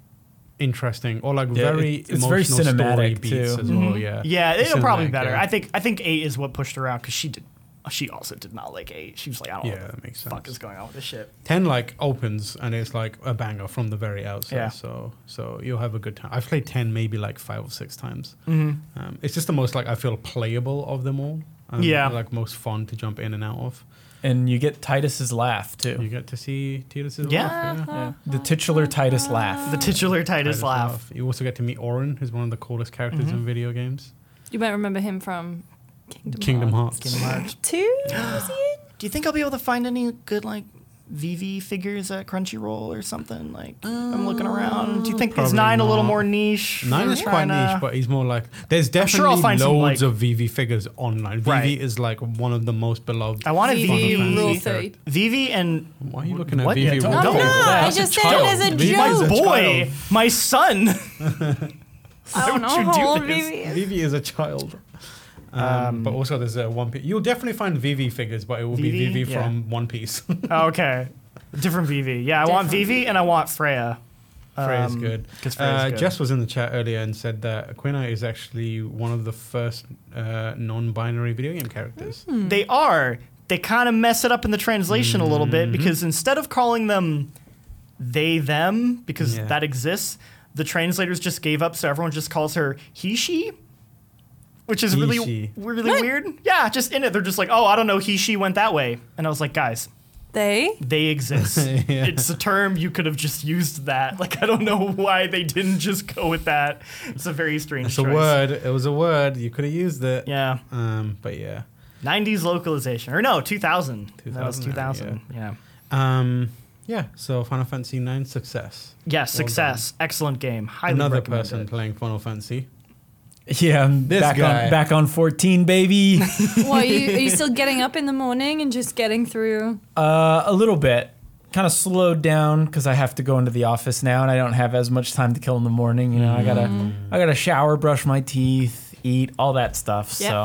Speaker 1: interesting or like
Speaker 4: Yeah,
Speaker 1: very
Speaker 4: it- it's
Speaker 1: emotional
Speaker 4: very
Speaker 1: story
Speaker 4: cinematic,
Speaker 1: beats
Speaker 4: too.
Speaker 1: as well. Yeah,
Speaker 3: Mm-hmm. yeah
Speaker 1: It's
Speaker 3: it'll probably
Speaker 1: cinematic,
Speaker 3: be better.
Speaker 1: yeah.
Speaker 3: I think I think eight is what pushed her out because she did she also did not like eight. She was like I don't know
Speaker 1: Yeah,
Speaker 3: what
Speaker 1: that makes
Speaker 3: the fuck
Speaker 1: sense.
Speaker 3: is going on with this shit.
Speaker 1: 10 like opens and it's like a banger from the very outset.
Speaker 3: Yeah.
Speaker 1: So so you'll have a good time. I've played 10 maybe like five or six times.
Speaker 3: Mm-hmm.
Speaker 1: Um, it's just the most like I feel playable of them all. Um,
Speaker 3: Yeah.
Speaker 1: like most fun to jump in and out of.
Speaker 4: and you get Titus's laugh
Speaker 1: You
Speaker 4: too.
Speaker 1: get to see Titus's
Speaker 3: Yeah.
Speaker 1: laugh. Yeah.
Speaker 4: Yeah. The titular Titus laugh.
Speaker 3: The titular Titus,
Speaker 1: Titus'
Speaker 3: laugh.
Speaker 1: You also get to meet Orin, who's one of the coolest characters
Speaker 3: Mm-hmm.
Speaker 1: in video games.
Speaker 2: You might remember him from Kingdom,
Speaker 1: Kingdom
Speaker 2: Hearts.
Speaker 1: Hearts.
Speaker 3: Kingdom Hearts.
Speaker 2: Two? Was he in?
Speaker 3: Do you think I'll be able to find any good like VV figures at Crunchyroll or something? Like I'm looking around. Do you think is
Speaker 1: Probably
Speaker 3: nine a little
Speaker 1: not.
Speaker 3: more niche?
Speaker 1: Nine
Speaker 3: We're
Speaker 1: is quite
Speaker 3: trying to-
Speaker 1: niche, but he's more like there's
Speaker 3: sure I'll
Speaker 1: definitely
Speaker 3: find some,
Speaker 1: loads
Speaker 3: like-
Speaker 1: of VV figures online. VV
Speaker 3: Right.
Speaker 1: is like one of the most beloved.
Speaker 3: I want a
Speaker 2: VV
Speaker 1: Final
Speaker 3: VV.
Speaker 2: Rule
Speaker 1: Fantasy
Speaker 2: 30.
Speaker 3: VV and
Speaker 1: Why are you looking at
Speaker 3: What?
Speaker 1: VV?
Speaker 3: Yeah, don't-
Speaker 1: Rule
Speaker 3: don't-
Speaker 2: No,
Speaker 1: 30?
Speaker 2: I
Speaker 4: That's a
Speaker 2: just said it as a
Speaker 4: child.
Speaker 2: joke.
Speaker 1: Levi's a
Speaker 3: boy,
Speaker 1: child.
Speaker 3: my son.
Speaker 2: I don't know
Speaker 3: would you do
Speaker 2: how old
Speaker 3: this?
Speaker 2: Vivi is.
Speaker 1: Vivi is a child. Um, but also, there's a One Piece. You'll definitely find Vivi figures, but it will be
Speaker 3: Vivi?
Speaker 1: Vivi
Speaker 3: Yeah.
Speaker 1: from One Piece.
Speaker 3: Oh, okay. Different VV. Yeah, I want
Speaker 2: Different
Speaker 3: VV and I want Freya.
Speaker 1: Freya's
Speaker 3: Um,
Speaker 1: good.
Speaker 3: 'cause Freya's
Speaker 1: Uh,
Speaker 3: good.
Speaker 1: Jess was in the chat earlier and said that Aquina is actually one of the first uh, non-binary video game characters.
Speaker 2: Hmm.
Speaker 3: They are. They kind of mess it up in the translation a little
Speaker 1: Mm-hmm.
Speaker 3: bit because instead of calling them they them because
Speaker 1: Yeah.
Speaker 3: that exists, the translators just gave up, so everyone just calls her he she. which is really
Speaker 1: He, she.
Speaker 3: really weird. Yeah, just in it, they're just like, oh, I don't know, he she went that way, and I was like, guys,
Speaker 2: They?
Speaker 3: they exist.
Speaker 1: Yeah.
Speaker 3: It's a term you could have just used that. Like I don't know why they didn't just go with that. It's a very strange
Speaker 1: It's a
Speaker 3: choice.
Speaker 1: word. It was a word. You could have used it.
Speaker 3: Yeah,
Speaker 1: Um, but yeah.
Speaker 3: 90s localization or no, 2000. that was
Speaker 1: 2000,
Speaker 3: 2000. Yeah.
Speaker 1: Um, yeah. So Final Fantasy Nine success.
Speaker 3: Yes, success. Excellent game. Highly
Speaker 1: Another
Speaker 3: recommend
Speaker 1: person
Speaker 3: it.
Speaker 1: playing Final Fantasy.
Speaker 4: Yeah, I'm
Speaker 1: This
Speaker 4: back
Speaker 1: guy.
Speaker 4: on back on 14, baby.
Speaker 2: Well, are you, are you still getting up in the morning and just getting through?
Speaker 4: uh, a little bit. Kind of slowed down because I have to go into the office now, and I don't have as much time to kill in the morning. You know, I gotta I gotta shower, brush my teeth, eat all that stuff. so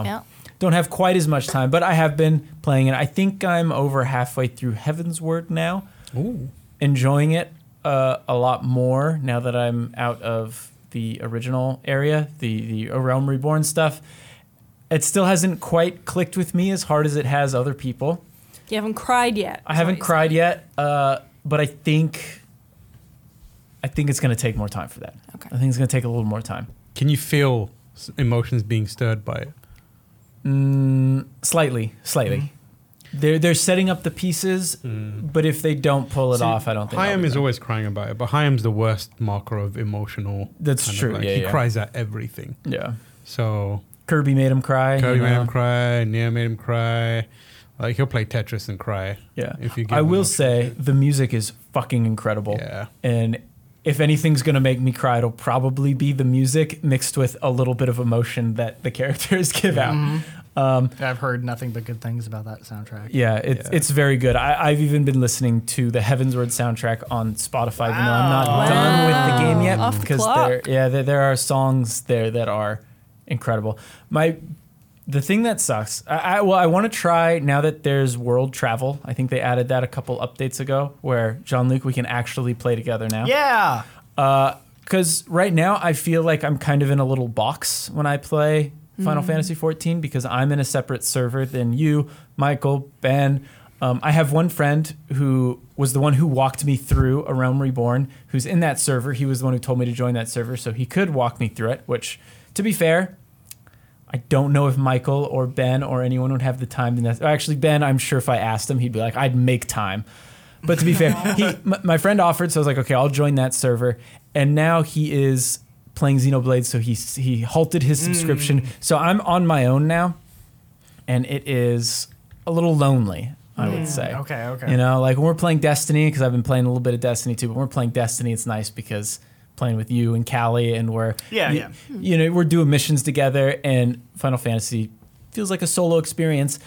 Speaker 4: don't have quite as much time, but I have been playing it. I think I'm over halfway through Heaven's Word now.
Speaker 1: Ooh.
Speaker 4: enjoying it uh, a lot more now that I'm out of the original area, the the Realm Reborn stuff. It still hasn't quite clicked with me as hard as it has other people.
Speaker 2: You haven't cried yet.
Speaker 4: I
Speaker 2: is
Speaker 4: haven't
Speaker 2: what you
Speaker 4: cried yet, uh, but I think I think it's going to take more time for that.
Speaker 2: Okay.
Speaker 4: I think it's going to take a little more time.
Speaker 1: Can you feel s- emotions being stirred by it?
Speaker 4: Mm, slightly, slightly.
Speaker 1: Mm-hmm.
Speaker 4: They're they're setting up the pieces, but if they don't pull it
Speaker 1: See,
Speaker 4: off, I don't think. I'll
Speaker 1: Hayam
Speaker 4: be
Speaker 1: is
Speaker 4: done.
Speaker 1: always crying about it, but Hayam's the worst marker of emotional.
Speaker 4: That's
Speaker 1: kind of
Speaker 4: true,
Speaker 1: like-
Speaker 4: yeah,
Speaker 1: he
Speaker 4: yeah.
Speaker 1: cries at everything.
Speaker 4: yeah.
Speaker 1: So
Speaker 4: Kirby made him cry. you
Speaker 1: Kirby made
Speaker 4: know.
Speaker 1: him cry. Nia made him cry. Like he'll play Tetris and cry.
Speaker 4: Yeah.
Speaker 1: If you give
Speaker 4: I
Speaker 1: him
Speaker 4: will
Speaker 1: an
Speaker 4: say the music is fucking incredible.
Speaker 1: Yeah.
Speaker 4: And if anything's gonna make me cry, it'll probably be the music mixed with a little bit of emotion that the characters give out.
Speaker 1: Mm-hmm.
Speaker 3: I've heard nothing but good things about that soundtrack.
Speaker 4: Yeah, it's
Speaker 1: Yeah.
Speaker 4: it's very good. I, I've even been listening to the Heavensward soundtrack on Spotify, even though I'm not
Speaker 3: Wow.
Speaker 4: done with the game yet.
Speaker 2: Off the clock.
Speaker 4: there, yeah, there, there are songs there that are incredible. My the thing that sucks. I, I well, I want to try now that there's world travel. I think they added that a couple updates ago, where Jean Luc we can actually play together now.
Speaker 3: Yeah.
Speaker 4: Because Uh, right now I feel like I'm kind of in a little box when I play Final Fantasy 14 because I'm in a separate server than you, Michael, Ben. Um, I have one friend who was the one who walked me through A Realm Reborn, who's in that server. He was the one who told me to join that server, so he could walk me through it, which, to be fair, I don't know if Michael or Ben or anyone would have the time to. nec- Actually, Ben, I'm sure if I asked him, he'd be like, "I'd make time." But to be fair, he, m- my friend offered, so I was like, "Okay, I'll join that server." And now he is playing Xenoblade, so he s- he halted his
Speaker 3: Hmm.
Speaker 4: subscription. So I'm on my own now, and it is a little lonely, I would say.
Speaker 3: Hmm. Okay, okay.
Speaker 4: You know, like when we're playing Destiny, because I've been playing a little bit of Destiny too. But when we're playing Destiny, it's nice because playing with you and Callie, and we're
Speaker 3: Yeah,
Speaker 4: you,
Speaker 3: yeah.
Speaker 4: you know, we're doing missions together, and Final Fantasy feels like a solo experience.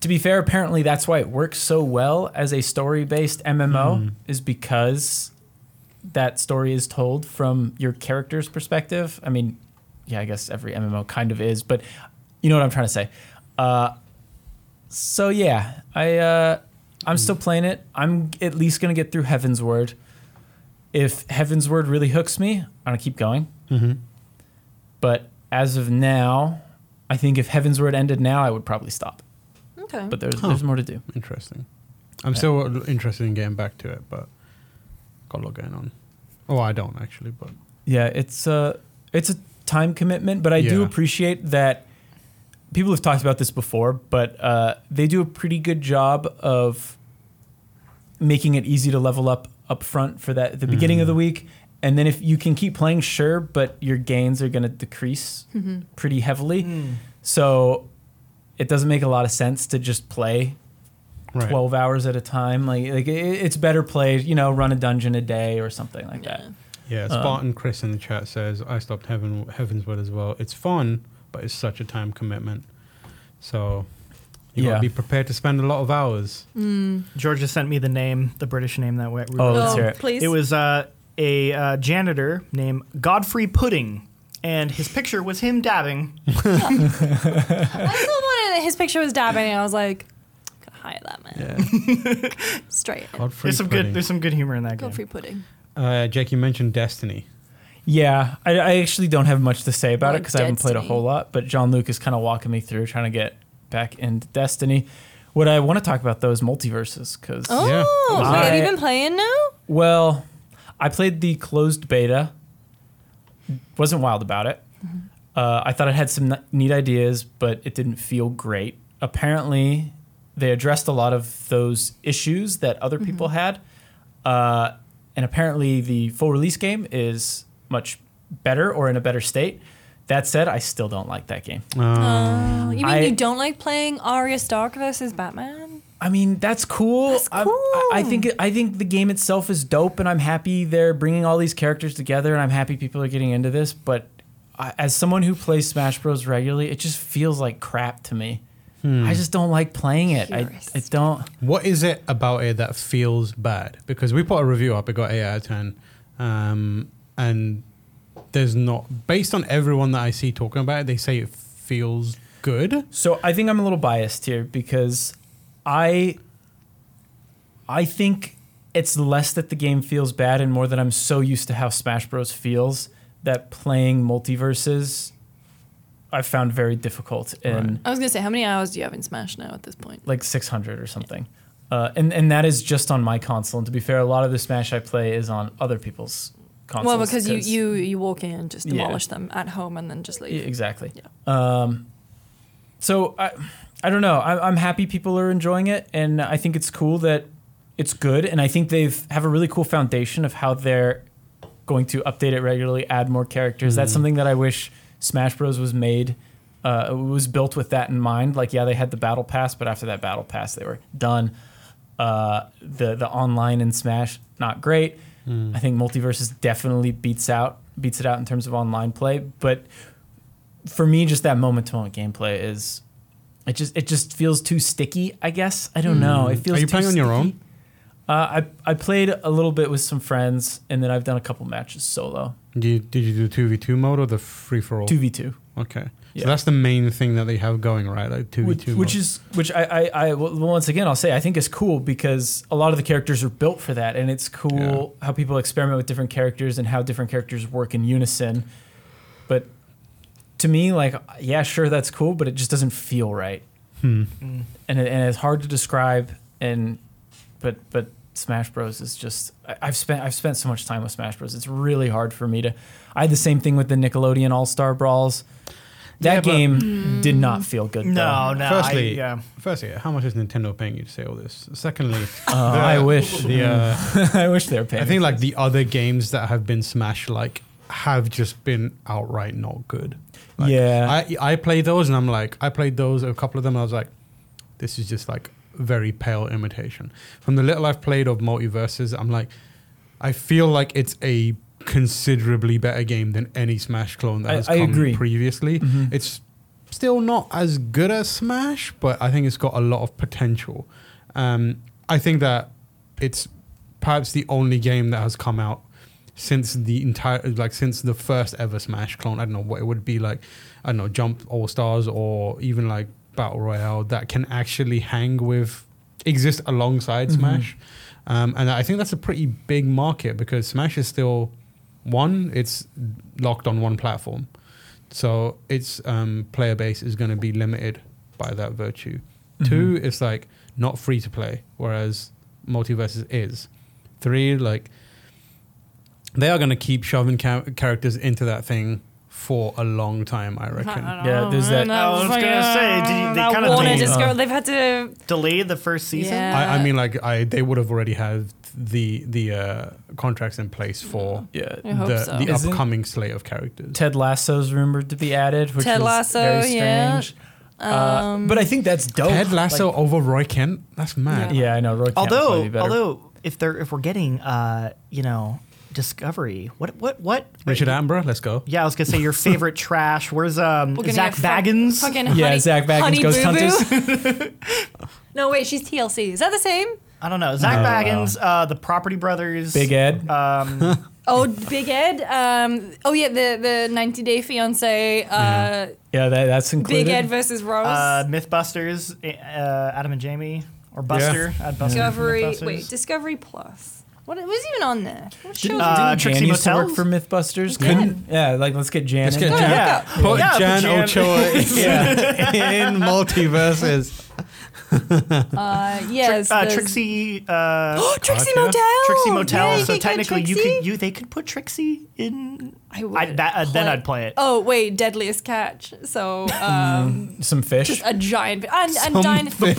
Speaker 4: To be fair, apparently that's why it works so well as a story-based MMO is because that story is told from your character's perspective. I mean, yeah, I guess every MMO kind of is, but you know what I'm trying to say. Uh, so yeah, I uh, I'm still playing it. I'm at least gonna get through Heaven's Word. If Heaven's Word really hooks me, I'm gonna keep going. But as of now, I think if Heaven's Word ended now, I would probably stop.
Speaker 2: said. Okay.
Speaker 4: But there's there's more to do.
Speaker 1: Interesting. I'm still interested in getting back to it, but got a lot going on. Oh, I don't actually, but
Speaker 4: Yeah, it's a it's a time commitment, but I do
Speaker 1: Yeah.
Speaker 4: appreciate that people have talked about this before, but uh, they do a pretty good job of making it easy to level up up front for that the beginning
Speaker 1: Mm-hmm.
Speaker 4: of the week. And then if you can keep playing, sure, but your gains are going to decrease pretty heavily.
Speaker 3: Mm. Hmm.
Speaker 4: So it doesn't make a lot of sense to just play
Speaker 1: right.
Speaker 4: 12 hours at a time. Like, like it, it's better played, you know, run a dungeon a day or something like that.
Speaker 1: Yeah,
Speaker 4: Um,
Speaker 1: Spartan Chris in the chat says I stopped Heaven Heavenswood as well. It's fun, but it's such a time commitment. So you
Speaker 4: Yeah.
Speaker 1: gotta be prepared to spend a lot of hours.
Speaker 3: Georgia sent me the name, the British name that we we
Speaker 4: Oh,
Speaker 3: were
Speaker 4: let's
Speaker 2: Oh,
Speaker 4: hear it.
Speaker 2: please.
Speaker 3: It was uh, a uh, janitor named Godfrey Pudding, and his picture was him dabbing.
Speaker 2: I saw one and his picture was dabbing, and I was like, I'm gonna hire that man.
Speaker 1: Yeah.
Speaker 2: Straight. in.
Speaker 1: Godfrey
Speaker 3: There's some
Speaker 1: pudding.
Speaker 3: good. There's some good humor in that
Speaker 2: Go
Speaker 3: game.
Speaker 2: free pudding.
Speaker 1: uh, Jake, you mentioned Destiny.
Speaker 4: Yeah, I, I actually don't have much to say about it
Speaker 2: Like
Speaker 4: because I haven't played a
Speaker 2: Destiny.
Speaker 4: whole lot. But John Luke is kind of walking me through trying to get back into Destiny. What I want to talk about though is multiverses because
Speaker 2: Oh,
Speaker 1: Yeah.
Speaker 2: wait, have you
Speaker 4: I-
Speaker 2: been playing now?
Speaker 4: well, I played the closed beta, wasn't wild about it. Uh, I thought it had some n- neat ideas, but it didn't feel great. Apparently, they addressed a lot of those issues that other people had. Uh, and apparently, the full release game is much better or in a better state. That said, I still don't like that game.
Speaker 2: Uh, you mean
Speaker 4: I-
Speaker 2: you don't like playing Arya Stark versus Batman?
Speaker 4: I mean, that's cool.
Speaker 2: That's
Speaker 4: I- I, I
Speaker 2: cool.
Speaker 4: think I think the game itself is dope, and I'm happy they're bringing all these characters together, and I'm happy people are getting into this. But I, as someone who plays Smash Bros. regularly, it just feels like crap to me. I just don't like playing it. I,
Speaker 2: Purist.
Speaker 4: I don't.
Speaker 1: What is it about it that feels bad? Because we put a review up, it got 8 out of 10. Um, and there's not, based on everyone that I see talking about it, they say it feels good.
Speaker 4: So I think I'm a little biased here because I I think it's less that the game feels bad and more that I'm so used to how Smash Bros feels that playing multiverses I found very difficult and
Speaker 2: I was gonna say, how many hours do you have in Smash now at this point?
Speaker 4: like 600 or something. Uh, and and that is just on my console. And to be fair, a lot of the Smash I play is on other people's consoles.
Speaker 2: well, because you, you you walk in and just
Speaker 4: Yeah.
Speaker 2: demolish them at home and then just
Speaker 4: Yeah,
Speaker 2: leave.
Speaker 4: exactly.
Speaker 2: Yeah.
Speaker 4: Um, so I, I don't know. I, I'm happy people are enjoying it, and I think it's cool that it's good. And I think they've have a really cool foundation of how they're going to update it regularly, add more characters. That's something that I wish Smash Bros was made. Uh, it was built with that in mind. Like, yeah, they had the battle pass, but after that battle pass, they were done. Uh, the the online in Smash not great. I think multiverses definitely beats out beats it out in terms of online play, but for me, just that moment to moment gameplay is it just it just feels too sticky. I guess I don't know. It feels.
Speaker 1: Hmm. Are you
Speaker 4: too
Speaker 1: playing on your
Speaker 4: sticky. Uh, I I played a little bit with some friends, and then I've done a couple matches solo,
Speaker 1: Did you, did you do 2v2 mode or the free for all?
Speaker 4: two v two,
Speaker 1: Okay.
Speaker 4: Yeah.
Speaker 1: So that's the main thing that they have going, right? Like 2v2
Speaker 4: which,
Speaker 1: mode.
Speaker 4: which is which I, I I well, once again I'll say I think is cool because a lot of the characters are built for that, and it's cool how people experiment with different characters and how different characters work in unison. But to me, like yeah, sure that's cool, but it just doesn't feel right.
Speaker 1: Hmm.
Speaker 4: and, it, and it's hard to describe and but but smash bros is just I, i've spent i've spent so much time with smash bros it's really hard for me to i had the same thing with the nickelodeon all-star brawls
Speaker 1: Yeah,
Speaker 4: that
Speaker 1: but-
Speaker 4: game did not feel good
Speaker 3: No,
Speaker 4: though.
Speaker 3: no.
Speaker 1: Firstly,
Speaker 3: I, yeah.
Speaker 1: firstly, how much is Nintendo paying you to say all this? Secondly,
Speaker 4: Uh,
Speaker 1: the-
Speaker 4: i wish
Speaker 1: the uh,
Speaker 4: i wish they were paying
Speaker 1: I think like the other games that have been Smash like have just been outright not good. Like,
Speaker 4: yeah
Speaker 1: I I play those and I'm like I played those a couple of them and I was like, this is just like very pale imitation. From the little I've played of multiverses, I'm like, I feel like it's a considerably better game than any Smash clone that
Speaker 4: I-
Speaker 1: has
Speaker 4: I
Speaker 1: come
Speaker 4: agree.
Speaker 1: previously.
Speaker 4: Mhm.
Speaker 1: It's still not as good as Smash, but I think it's got a lot of potential. Um, I think that it's perhaps the only game that has come out since the entire like since the first ever Smash clone. I don't know what it would be like. I don't know Jump All Stars or even like Battle Royale that can actually hang with exist alongside
Speaker 4: Mhm.
Speaker 1: Smash. Um, and I think that's a pretty big market because Smash is still one. It's locked on one platform, so its um, player base is going to be limited by that virtue. Two, it's like not free to play, whereas multiverses is. Three, like they are going to keep shoving ca- characters into that thing for a long time, I reckon.
Speaker 2: Uh,
Speaker 4: Yeah, there's that-
Speaker 3: I was gonna say, did you- they
Speaker 2: that
Speaker 3: kinda
Speaker 2: Warner
Speaker 4: delayed-
Speaker 2: just
Speaker 4: uh,
Speaker 2: go- they've had to.
Speaker 3: Delayed the first season.
Speaker 2: Yeah.
Speaker 1: I, I mean, like I, they would have already had the the uh, contracts in place for
Speaker 4: yeah
Speaker 2: I hope
Speaker 1: the,
Speaker 2: so.
Speaker 1: the
Speaker 4: Isn't-
Speaker 1: upcoming slate of characters.
Speaker 4: ted lasso's rumored to be added which
Speaker 2: Ted
Speaker 4: was
Speaker 2: Lasso,
Speaker 4: very
Speaker 2: yeah. Um,
Speaker 4: strange uh, but i think that's dope
Speaker 1: Ted Lasso
Speaker 4: Like,
Speaker 1: over Roy Kent? That's mad.
Speaker 4: yeah i know Roy Kent would probably
Speaker 3: although,
Speaker 4: be better.
Speaker 3: although, if they're if we're getting, uh, you know, Discovery, what, what, what?
Speaker 1: Richard Attenborough, let's go.
Speaker 3: Yeah, I was gonna say your favorite trash. Where's um
Speaker 2: We're gonna
Speaker 3: Zach
Speaker 2: get fuck-
Speaker 3: Baggins?
Speaker 2: fucking
Speaker 4: yeah
Speaker 2: honey,
Speaker 4: zach baggins
Speaker 2: honey
Speaker 4: ghost
Speaker 2: boo-boo.
Speaker 4: hunters
Speaker 2: No, wait, she's TLC. Is that the same?
Speaker 3: I don't know. Zach
Speaker 4: No.
Speaker 3: Baggins, uh, the Property Brothers.
Speaker 4: big ed
Speaker 3: Um,
Speaker 2: Oh, Big Ed. Um, oh yeah, the the 90 Day Fiance. Uh,
Speaker 1: Yeah.
Speaker 4: yeah that, that's included
Speaker 2: Big Ed versus Rose.
Speaker 3: uh, MythBusters, uh, Adam and Jamie, or Buster. Add Buster from
Speaker 2: Discovery.
Speaker 3: MythBusters.
Speaker 2: Wait, Discovery Plus. What it was even on there? What show?
Speaker 4: Didn't,
Speaker 3: Uh,
Speaker 4: didn't
Speaker 3: Trixie
Speaker 4: Jan used to work
Speaker 3: Motels?
Speaker 4: for MythBusters?
Speaker 2: Jan.
Speaker 4: Couldn't? Yeah, like let's get Jan.
Speaker 1: Let's
Speaker 4: in.
Speaker 1: get
Speaker 2: Go,
Speaker 1: Jan.
Speaker 2: go,
Speaker 1: Put
Speaker 3: Yeah, put
Speaker 1: Jan
Speaker 3: Jan-
Speaker 1: Ochoa in,
Speaker 4: Yeah.
Speaker 1: in multiverses.
Speaker 2: Uh, yes.
Speaker 3: uh,
Speaker 2: there's-
Speaker 3: Trixie, uh,
Speaker 2: Trixie
Speaker 1: Gotcha.
Speaker 2: Motel.
Speaker 3: Trixie Motel.
Speaker 2: Yeah, you
Speaker 3: so
Speaker 2: could get
Speaker 3: technically, you
Speaker 2: Trixie.
Speaker 3: could you they could put Trixie in.
Speaker 2: I would
Speaker 3: that- uh, then I'd play it.
Speaker 2: Oh wait, Deadliest Catch. So um,
Speaker 4: Some fish.
Speaker 2: just a giant and, and
Speaker 4: Some
Speaker 2: dine,
Speaker 4: fish.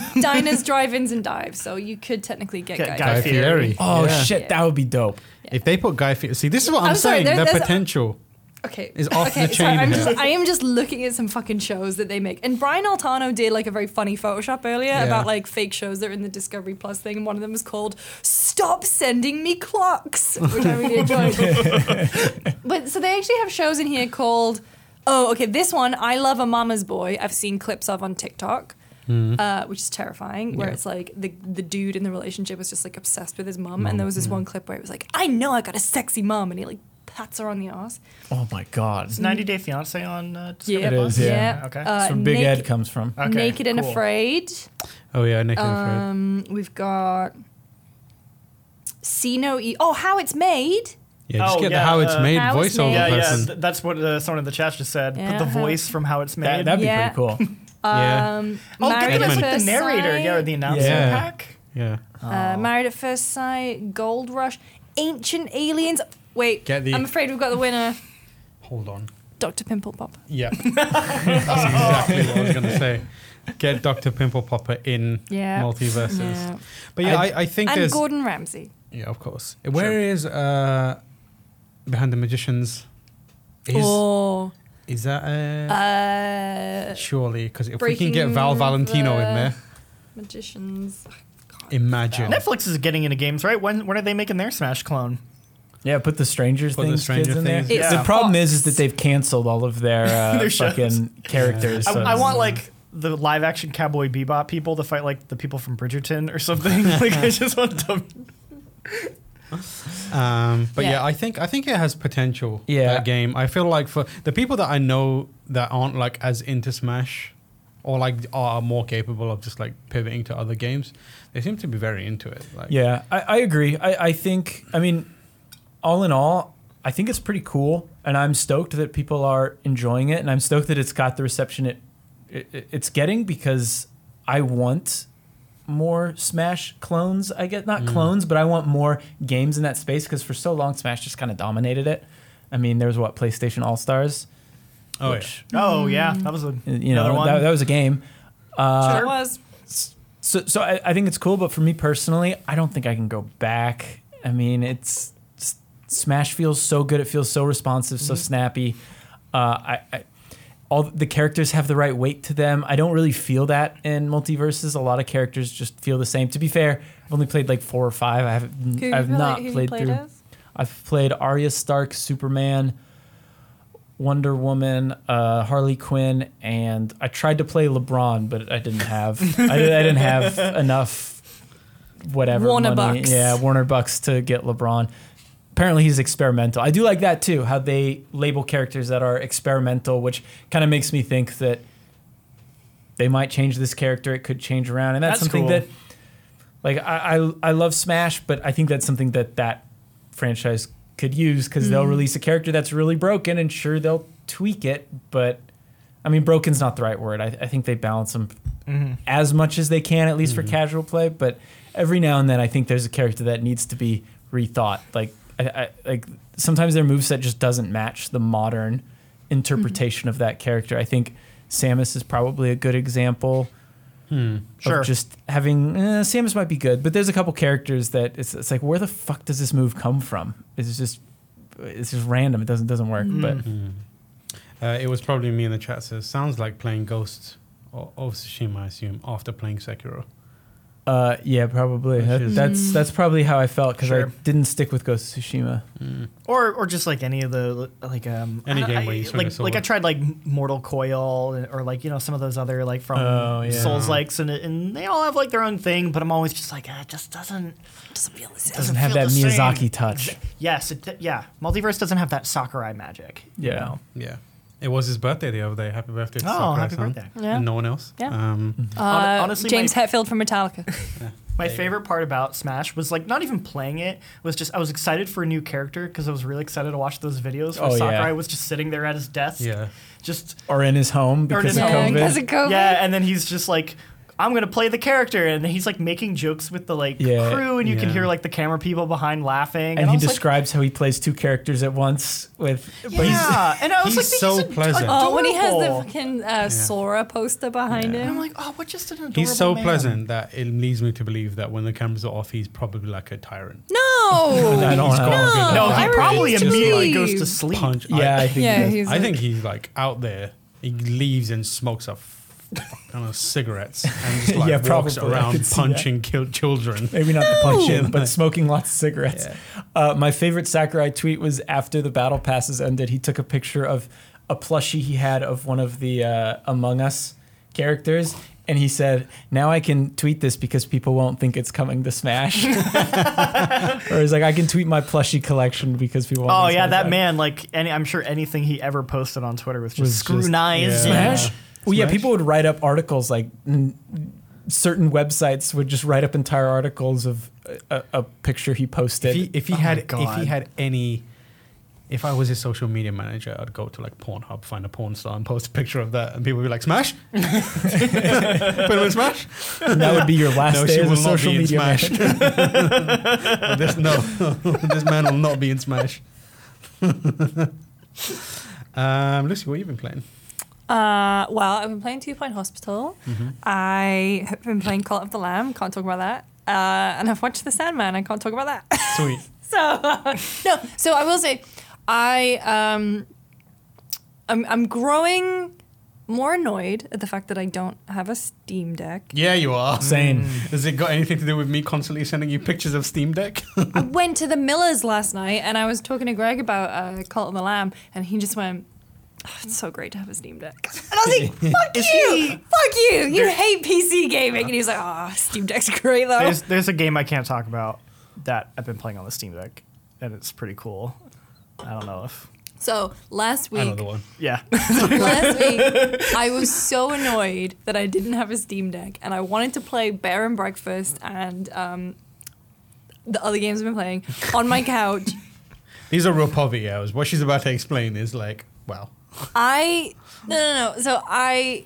Speaker 2: diners, drive-ins, and dives. So you could technically get guys.
Speaker 3: Get Guy
Speaker 1: Guy
Speaker 3: Fieri.
Speaker 1: Fieri.
Speaker 4: Oh
Speaker 1: Yeah.
Speaker 4: shit, that would be dope.
Speaker 1: If they put Guy Fieri, see, this is what I'm,
Speaker 2: I'm sorry,
Speaker 1: saying.
Speaker 2: there-
Speaker 1: the
Speaker 2: there's a-
Speaker 1: potential.
Speaker 2: Okay.
Speaker 1: is off
Speaker 2: okay,
Speaker 1: the
Speaker 2: sorry,
Speaker 1: chain
Speaker 2: I'm
Speaker 1: here.
Speaker 2: just, I am just looking at some fucking shows that they make. And Brian Altano did like a very funny Photoshop earlier
Speaker 1: Yeah.
Speaker 2: about like fake shows that are in the Discovery Plus thing. And one of them was called Stop Sending Me Clocks, which I really enjoyed. but so they actually have shows in here called, oh, okay, this one, I Love a Mama's Boy, I've seen clips of on TikTok. Uh, which is terrifying, where
Speaker 1: Hmm. Yeah.
Speaker 2: it's like the the dude in the relationship was just like obsessed with his mum, and there was this
Speaker 1: Hmm.
Speaker 2: one clip where it was like, I know I got a sexy mum, and he like pats her on the ass.
Speaker 4: Oh my god.
Speaker 3: It's 90 Day Fiance on. Uh, Discovery
Speaker 2: Yeah.
Speaker 4: It is,
Speaker 3: Plus?
Speaker 4: yeah.
Speaker 3: Okay.
Speaker 2: Uh,
Speaker 4: That's where Big Ed
Speaker 2: naked-
Speaker 4: comes from.
Speaker 3: Okay,
Speaker 2: Naked and
Speaker 3: cool.
Speaker 2: Afraid.
Speaker 1: Oh yeah, Nick and
Speaker 2: Um, we've got See No E. Oh, How It's Made.
Speaker 1: Fred. Yeah, just
Speaker 3: oh,
Speaker 1: get
Speaker 3: yeah,
Speaker 1: the How It's
Speaker 3: uh,
Speaker 1: Made
Speaker 2: How It's
Speaker 1: voiceover
Speaker 2: Made.
Speaker 3: Yeah, yeah.
Speaker 1: person.
Speaker 3: th- that's what uh, someone in the chat just said.
Speaker 2: Yeah.
Speaker 3: Put the voice from how it's made.
Speaker 4: That, would be
Speaker 2: Yeah.
Speaker 4: pretty cool.
Speaker 1: Yeah.
Speaker 2: Um,
Speaker 3: oh,
Speaker 2: Married
Speaker 3: get
Speaker 1: Edmund. Edmund.
Speaker 2: at
Speaker 3: them as like
Speaker 2: First
Speaker 3: the narrator,
Speaker 2: Sight.
Speaker 3: yeah, or the Oh. announcer
Speaker 1: Yeah.
Speaker 3: pack.
Speaker 1: yeah,
Speaker 2: Uh, Married at First Sight, Gold Rush, Ancient Aliens. Wait,
Speaker 1: Get the-
Speaker 2: I'm afraid we've got the winner,
Speaker 1: hold on.
Speaker 2: Dr. Pimple Pop.
Speaker 1: Yeah, that's exactly what I was gonna say. Get Doctor Pimple Popper in
Speaker 2: Yeah.
Speaker 1: multiverses.
Speaker 2: Yeah.
Speaker 1: But yeah, I, I think
Speaker 2: And
Speaker 1: there's
Speaker 2: Gordon Ramsay.
Speaker 1: yeah, of course. Where is uh behind the magicians? Is
Speaker 2: or
Speaker 1: is that a,
Speaker 2: Oh, uh,
Speaker 1: surely because if we can get
Speaker 2: Breaking
Speaker 1: Val Valentino in
Speaker 2: the-
Speaker 1: there,
Speaker 2: Magicians. God.
Speaker 1: imagine.
Speaker 3: Netflix is getting into games, right? When when are they making their Smash clone?
Speaker 4: Yeah, put the Stranger
Speaker 1: Put the
Speaker 4: Things
Speaker 1: Stranger
Speaker 4: kids in
Speaker 1: Things.
Speaker 4: there.
Speaker 2: It's
Speaker 4: The
Speaker 3: Yeah.
Speaker 4: problem is,
Speaker 2: Fox.
Speaker 4: is that they've canceled all of their, uh,
Speaker 3: Their shows.
Speaker 4: fucking characters.
Speaker 3: I,
Speaker 4: so-
Speaker 3: I want like the live action Cowboy Bebop people to fight like the people from Bridgerton or something. like I just want them.
Speaker 1: Um, but yeah.
Speaker 2: Yeah.
Speaker 1: I think I think it has potential.
Speaker 4: Yeah.
Speaker 1: that game. I feel like for the people that I know that aren't like as into Smash, or like are more capable of just like pivoting to other games, they seem to be very into it. Like,
Speaker 4: Yeah, I, I agree. I, I think, I mean, all in all, I think it's pretty cool, and I'm stoked that people are enjoying it, and I'm stoked that it's got the reception it, it it's getting because I want more Smash clones. I get
Speaker 1: Mm.
Speaker 4: not clones, but I want more games in that space because for so long Smash just kind of dominated it. I mean, there was what PlayStation All Stars,
Speaker 1: Oh,
Speaker 4: which
Speaker 3: Oh yeah, that was a
Speaker 4: you
Speaker 3: another
Speaker 4: know
Speaker 3: one.
Speaker 4: that, that was a game.
Speaker 2: sure was.
Speaker 4: So, so I, I think it's cool, but for me personally, I don't think I can go back. I mean, it's s- Smash feels so good. It feels so responsive,
Speaker 2: Mm-hmm.
Speaker 4: so snappy. Uh, I, I, all the characters have the right weight to them. I don't really feel that in multiverses. A lot of characters just feel the same. To be fair, I've only played like four or five. I have
Speaker 2: Who you
Speaker 4: I've
Speaker 2: play-
Speaker 4: not
Speaker 2: who you
Speaker 4: played
Speaker 2: played
Speaker 4: through.
Speaker 2: as?
Speaker 4: I've played Arya Stark, Superman, Wonder Woman, uh, Harley Quinn, and I tried to play LeBron, but I didn't have I, did, I didn't have enough whatever
Speaker 2: Warner
Speaker 4: money.
Speaker 2: Bucks.
Speaker 4: Yeah, Warner Bucks to get LeBron. Apparently he's experimental. I do like that too, how they label characters that are experimental, which kind of makes me think that they might change this character. It could change around, and that's,
Speaker 3: That's
Speaker 4: something
Speaker 3: cool.
Speaker 4: that, like, I, I I love Smash, but I think that's something that that franchise could use because they'll release a character that's really broken, and sure they'll tweak it, but I mean, broken's not the right word. I, I think they balance them
Speaker 3: Mm-hmm.
Speaker 4: as much as they can, at least for casual play. But every now and then, I think there's a character that needs to be rethought. Like, I, I, like sometimes their moveset just doesn't match the modern interpretation of that character. I think Samus is probably a good example
Speaker 1: Hmm,
Speaker 3: sure.
Speaker 4: of just having eh, Samus might be good, but there's a couple characters that it's, it's like, where the fuck does this move come from? It's just it's just random. It doesn't doesn't work.
Speaker 1: Mm.
Speaker 4: But
Speaker 1: hmm. Uh, it was probably me in the chat says sounds like playing Ghost or of Tsushima, I assume, after playing Sekiro.
Speaker 4: Uh, yeah, probably.
Speaker 1: Which
Speaker 4: That-
Speaker 1: is-
Speaker 4: that's that's probably how I felt because
Speaker 3: Sure.
Speaker 4: I didn't stick with Ghost of Tsushima.
Speaker 3: or or just like any of the like um
Speaker 1: Any
Speaker 3: I-
Speaker 1: game
Speaker 3: I-
Speaker 1: where you swing a
Speaker 3: like
Speaker 1: sword.
Speaker 3: like I tried like Mortal Coil or like you know some of those other like from
Speaker 4: Oh, yeah.
Speaker 3: Souls likes and and they all have like their own thing, but I'm always just like ah, it just doesn't.
Speaker 2: Doesn't feel the same.
Speaker 4: Doesn't have that
Speaker 3: feel the same.
Speaker 4: Miyazaki touch.
Speaker 3: Yes, it, yeah. Multiverse doesn't have that Sakurai magic. you
Speaker 4: Yeah.
Speaker 3: know?
Speaker 1: Yeah, it was his birthday the other day. Happy birthday! To
Speaker 3: Oh,
Speaker 1: Sakurai-san
Speaker 3: happy birthday.
Speaker 2: Yeah.
Speaker 1: And no one else.
Speaker 2: Yeah.
Speaker 1: Um,
Speaker 2: Uh,
Speaker 3: Hon- honestly,
Speaker 2: James
Speaker 3: my-
Speaker 2: Hetfield from Metallica.
Speaker 3: My favorite part about Smash was like not even playing it was just I was excited for a new character because I was really excited to watch those videos where
Speaker 4: Oh, yeah.
Speaker 3: Sakurai was just sitting there at his desk,
Speaker 1: yeah.
Speaker 3: just
Speaker 4: Or in his home
Speaker 3: Or in
Speaker 4: because
Speaker 3: his
Speaker 4: of
Speaker 3: home.
Speaker 4: COVID.
Speaker 2: because of COVID.
Speaker 3: yeah, and then he's just like I'm gonna play the character, and he's like making jokes with the like
Speaker 4: Yeah,
Speaker 3: crew, and you can
Speaker 1: yeah.
Speaker 3: hear like the camera people behind laughing.
Speaker 4: and
Speaker 3: I
Speaker 4: he
Speaker 3: was like,
Speaker 4: describes how he plays two characters at once with
Speaker 3: Yeah, and I was
Speaker 1: he's
Speaker 3: like,
Speaker 1: so
Speaker 3: he's ad-
Speaker 1: pleasant.
Speaker 2: Oh, when he has the
Speaker 3: adorable.
Speaker 2: fucking uh, Sora poster behind
Speaker 3: And
Speaker 2: him.
Speaker 3: I'm like, oh, what just an adorable
Speaker 1: He's so
Speaker 3: man."
Speaker 1: pleasant that it leads me to believe that when the cameras are off, he's probably like a tyrant.
Speaker 2: no,
Speaker 4: I don't
Speaker 1: He's
Speaker 4: know.
Speaker 1: got a good
Speaker 2: No,
Speaker 3: No,
Speaker 1: heart.
Speaker 3: he
Speaker 2: I
Speaker 3: probably
Speaker 2: refuse to
Speaker 3: immediately
Speaker 2: believe.
Speaker 3: goes to sleep.
Speaker 1: punch.
Speaker 4: yeah, I
Speaker 1: I,
Speaker 4: think
Speaker 2: Yeah,
Speaker 4: that's-
Speaker 2: he's
Speaker 1: I
Speaker 2: like-
Speaker 1: think he's like out there. He leaves and smokes a fuck ton of cigarettes and just like
Speaker 4: Yeah,
Speaker 1: walks
Speaker 4: probably. I could
Speaker 1: around
Speaker 4: see that.
Speaker 1: punching kill children.
Speaker 4: Maybe not the punch in, but smoking lots of cigarettes. Uh, my favorite Sakurai tweet was after the battle passes ended, he took a picture of a plushie he had of one of the uh, Among Us characters. And he said, "Now I can tweet this because people won't think it's coming to Smash." or he's like, "I can tweet my plushie collection because people." Won't
Speaker 3: Oh
Speaker 4: think
Speaker 3: yeah,
Speaker 4: Smash
Speaker 3: that
Speaker 4: Bros."
Speaker 3: man. Like, any, I'm sure anything he ever posted on Twitter was just
Speaker 4: Was just-
Speaker 3: scrutinized.
Speaker 1: yeah.
Speaker 4: Smash. Well, yeah,
Speaker 1: Smash?
Speaker 4: people would write up articles like n- certain websites would just write up entire articles of a, a, a picture he posted.
Speaker 1: If he, if he
Speaker 3: Oh my
Speaker 1: had if
Speaker 3: God.
Speaker 1: he had any, if I was his social media manager, I'd go to like Pornhub, find a porn star, and post a picture of that, and people would be like, "Smash, put him in Smash."
Speaker 4: And that would be your last
Speaker 1: No,
Speaker 4: day
Speaker 1: she
Speaker 4: as
Speaker 1: will
Speaker 4: a
Speaker 1: not
Speaker 4: social
Speaker 1: be in
Speaker 4: media
Speaker 1: Smash.
Speaker 4: manager.
Speaker 1: this, no, this man will not be in Smash. um, Lucy, what have you been playing?
Speaker 2: Uh, well, I've been playing Two Point Hospital. I have been playing Call of the Lamb. Can't talk about that. Uh, and I've watched The Sandman. I can't talk about that.
Speaker 1: Sweet.
Speaker 2: So uh, no, so I will say, I um, I'm I'm growing more annoyed at the fact that I don't have a Steam Deck.
Speaker 1: Yeah, you are. Mm.
Speaker 4: Same.
Speaker 1: Has it got anything to do with me constantly sending you pictures of Steam Deck?
Speaker 2: I went to the Millers last night, and I was talking to Greg about uh, Cult of the Lamb, and he just went. "Oh, It's so great to have a Steam Deck. And I was like, fuck
Speaker 3: Is
Speaker 2: you!
Speaker 3: he-
Speaker 2: fuck you! You hate PC gaming. And he was like, ah, Steam Deck's great though.
Speaker 3: There's there's a game I can't talk about that I've been playing on the Steam Deck, and it's pretty cool. I don't know if
Speaker 2: so last week,
Speaker 1: Another one.
Speaker 3: yeah.
Speaker 2: last week, I was so annoyed that I didn't have a Steam Deck, and I wanted to play Bear and Breakfast and um, the other games I've been playing on my couch.
Speaker 1: These are real poverty hours. What she's about to explain is like, wow.
Speaker 2: I no no no. So I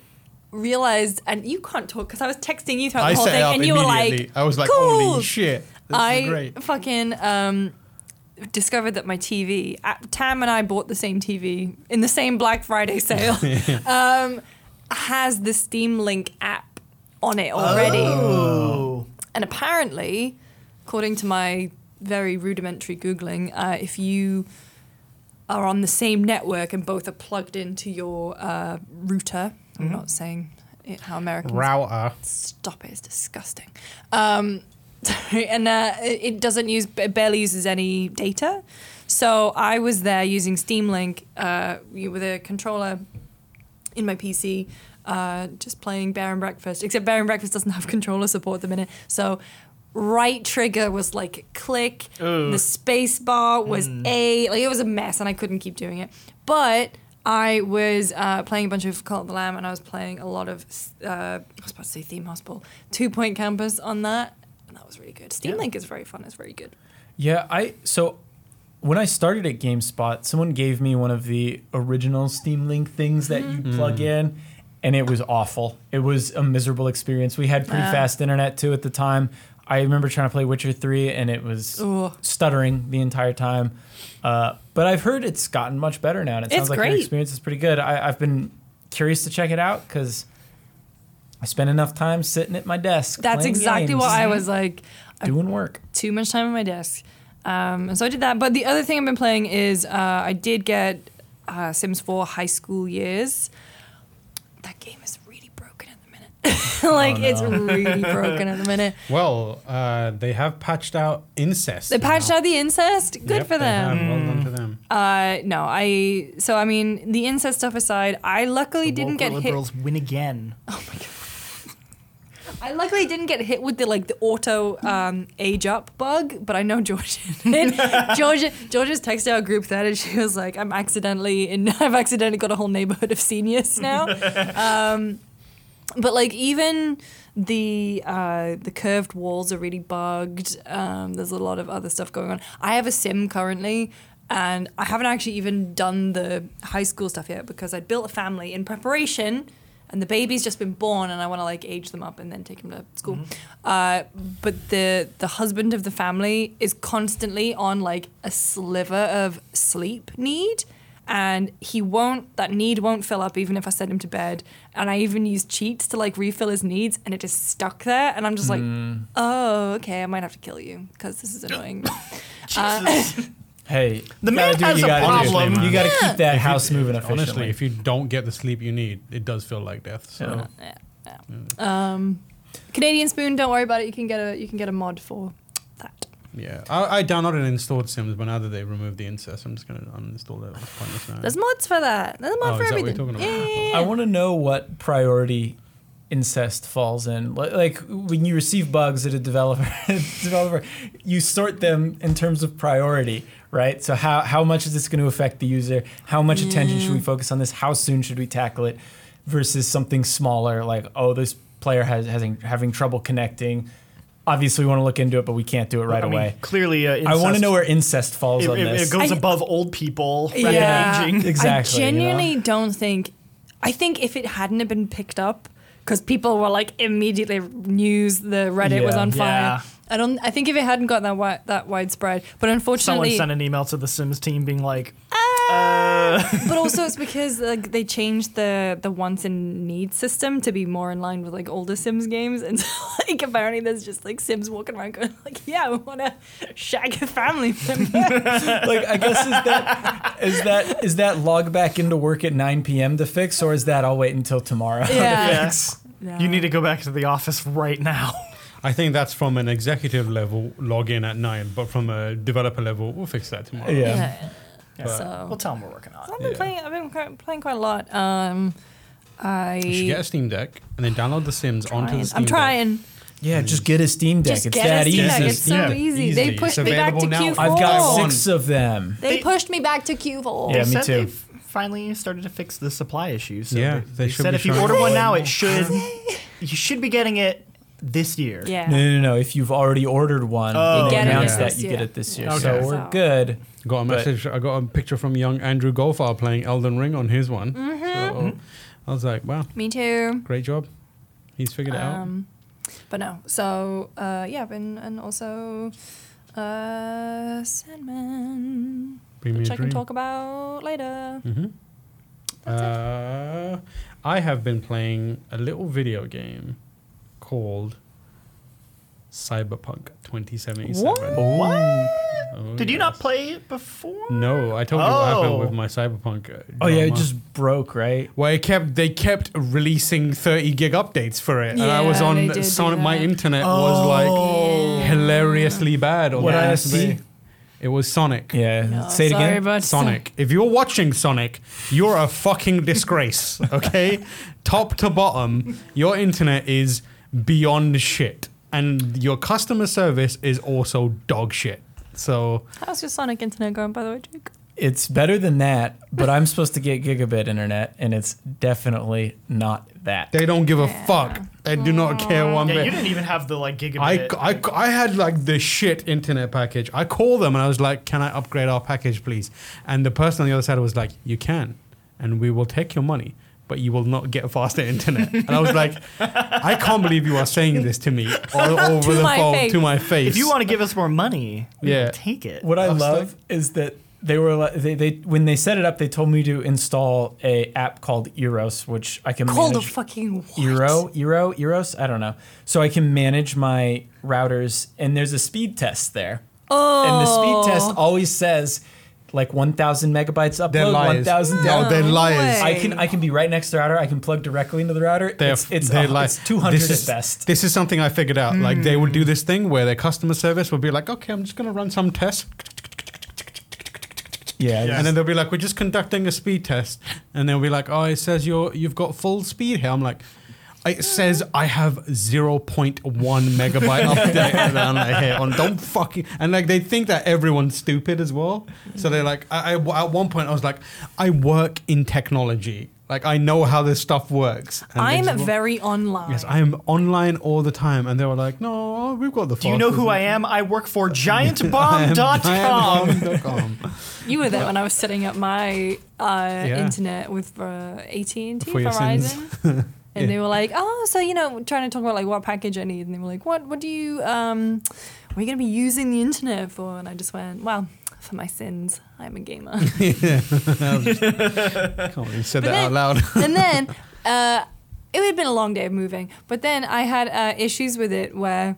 Speaker 2: realized, and you can't talk because I was texting you throughout
Speaker 1: I
Speaker 2: the whole
Speaker 1: set it
Speaker 2: thing,
Speaker 1: up
Speaker 2: and you were
Speaker 1: immediately.
Speaker 2: like,
Speaker 1: I was like,
Speaker 2: cool.
Speaker 1: holy shit. This
Speaker 2: I
Speaker 1: is great.
Speaker 2: fucking um, discovered that my TV. uh, Tam and I bought the same TV in the same Black Friday sale. um, has the Steam Link app on it already,
Speaker 3: Oh.
Speaker 2: and apparently, according to my very rudimentary googling, uh, if you are on the same network and both are plugged into your uh, router, I'm
Speaker 1: Mm-hmm.
Speaker 2: not saying it, how Americans
Speaker 1: Router.
Speaker 2: stop it. It's disgusting. Um, sorry, and uh, it it doesn't use it barely uses any data. So I was there using Steam Link uh, with a controller in my PC, uh, just playing Bear and Breakfast. Except Bear and Breakfast doesn't have controller support at the minute, so. Right trigger was like click. The space bar was A. Like it was a mess, and I couldn't keep doing it. But I was uh, playing a bunch of Cult of the Lamb, and I was playing a lot of, uh, I was about to say Theme Hospital, Two Point Campus on that, and that was really good. Steam
Speaker 3: Yeah.
Speaker 2: Link is very fun. It's very good.
Speaker 4: Yeah, I so when I started at GameSpot, someone gave me one of the original Steam Link things that you plug in, and it was awful. It was a miserable experience. We had pretty
Speaker 2: Ah.
Speaker 4: fast internet too at the time. I remember trying to play Witcher Three, and it was
Speaker 2: Ugh.
Speaker 4: stuttering the entire time. Uh, but I've heard it's gotten much better now, and it
Speaker 2: It's
Speaker 4: sounds like your
Speaker 2: great.
Speaker 4: experience is pretty good. I, I've been curious to check it out because. I spend enough time sitting at my desk.
Speaker 2: That's
Speaker 4: playing
Speaker 2: exactly
Speaker 4: games,
Speaker 2: what I was like. I
Speaker 4: doing work.
Speaker 2: too much time on my desk. Um, and so I did that. But the other thing I've been playing is uh, I did get uh, Sims 4 High School Years. That game is really broken at the minute.
Speaker 1: Oh,
Speaker 2: like, it's really broken at the minute.
Speaker 1: Well, uh, they have patched out incest.
Speaker 2: They patched
Speaker 1: now.
Speaker 2: out the incest. Good
Speaker 1: Yep,
Speaker 2: for
Speaker 1: they
Speaker 2: them.
Speaker 1: have. Well done to them.
Speaker 2: Uh, no, I. So I mean, the incest stuff aside, I luckily didn't get hit. Oh,
Speaker 3: liberals win again.
Speaker 2: I luckily didn't get hit with the like the auto um, age up bug, but I know Georgia did. Georgia, Georgia's texted our group that, and she was like, "I'm accidentally in. I've accidentally got a whole neighborhood of seniors now." um, but like even the uh, the curved walls are really bugged. Um, there's a lot of other stuff going on. I have a sim currently. And I haven't actually even done the high school stuff yet because I built a family in preparation and the baby's just been born, and I want to like age them up and then take them to school. Uh, but the the husband of the family is constantly on like a sliver of sleep need. And he won't, that need won't fill up even if I send him to bed. And I even use cheats to like refill his needs and it is stuck there. And I'm just like,
Speaker 1: Mm.
Speaker 2: oh, okay, I might have to kill you because this is annoying.
Speaker 4: Hey,
Speaker 3: The
Speaker 4: you gotta
Speaker 3: man
Speaker 4: do what
Speaker 3: has
Speaker 4: you
Speaker 3: a
Speaker 4: gotta do.
Speaker 3: problem.
Speaker 4: You got to
Speaker 2: Yeah.
Speaker 4: keep that house moving efficiently.
Speaker 1: Honestly, if you don't get the sleep you need, it does feel like death. So.
Speaker 4: Yeah.
Speaker 2: Yeah, yeah. Um, Canadian Spoon, don't worry about it. You can get a you can get a mod for that.
Speaker 1: Yeah, I, I downloaded and installed Sims, but now that they removed the incest, I'm just gonna uninstall it. It's pointless now.
Speaker 2: There's mods for that. There's a mod
Speaker 1: Oh,
Speaker 2: for
Speaker 1: is that what you're
Speaker 2: everything.
Speaker 1: talking about?
Speaker 2: Yeah, yeah, yeah.
Speaker 4: I want to know what priority incest falls in. Li- Like when you receive bugs at a developer, developer, you sort them in terms of priority, right? So how how much is this going to affect the user? How much attention should we focus on this? How soon should we tackle it? Versus something smaller like oh this player has having having trouble connecting. Obviously, we want to look into it, but we can't do it right
Speaker 3: I mean,
Speaker 4: away.
Speaker 3: clearly, uh,
Speaker 4: I want to
Speaker 3: incest-
Speaker 4: know where incest falls
Speaker 3: It,
Speaker 4: on
Speaker 3: it- it
Speaker 4: this.
Speaker 3: goes
Speaker 2: I-
Speaker 3: above old people rather
Speaker 4: Yeah.
Speaker 3: than aging.
Speaker 4: Exactly,
Speaker 2: I
Speaker 4: you know?
Speaker 2: genuinely don't think. I think if it hadn't have been picked up, because people were like immediately news the Reddit was
Speaker 4: Yeah.
Speaker 2: on fire.
Speaker 3: Yeah.
Speaker 2: I don't. I think if it hadn't got that wi- that widespread, but
Speaker 3: Someone
Speaker 2: unfortunately,
Speaker 3: sent an email to the Sims team being like, "Uh,
Speaker 2: but also it's because like they changed the the wants and needs system to be more in line with like older Sims games, and so like apparently there's just like Sims walking around going like, yeah, we want to shag a family member.
Speaker 4: like I guess is that is that is that log back into work at 9 p.m. to fix, or is that I'll wait until tomorrow?
Speaker 2: yeah.
Speaker 3: yes,
Speaker 2: No.
Speaker 3: you need to go back to the office right now.
Speaker 1: I think that's from an executive level log in at nine, but from a developer level, we'll fix that tomorrow.
Speaker 4: Yeah.
Speaker 2: Yeah.
Speaker 3: Yeah.
Speaker 2: So.
Speaker 3: We'll tell them we're working on
Speaker 2: I've
Speaker 3: it.
Speaker 2: been
Speaker 1: Yeah.
Speaker 2: playing. I've been quite, playing quite a lot. Um, I.
Speaker 1: You should get a Steam Deck and then download The Sims onto the Steam
Speaker 2: I'm
Speaker 1: Deck.
Speaker 2: trying.
Speaker 4: Yeah, just get a Steam Deck.
Speaker 2: Just
Speaker 4: it's
Speaker 2: get
Speaker 4: that
Speaker 2: a Steam
Speaker 4: easy.
Speaker 2: Deck.
Speaker 1: Yes,
Speaker 2: It's so
Speaker 3: yeah,
Speaker 2: easy.
Speaker 1: easy.
Speaker 2: They
Speaker 1: It's
Speaker 2: pushed me back to
Speaker 1: available now.
Speaker 2: Q4.
Speaker 4: I've got
Speaker 1: Four.
Speaker 4: six of them.
Speaker 2: They
Speaker 3: They-
Speaker 2: pushed me back to Q4.
Speaker 4: Yeah,
Speaker 3: They
Speaker 4: me
Speaker 3: said
Speaker 4: too.
Speaker 3: they've Finally started to fix the supply issue. So
Speaker 1: Yeah,
Speaker 3: they,
Speaker 1: they
Speaker 3: they
Speaker 1: should
Speaker 3: said
Speaker 1: be
Speaker 3: if you
Speaker 1: showing
Speaker 3: order
Speaker 1: more
Speaker 3: one
Speaker 1: and
Speaker 3: now,
Speaker 1: more.
Speaker 3: it should you should be getting it this year.
Speaker 2: Yeah.
Speaker 4: No, no, no. If you've already ordered
Speaker 3: Oh,
Speaker 4: one, they
Speaker 3: You get it
Speaker 4: announced
Speaker 2: this
Speaker 4: that you
Speaker 2: year.
Speaker 4: get it this year.
Speaker 1: Okay.
Speaker 4: So
Speaker 2: So-
Speaker 4: we're good.
Speaker 1: Got a
Speaker 4: But-
Speaker 1: message. I got a picture from young Andrew Goldfar playing Elden Ring on his one.
Speaker 2: Mm-hmm.
Speaker 4: Mm-hmm.
Speaker 1: So I was like, wow,
Speaker 2: Me too.
Speaker 1: great job. He's figured it out.
Speaker 2: Um, but no. So uh, yeah, and and also uh, Sandman,
Speaker 1: Bring me
Speaker 2: which
Speaker 1: a
Speaker 2: I can
Speaker 1: dream.
Speaker 2: talk about later.
Speaker 1: Mm-hmm. Uh, I have been playing a little video game called Cyberpunk 2077.
Speaker 4: What?
Speaker 1: Oh,
Speaker 3: Did you
Speaker 1: yes.
Speaker 3: not play it before?
Speaker 1: No, I told you what happened
Speaker 3: Oh.
Speaker 1: with my Cyberpunk. uh,
Speaker 4: Oh yeah, it
Speaker 1: drama.
Speaker 4: just broke, right?
Speaker 1: Well, it kept they kept releasing 30 gig updates for it, and I was
Speaker 2: Yeah, they
Speaker 1: on
Speaker 2: did
Speaker 1: some
Speaker 2: do
Speaker 1: my
Speaker 2: that.
Speaker 1: internet was like
Speaker 2: Yeah.
Speaker 1: hilariously bad. On
Speaker 4: What
Speaker 1: that.
Speaker 4: ISP?
Speaker 1: It was Sonic.
Speaker 4: Yeah.
Speaker 2: No,
Speaker 4: Say it
Speaker 2: sorry
Speaker 4: again.
Speaker 2: about-
Speaker 1: Sonic. If you're watching Sonic, you're a fucking disgrace. Okay, top to bottom, your internet is beyond shit, and your customer service is also dog shit. So
Speaker 2: How's your Sonic internet going, by the way, Jake?
Speaker 4: It's better than that, but I'm supposed to get gigabit internet, and it's definitely not that.
Speaker 1: they don't give a fuck. They do not care one
Speaker 3: Yeah,
Speaker 1: bit.
Speaker 3: you didn't even have the like gigabit.
Speaker 1: I, I, I had like the shit internet package. I called them and I was like, "Can I upgrade our package, please?" And the person on the other side was like, "You can, and we will take your money, but you will not get faster internet." and I was like, "I can't believe you are saying this to me all over
Speaker 2: To
Speaker 1: the
Speaker 2: my
Speaker 1: phone
Speaker 2: face.
Speaker 1: to my face."
Speaker 3: if you want to give us more money,
Speaker 1: Yeah.
Speaker 3: yeah, take it.
Speaker 4: What I
Speaker 1: Upstack?
Speaker 4: love is that they were like, they, they when they set it up, they told me to install a app called Eros, which I can
Speaker 2: Called a
Speaker 4: manage.
Speaker 2: fucking what?
Speaker 4: Euro, Euro, Eros. I don't know. So I can manage my routers, and there's a speed test there.
Speaker 2: Oh.
Speaker 4: And the speed test always says like 1,000 megabytes
Speaker 1: they're
Speaker 4: upload,
Speaker 1: liars.
Speaker 4: 1,000
Speaker 1: no,
Speaker 4: download.
Speaker 1: they're liars.
Speaker 2: way.
Speaker 4: I can I can be right next to the router. I can plug directly into the router.
Speaker 1: They're,
Speaker 4: it's it's,
Speaker 1: they're
Speaker 4: uh,
Speaker 1: like,
Speaker 4: it's 200
Speaker 1: this is,
Speaker 4: at best.
Speaker 1: This is something I figured out. Like they would
Speaker 2: Hmm.
Speaker 1: do this thing where their customer service would be like, "Okay, I'm just going to run some tests."
Speaker 4: yeah.
Speaker 1: And then they'll be like, "We're just conducting a speed test," and they'll be like, "Oh, it says you're you've got full speed here." I'm like, "It says I have 0.1 megabyte update." and I'm like, "Hey, on don't fucking," and like they think that everyone's stupid as well. So they're like, I, I- at one point I was like, "I work in technology, like I know how this stuff works." And they
Speaker 2: I'm
Speaker 1: just-
Speaker 2: very online.
Speaker 1: Yes, I am online all the time, and they were like, "No, we've got the."
Speaker 3: Do you know who I am? I work for giantbomb.com.
Speaker 2: You were there when I was setting up my uh,
Speaker 1: Yeah.
Speaker 2: internet with uh, AT and T
Speaker 1: For your
Speaker 2: Verizon. and
Speaker 1: Yeah.
Speaker 2: they were like, "Oh, so you know, trying to talk about like what package I need," and they were like, "What? What do you? Um, what are you gonna be using the internet for?" And I just went, "Well, for my sins, I'm a gamer."
Speaker 1: Can't believe Oh, you said
Speaker 2: But
Speaker 1: that out
Speaker 2: then-
Speaker 1: loud.
Speaker 2: and then uh, it would have been a long day of moving, but then I had uh, issues with it where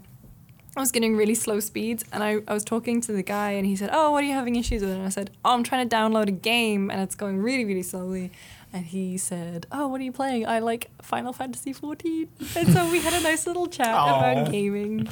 Speaker 2: I was getting really slow speeds, and I, I was talking to the guy, and he said, "Oh, what are you having issues with?" And I said, "Oh, I'm trying to download a game, and it's going really, really slowly." And he said, "Oh, what are you playing?" I like Final Fantasy 14, and so we had a nice little chat
Speaker 3: Aw.
Speaker 2: about gaming.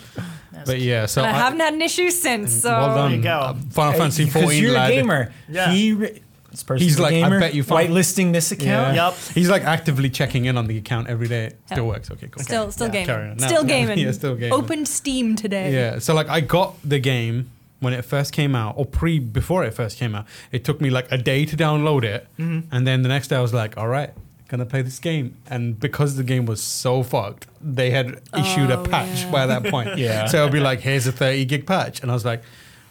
Speaker 1: but yeah, so
Speaker 2: and I,
Speaker 1: I-
Speaker 2: haven't had an issue since. So
Speaker 1: well done.
Speaker 3: There you go.
Speaker 1: Uh, Final Fantasy
Speaker 4: Because
Speaker 1: 14
Speaker 4: you're
Speaker 1: lad.
Speaker 4: a gamer.
Speaker 3: Yeah.
Speaker 4: He re- this person's
Speaker 1: He's
Speaker 4: a
Speaker 1: like, I
Speaker 4: gamer.
Speaker 1: bet you found-
Speaker 4: whitelisting this account.
Speaker 1: Yeah.
Speaker 3: Yep.
Speaker 1: He's like actively checking in on the account every day. It still
Speaker 2: Yeah.
Speaker 1: works. Okay, cool.
Speaker 2: Still, still
Speaker 1: Yeah, carry
Speaker 2: gaming.
Speaker 1: on. No,
Speaker 2: still
Speaker 1: no,
Speaker 2: gaming.
Speaker 1: yeah, still gaming.
Speaker 2: Opened Steam today.
Speaker 1: Yeah. So like I got the game when it first came out, or pre before it first came out. It took me like a day to download it,
Speaker 2: Mm-hmm.
Speaker 1: and then the next day I was like, all right. Gonna play this game, and because the game was so fucked, they had issued a
Speaker 2: Oh,
Speaker 1: patch
Speaker 2: yeah.
Speaker 1: by that point.
Speaker 4: Yeah.
Speaker 1: so it'd be like, "Here's a 30 gig patch," and I was like,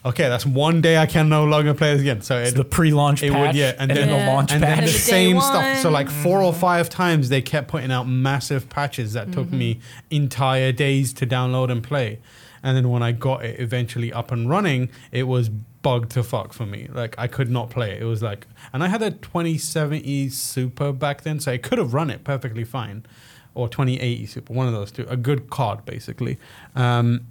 Speaker 1: "Okay, that's one day I can no longer play this again." So
Speaker 4: It's
Speaker 1: it
Speaker 4: the pre-launch
Speaker 1: It would,
Speaker 4: patch
Speaker 1: yeah,
Speaker 4: and,
Speaker 1: and
Speaker 4: then
Speaker 1: then-
Speaker 4: the launch
Speaker 1: and
Speaker 4: patch.
Speaker 1: then the
Speaker 2: Day
Speaker 1: same stuff.
Speaker 2: one.
Speaker 1: So like four or five times they kept putting out massive patches that took
Speaker 2: Mm-hmm.
Speaker 1: me entire days to download and play. And then when I got it eventually up and running, it was bugged to fuck for me. Like I could not play it. It was like, and I had a 2070 Super back then, so I could have run it perfectly fine, or 2080 Super, one of those two, a good card basically. Um,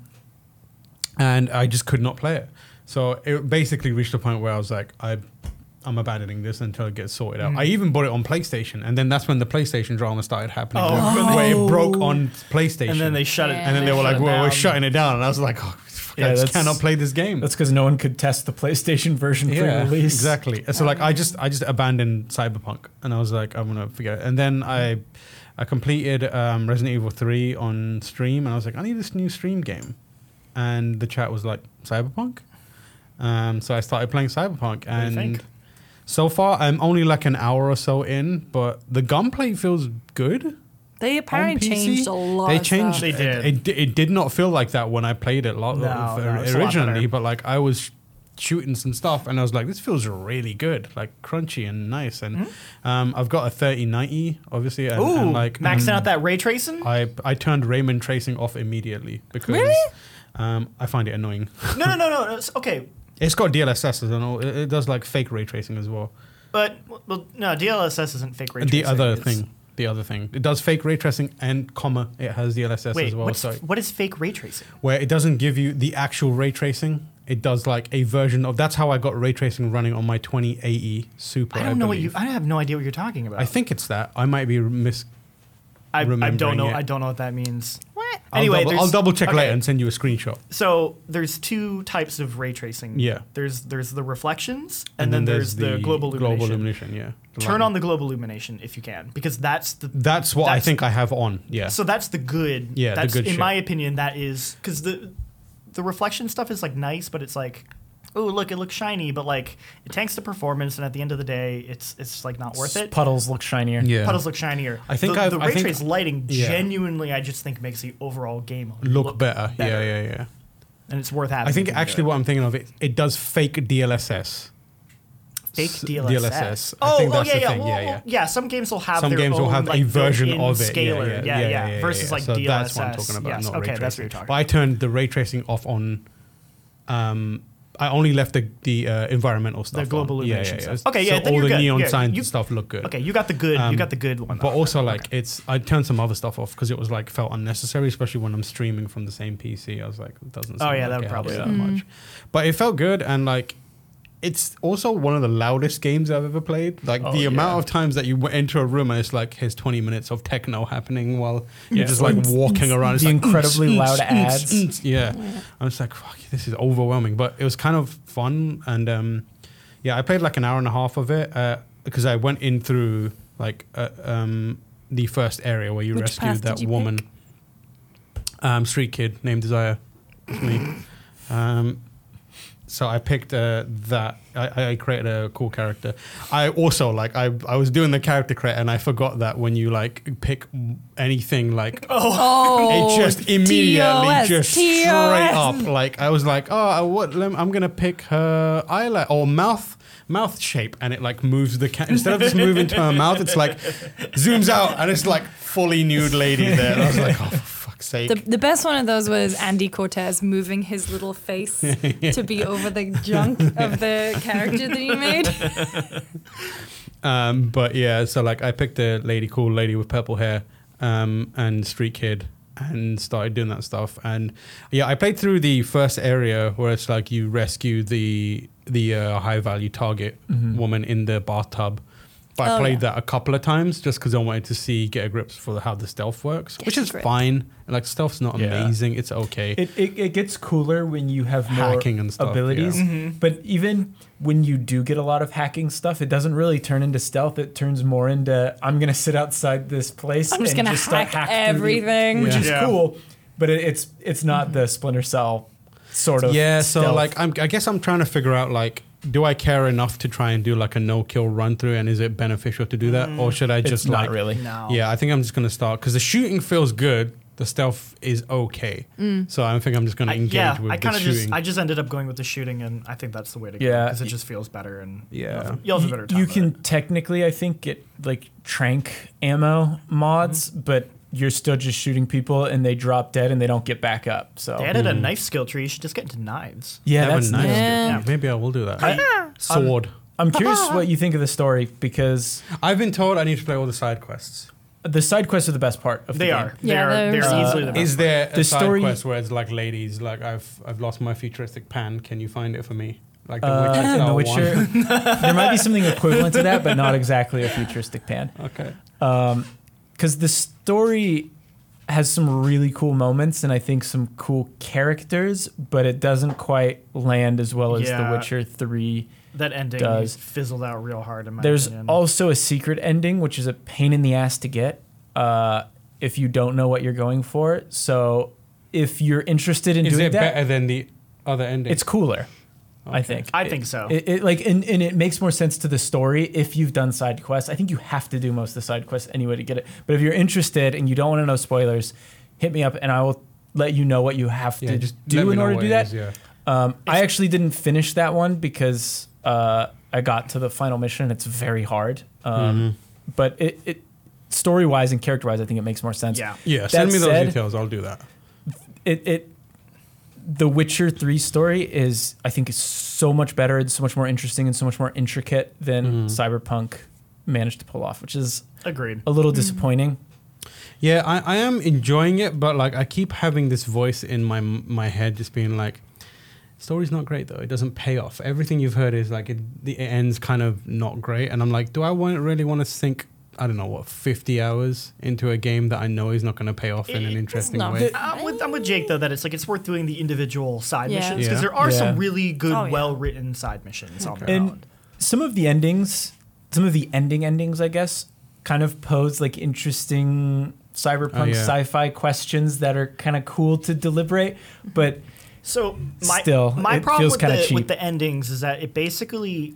Speaker 1: and I just could not play it. So it basically reached a point where I was like, I, I'm abandoning this until it gets sorted
Speaker 3: Mm.
Speaker 1: out. I even bought it on PlayStation, and then that's when the PlayStation drama started happening,
Speaker 3: Oh,
Speaker 1: where,
Speaker 3: really?
Speaker 1: where it broke on PlayStation.
Speaker 3: And then they shut it.
Speaker 2: Yeah.
Speaker 1: and then they, were
Speaker 3: shut
Speaker 1: like,
Speaker 3: it
Speaker 1: "Well, we're
Speaker 3: down.
Speaker 1: shutting it down," and I was like, oh, fuck,
Speaker 4: Yeah,
Speaker 1: "I just
Speaker 4: that's-
Speaker 1: cannot play this game."
Speaker 4: That's because no one could test the PlayStation version pre-release.
Speaker 1: Exactly. So like I just I just abandoned Cyberpunk and I was like I'm gonna forget it. And then I I completed um, Resident Evil 3 on stream and I was like I need this new stream game, and the chat was like Cyberpunk, um, so I started playing Cyberpunk
Speaker 3: do you
Speaker 1: and.
Speaker 3: think?
Speaker 1: So far, I'm only like an hour or so in, but the gunplay feels good.
Speaker 2: They apparently
Speaker 1: on PC.
Speaker 2: changed a lot.
Speaker 1: They
Speaker 2: of stuff.
Speaker 1: changed.
Speaker 3: They
Speaker 1: it-
Speaker 3: did.
Speaker 1: It, it, did not feel like that when I played it lot,
Speaker 3: No, no, it's a lot
Speaker 1: originally,
Speaker 3: better.
Speaker 1: but like I was sh- shooting some stuff and I was like, this feels really good, like crunchy and nice. And um, I've got a 3090, obviously, and,
Speaker 3: Hmm? Ooh,
Speaker 1: and like mm, hmm.
Speaker 3: maxing out that ray tracing?
Speaker 1: I I turned Raymond tracing off immediately because
Speaker 2: Really?
Speaker 1: um, I find it annoying.
Speaker 3: no, no, no, no. no, it's- Okay,
Speaker 1: It's got DLSS and all. It, it does like fake ray tracing as well.
Speaker 3: but well, no, DLSS isn't fake ray
Speaker 1: And the
Speaker 3: tracing.
Speaker 1: other
Speaker 3: It's-
Speaker 1: thing, the other thing, it does fake ray tracing and comma. It has DLSS
Speaker 3: Wait,
Speaker 1: as well.
Speaker 3: what's,
Speaker 1: Sorry.
Speaker 3: what is fake ray tracing?
Speaker 1: where it doesn't give you the actual ray tracing. It does like a version of. That's how I got ray tracing running on my 2080 Super.
Speaker 3: I don't know what you.
Speaker 1: believe.
Speaker 3: I have no idea what you're talking about.
Speaker 1: I think it's that. I might be mis.
Speaker 3: I, I don't
Speaker 1: remembering
Speaker 3: know.
Speaker 1: it.
Speaker 3: I don't know what that means.
Speaker 2: What?
Speaker 1: I'll
Speaker 3: Anyway,
Speaker 1: double,
Speaker 3: there's-
Speaker 1: I'll double check
Speaker 3: okay.
Speaker 1: later and send you a screenshot.
Speaker 3: So there's two types of ray tracing.
Speaker 1: Yeah.
Speaker 3: There's there's the reflections, and, then, there's, the, global illumination.
Speaker 1: yeah. The
Speaker 3: Turn
Speaker 1: light.
Speaker 3: on the global illumination if you can, because that's the
Speaker 1: That's what I
Speaker 3: that's-
Speaker 1: think I have on. Yeah.
Speaker 3: So that's the good.
Speaker 1: Yeah, the
Speaker 3: that's
Speaker 1: good
Speaker 3: in
Speaker 1: shit.
Speaker 3: my opinion that is because the the reflection stuff is like nice, but it's like. Oh look! It looks shiny, but like it tanks the performance, and at the end of the day, it's it's like not worth it.
Speaker 4: Puddles look shinier.
Speaker 1: yeah.
Speaker 3: Puddles look shinier.
Speaker 1: I think
Speaker 3: the,
Speaker 1: I've-
Speaker 3: the
Speaker 1: I
Speaker 3: ray
Speaker 1: think-
Speaker 3: trace lighting
Speaker 1: yeah.
Speaker 3: genuinely, I just think makes the overall game
Speaker 1: look, better.
Speaker 3: better.
Speaker 1: Yeah, yeah, yeah.
Speaker 3: and it's worth having.
Speaker 1: I think
Speaker 3: if you can do
Speaker 1: actually
Speaker 3: it.
Speaker 1: what I'm thinking of it, it does fake DLSS.
Speaker 3: fake
Speaker 1: S-
Speaker 3: DLSS.
Speaker 1: DLSS. I
Speaker 3: Oh,
Speaker 1: think
Speaker 3: oh
Speaker 1: that's
Speaker 3: yeah,
Speaker 1: the
Speaker 3: yeah.
Speaker 1: thing.
Speaker 3: Well,
Speaker 1: Yeah,
Speaker 3: well,
Speaker 1: yeah.
Speaker 3: Some games will have
Speaker 1: Some
Speaker 3: their
Speaker 1: games will
Speaker 3: own,
Speaker 1: have
Speaker 3: like,
Speaker 1: a version
Speaker 3: built-in
Speaker 1: of it. Yeah,
Speaker 3: Scaler.
Speaker 1: yeah,
Speaker 3: yeah,
Speaker 1: yeah, yeah,
Speaker 3: Versus
Speaker 1: yeah.
Speaker 3: like
Speaker 1: so
Speaker 3: DLSS.
Speaker 1: That's what I'm talking about,
Speaker 3: Yes,
Speaker 1: not
Speaker 3: okay,
Speaker 1: ray
Speaker 3: that's what
Speaker 1: tracing.
Speaker 3: you're talking.
Speaker 1: But I turned the ray tracing off on. Um, I only left the the uh, environmental stuff.
Speaker 3: global
Speaker 1: on.
Speaker 3: illumination
Speaker 1: yeah, yeah, yeah.
Speaker 3: stuff. Okay,
Speaker 1: so
Speaker 3: yeah, then
Speaker 1: all
Speaker 3: you're
Speaker 1: the
Speaker 3: good.
Speaker 1: neon
Speaker 3: Yeah,
Speaker 1: signs
Speaker 3: you-
Speaker 1: and stuff look good.
Speaker 3: about. Okay, you got the good.
Speaker 1: Um,
Speaker 3: you got the good one.
Speaker 1: But
Speaker 3: though.
Speaker 1: also, like, it's I turned some other stuff off because it was like felt unnecessary, especially when I'm streaming from the same PC. I was like, it doesn't.
Speaker 3: Oh,
Speaker 1: sound
Speaker 3: yeah,
Speaker 1: like
Speaker 3: that
Speaker 1: it
Speaker 3: would
Speaker 1: helps
Speaker 3: probably
Speaker 1: that
Speaker 3: help.
Speaker 4: Mm.
Speaker 1: much. But it felt good, and like, it's also one of the loudest games I've ever played. Like
Speaker 3: Oh,
Speaker 1: the
Speaker 3: yeah.
Speaker 1: amount of times that you w- enter a room and it's like here's 20 minutes of techno happening while you're just like walking around. It's
Speaker 4: The
Speaker 1: like,
Speaker 4: incredibly
Speaker 1: "Oots, oots,
Speaker 4: loud
Speaker 1: oots,
Speaker 4: ads."
Speaker 1: oots." Yeah, I was like, fuck, this is overwhelming. But it was kind of fun, and um, yeah, I played like an hour and a half of it uh, because I went in through like uh, um, the first area where you
Speaker 2: Which
Speaker 1: rescued
Speaker 2: path
Speaker 1: that
Speaker 2: did you
Speaker 1: woman, um, street kid named Desire. It's me. Um, so I picked uh, that. I, I created a cool character. I also like I, I was doing the character create and I forgot that when you like pick anything like
Speaker 2: Oh,
Speaker 1: it just immediately
Speaker 2: TOS,
Speaker 1: just straight
Speaker 2: TOS.
Speaker 1: "Ah, up like I was like oh I, what lem- I'm gonna pick her eyelash or mouth mouth shape, and it like moves the cat instead of just moving to her mouth. It's like zooms out, and it's like fully nude lady there. And I was like, oh, for fuck's sake.
Speaker 2: The, the best one of those was Andy Cortez moving his little face to be over the junk of the character that he made.
Speaker 1: Um, but yeah, so like I picked a lady, cool lady with purple hair, um, and street kid, and started doing that stuff. And yeah, I played through the first area where it's like you rescue the the uh, high value target woman in the bathtub. But I
Speaker 2: Oh,
Speaker 1: played
Speaker 2: yeah.
Speaker 1: that a couple of times just because I wanted to see get a grips for how the stealth works,
Speaker 2: Get
Speaker 1: which
Speaker 2: a
Speaker 1: is
Speaker 2: grip.
Speaker 1: fine. Like stealth's not
Speaker 4: Yeah.
Speaker 1: amazing; it's okay.
Speaker 4: It, it, it gets cooler when you have more
Speaker 1: Hacking and stuff,
Speaker 4: abilities.
Speaker 1: yeah.
Speaker 2: Mm-hmm.
Speaker 4: But even when you do get a lot of hacking stuff, it doesn't really turn into stealth. It turns more into I'm going to sit outside this place
Speaker 2: I'm just
Speaker 4: and
Speaker 2: gonna
Speaker 4: just start
Speaker 2: hack
Speaker 4: hack through the-"
Speaker 2: everything.
Speaker 4: which is
Speaker 3: Yeah.
Speaker 4: cool. But it, it's it's not the Splinter Cell sort of
Speaker 1: yeah so
Speaker 4: stealth.
Speaker 1: like I'm, i guess i'm trying to figure out like do i care enough to try and do like a no kill run through and is it beneficial to do that
Speaker 3: Mm.
Speaker 1: or should i
Speaker 4: it's
Speaker 1: just
Speaker 4: not
Speaker 1: like
Speaker 4: really.
Speaker 3: No.
Speaker 1: yeah i think i'm just gonna start because the shooting feels good the stealth is okay so i think i'm just gonna
Speaker 3: Mm. I,
Speaker 1: engage
Speaker 3: yeah,
Speaker 1: with
Speaker 3: I
Speaker 1: the
Speaker 3: kind of
Speaker 1: shooting
Speaker 3: just I just ended up going with the shooting, and I think that's the way to go
Speaker 4: Yeah.
Speaker 3: because it just feels better and
Speaker 1: Yeah.
Speaker 3: you'll have- you'll have a better time.
Speaker 4: You
Speaker 3: with
Speaker 4: can
Speaker 3: it.
Speaker 4: technically, I think, get like trank ammo mods,
Speaker 3: Mm-hmm.
Speaker 4: but you're still just shooting people and they drop dead and they don't get back up. So
Speaker 3: They added a
Speaker 1: Hmm.
Speaker 3: knife skill tree. You should just get into knives.
Speaker 4: yeah,
Speaker 1: Have a
Speaker 4: that's
Speaker 1: knife.
Speaker 4: nice.
Speaker 1: Yeah, maybe i will do that sword
Speaker 4: I'm curious what you think of the story because
Speaker 1: i've been told i need to play all the side quests
Speaker 4: the side quests are the best part of the
Speaker 3: They
Speaker 4: game.
Speaker 3: are.
Speaker 2: Yeah,
Speaker 3: they are. They're
Speaker 2: there's- Uh,
Speaker 3: easily the best.
Speaker 1: is there a
Speaker 4: The
Speaker 1: side
Speaker 4: story-
Speaker 1: quest where it's like ladies like i've i've lost my futuristic pan can you find it for me like the
Speaker 4: Uh,
Speaker 1: witcher,
Speaker 4: in
Speaker 1: style
Speaker 4: The
Speaker 1: one?
Speaker 4: Witcher, there might be something equivalent to that, but not exactly a futuristic pan.
Speaker 1: okay
Speaker 4: because the story has some really cool moments and I think some cool characters, but it doesn't quite land as well as
Speaker 3: Yeah.
Speaker 4: The Witcher 3.
Speaker 3: that ending
Speaker 4: does.
Speaker 3: fizzled out real hard in my
Speaker 4: There's
Speaker 3: opinion.
Speaker 4: also a secret ending, which is a pain in the ass to get uh, if you don't know what you're going for. So if you're interested in
Speaker 1: is
Speaker 4: doing
Speaker 1: it
Speaker 4: that,
Speaker 1: better than the other ending
Speaker 4: it's cooler. I think.
Speaker 3: I think so.
Speaker 4: It, it, like, and, and it makes more sense to the story if you've done side quests. I think you have to do most of the side quests anyway to get it. But if you're interested and you don't want to know spoilers, hit me up and I will let you know what you have to
Speaker 1: let
Speaker 4: do
Speaker 1: me
Speaker 4: in
Speaker 1: know
Speaker 4: order to
Speaker 1: what
Speaker 4: do
Speaker 1: it
Speaker 4: that.
Speaker 1: is, yeah.
Speaker 4: Um, I actually didn't finish that one because uh, I got to the final mission. It's very hard,
Speaker 1: Mm-hmm.
Speaker 4: um, but it, it story wise and character wise, I think it makes more sense.
Speaker 3: yeah.
Speaker 1: Yeah,
Speaker 4: That
Speaker 1: send me those
Speaker 4: said-
Speaker 1: details. I'll do that.
Speaker 4: It it the Witcher three story is I think is so much better. It's so much more interesting and so much more intricate
Speaker 1: Mm-hmm.
Speaker 4: than Cyberpunk managed to pull off, which is
Speaker 3: Agreed.
Speaker 4: a little disappointing.
Speaker 1: Yeah, I, I am enjoying it, but like I keep having this voice in my my head, just being like, "Story's not great though. It doesn't pay off. Everything you've heard is like it, the, it ends kind of not great." And I'm like, "Do I want really want to sink? I don't know what 50 hours into a game that I know is not going to pay off in an
Speaker 3: It's
Speaker 1: interesting
Speaker 2: not-
Speaker 1: way."
Speaker 3: I'm with, I'm with Jake though that it's like it's worth doing the individual side
Speaker 2: Yeah.
Speaker 3: missions because
Speaker 1: Yeah.
Speaker 3: there are some
Speaker 4: Yeah.
Speaker 3: really good,
Speaker 2: Oh, yeah.
Speaker 3: well written side missions on their own.
Speaker 4: And some of the endings, some of the ending endings, I guess, kind of pose like interesting cyberpunk
Speaker 1: Oh, yeah.
Speaker 4: sci-fi questions that are kind of cool to deliberate. But
Speaker 3: So my
Speaker 4: Still,
Speaker 3: my
Speaker 4: it
Speaker 3: problem
Speaker 4: feels
Speaker 3: with
Speaker 4: kinda
Speaker 3: the, with
Speaker 4: cheap.
Speaker 3: the endings is that it basically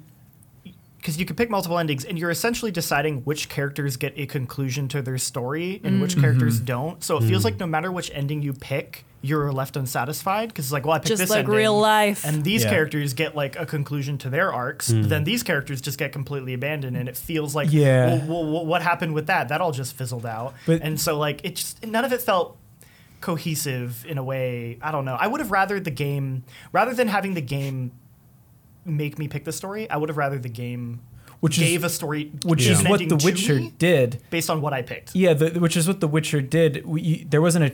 Speaker 3: because you can pick multiple endings and you're essentially deciding which characters get a conclusion to their story and
Speaker 4: Mm-hmm.
Speaker 3: which characters don't. So it feels
Speaker 4: Mm.
Speaker 3: like no matter which ending you pick, you're left unsatisfied because it's like, well, I picked
Speaker 2: Just
Speaker 3: this
Speaker 2: like
Speaker 3: ending,
Speaker 2: real life.
Speaker 3: and these
Speaker 4: Yeah. Mm.
Speaker 3: characters get like a conclusion to their arcs. But then these characters just get completely abandoned, and it feels like,
Speaker 4: Yeah.
Speaker 3: well, well, well, what happened with that? That all just fizzled out.
Speaker 4: But-
Speaker 3: and so like it just none of it felt cohesive in a way. I don't know. I would have rather the game rather than having the game make me pick the story. I would have rather the game
Speaker 4: Which is-
Speaker 3: gave a story,
Speaker 4: which
Speaker 3: gave
Speaker 4: is
Speaker 3: an
Speaker 4: what The
Speaker 3: ending to
Speaker 4: Witcher
Speaker 3: me
Speaker 4: did.
Speaker 3: based on what I picked.
Speaker 4: Yeah, the, which is what The Witcher did. We, you, there wasn't a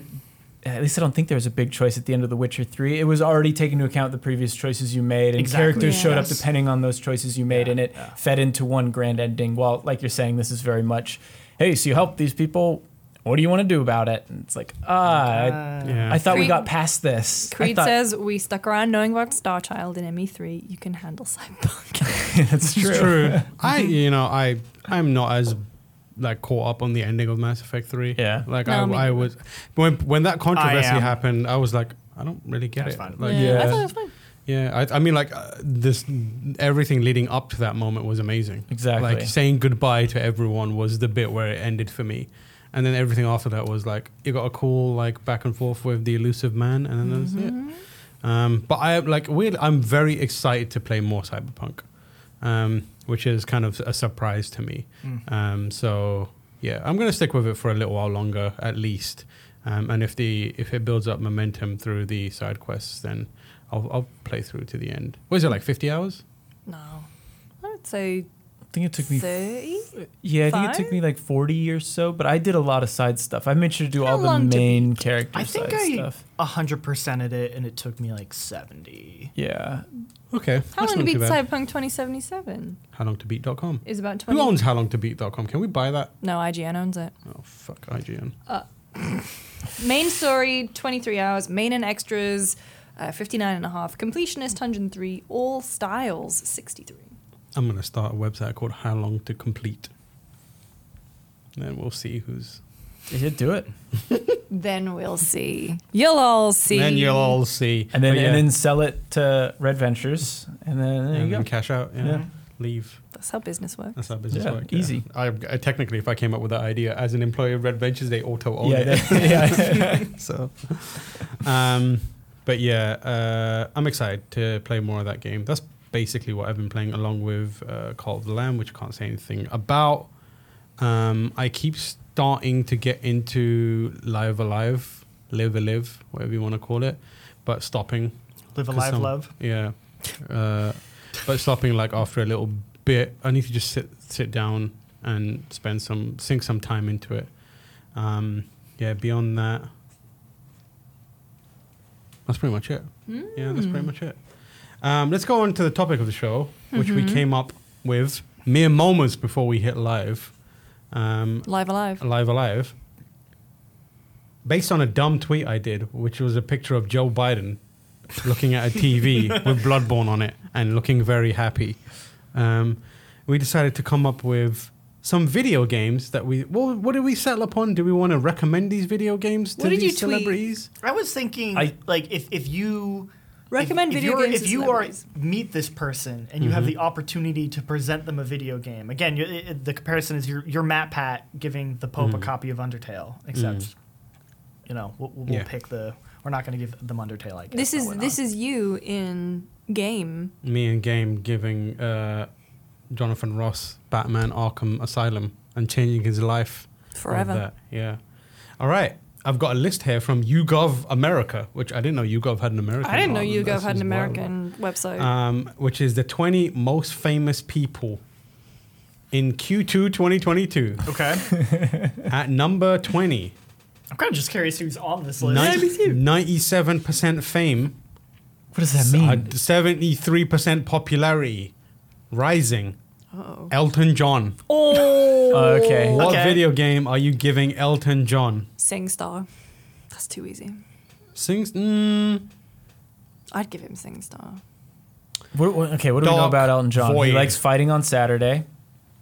Speaker 4: at least I don't think there was a big choice at the end of The Witcher 3. It was already taking into account the previous choices you made, and
Speaker 3: Exactly.
Speaker 4: characters
Speaker 2: Yeah.
Speaker 4: showed up
Speaker 3: Yes.
Speaker 4: depending on those choices you made, and it fed into one grand ending. While, like you're saying, this is very much, hey, so you helped these people. What do you want to do about it? And it's like, ah, I,
Speaker 1: Yeah.
Speaker 4: I thought we
Speaker 2: Creed-
Speaker 4: got past this. I
Speaker 2: Creed
Speaker 4: thought-
Speaker 2: says we stuck around knowing about Starchild in ME3. You can handle Cyberpunk.
Speaker 4: that's
Speaker 1: It's
Speaker 4: true.
Speaker 1: true. I you know I I'm not as like caught up on the ending of Mass Effect Three.
Speaker 4: Yeah.
Speaker 1: Like
Speaker 2: No, me
Speaker 1: I, I
Speaker 2: neither.
Speaker 1: was when when that controversy
Speaker 3: am.
Speaker 1: happened, I was like, I don't really get
Speaker 3: That's
Speaker 1: it.
Speaker 3: fine.
Speaker 1: Like,
Speaker 4: Yeah.
Speaker 2: I thought it was fine.
Speaker 1: Yeah, I, I mean, like uh, this, everything leading up to that moment was amazing.
Speaker 4: Exactly.
Speaker 1: Like saying goodbye to everyone was the bit where it ended for me, and then everything after that was like you got a cool like back and forth with the elusive man, and then that was it. Um, but I like weird. I'm very excited to play more Cyberpunk. um, which is kind of a surprise to me. Um, so yeah, I'm going to stick with it for a little while longer at least. Um, and if the if it builds up momentum through the side quests, then I'll, I'll play through to the end. What is it like 50 hours?
Speaker 2: No. I would say
Speaker 4: I think it took me.
Speaker 2: 30?
Speaker 4: Yeah, I think
Speaker 2: five?
Speaker 4: it took me like 40 or so, but I did a lot of side stuff. I made sure to do
Speaker 2: How
Speaker 4: all the
Speaker 2: long did-
Speaker 4: main character
Speaker 3: I think
Speaker 4: side
Speaker 3: I
Speaker 4: stuff.
Speaker 3: hundred percented it, and it took me like seventy.
Speaker 4: Yeah.
Speaker 1: Okay.
Speaker 2: How
Speaker 1: that's
Speaker 2: long to
Speaker 1: not
Speaker 2: beat
Speaker 1: too bad.
Speaker 2: Cyberpunk 2077
Speaker 1: Howlongtobeat.com.
Speaker 2: is about 20.
Speaker 1: Who owns howlongtobeat.com? Can we buy that?
Speaker 2: No, IGN owns it.
Speaker 1: Oh, fuck IGN.
Speaker 2: Main story, 23 hours. Main and extras, uh, 59 and a half. Completionist, 103. All styles, 63.
Speaker 1: I'm going to start a website called How Long to Complete. And then we'll see who's.
Speaker 4: You did do it.
Speaker 2: Then we'll see. You'll all see.
Speaker 1: Then you'll all see.
Speaker 4: And then
Speaker 1: But Oh, yeah,
Speaker 4: and then sell it to Red Ventures. And then there
Speaker 1: and
Speaker 4: you
Speaker 1: then
Speaker 4: go.
Speaker 1: cash out. Yeah.
Speaker 4: Yeah.
Speaker 1: Leave.
Speaker 2: That's how business works.
Speaker 1: That's how business
Speaker 4: Yeah,
Speaker 1: works.
Speaker 4: easy.
Speaker 1: I, I technically, if I came up with that idea as an employee of Red Ventures, they auto own
Speaker 4: Yeah,
Speaker 1: it.
Speaker 4: that- yeah.
Speaker 1: so, um, but yeah, uh, I'm excited to play more of that game. That's basically what I've been playing along with uh, Call of the Lamb, which I can't say anything about. Um, I keep starting to get into Live Alive, Live Alive, whatever you want to call it, but stopping
Speaker 3: Live a
Speaker 1: 'Cause
Speaker 3: live
Speaker 1: some-
Speaker 3: love.
Speaker 1: yeah. Uh, but stopping like after a little bit, I need to just sit sit down and spend some sink some time into it. Um, yeah. Beyond that, that's pretty much it. Yeah, that's pretty much it. Um, let's go on to the topic of the show, which we came up with mere moments before we hit live. Um,
Speaker 2: Live alive.
Speaker 1: Alive Alive, based on a dumb tweet I did, which was a picture of Joe Biden looking at a TV with Bloodborne on it and looking very happy. Um, we decided to come up with some video games that we. Well, what did we settle upon? Do we want to recommend these video games to
Speaker 2: What did
Speaker 1: these
Speaker 2: you tweet?
Speaker 1: celebrities?
Speaker 3: I was thinking,
Speaker 4: I-
Speaker 3: like, if if you
Speaker 2: Recommend
Speaker 3: if, if
Speaker 2: video
Speaker 3: you're-
Speaker 2: games to
Speaker 3: if you are
Speaker 2: celebrities.
Speaker 3: meet this person and you have
Speaker 1: Mm-hmm.
Speaker 3: the opportunity to present them a video game. Again, you, it, it- the comparison is you're, you're Matt Pat giving the Pope a
Speaker 1: Mm-hmm.
Speaker 3: copy of Undertale, except you know we'll, we'll
Speaker 1: Yeah.
Speaker 3: pick the. We're not going to give them Undertale. I
Speaker 2: This
Speaker 3: guess. but
Speaker 2: is
Speaker 3: we're
Speaker 2: this
Speaker 3: not.
Speaker 2: is you in game.
Speaker 1: Me and Game giving uh, Jonathan Ross Batman Arkham Asylum and changing his life with
Speaker 2: Forever.
Speaker 1: that. Yeah. All right. I've got a list here from YouGov America, which I didn't know YouGov had an American.
Speaker 2: I didn't know
Speaker 1: arm.
Speaker 2: YouGov
Speaker 1: That's
Speaker 2: had an
Speaker 1: just wild.
Speaker 2: American website.
Speaker 1: Um, which is the 20 most famous people in Q2 2022.
Speaker 3: okay.
Speaker 1: At number 20,
Speaker 3: I'm kind of just curious who's on this list.
Speaker 1: nine- 97% fame,
Speaker 4: what does that
Speaker 1: uh,
Speaker 4: mean?
Speaker 1: 73% popularity, rising.
Speaker 2: Uh-oh.
Speaker 1: Elton John.
Speaker 2: Oh.
Speaker 4: Okay.
Speaker 1: What
Speaker 3: Okay.
Speaker 1: video game are you giving Elton John?
Speaker 2: SingStar. That's too easy.
Speaker 1: Sings. Mm,
Speaker 2: I'd give him SingStar.
Speaker 4: What, what- okay, what do we know
Speaker 1: Dark
Speaker 4: about Elton John?
Speaker 1: Void.
Speaker 4: He likes fighting on Saturday.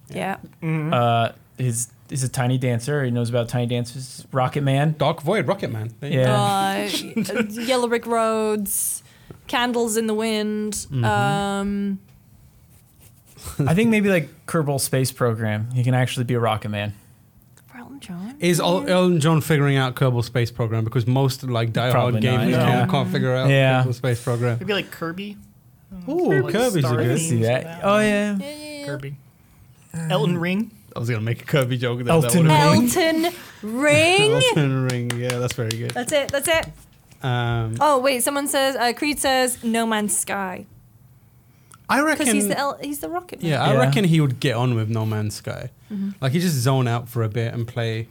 Speaker 2: Yeah.
Speaker 1: Mm-hmm.
Speaker 4: Uh, he's, he's a tiny dancer. He knows about tiny dances. Rocket Man.
Speaker 1: Dark Void, Rocket Man. There you
Speaker 4: Yeah.
Speaker 2: Uh, Yellow Brick Roads, Candles in the Wind.
Speaker 1: Mm-hmm.
Speaker 2: Um,
Speaker 4: I think maybe like Kerbal Space Program. He can actually be a Rocket Man.
Speaker 2: for Elton John.
Speaker 1: Is El- Elton John figuring out Kerbal Space Program because most like diehard
Speaker 4: Probably not,
Speaker 1: gamers
Speaker 4: yeah.
Speaker 1: can't, can't figure out
Speaker 4: Yeah.
Speaker 1: Kerbal Space Program.
Speaker 3: Maybe like Kirby.
Speaker 1: Ooh,
Speaker 3: Like
Speaker 1: Kirby's a
Speaker 3: Star
Speaker 1: good.
Speaker 3: Wars.
Speaker 4: See that? Oh
Speaker 2: Yeah,
Speaker 4: yeah.
Speaker 2: yeah, yeah.
Speaker 3: Kirby. Elton Ring.
Speaker 1: I was gonna make a Kirby joke. That
Speaker 4: Elton
Speaker 1: that
Speaker 4: Ring.
Speaker 2: Elton Ring.
Speaker 1: Elton Ring. Yeah, that's very good.
Speaker 2: That's it. That's it.
Speaker 1: Um,
Speaker 2: Oh wait, someone says uh, Creed says No Man's Sky
Speaker 1: I reckon.
Speaker 2: because he's the El- he's the Rocket Man.
Speaker 1: yeah, I
Speaker 4: Yeah.
Speaker 1: reckon he would get on with No Man's Sky.
Speaker 2: Mm-hmm.
Speaker 1: Like he just zone out for a bit and play.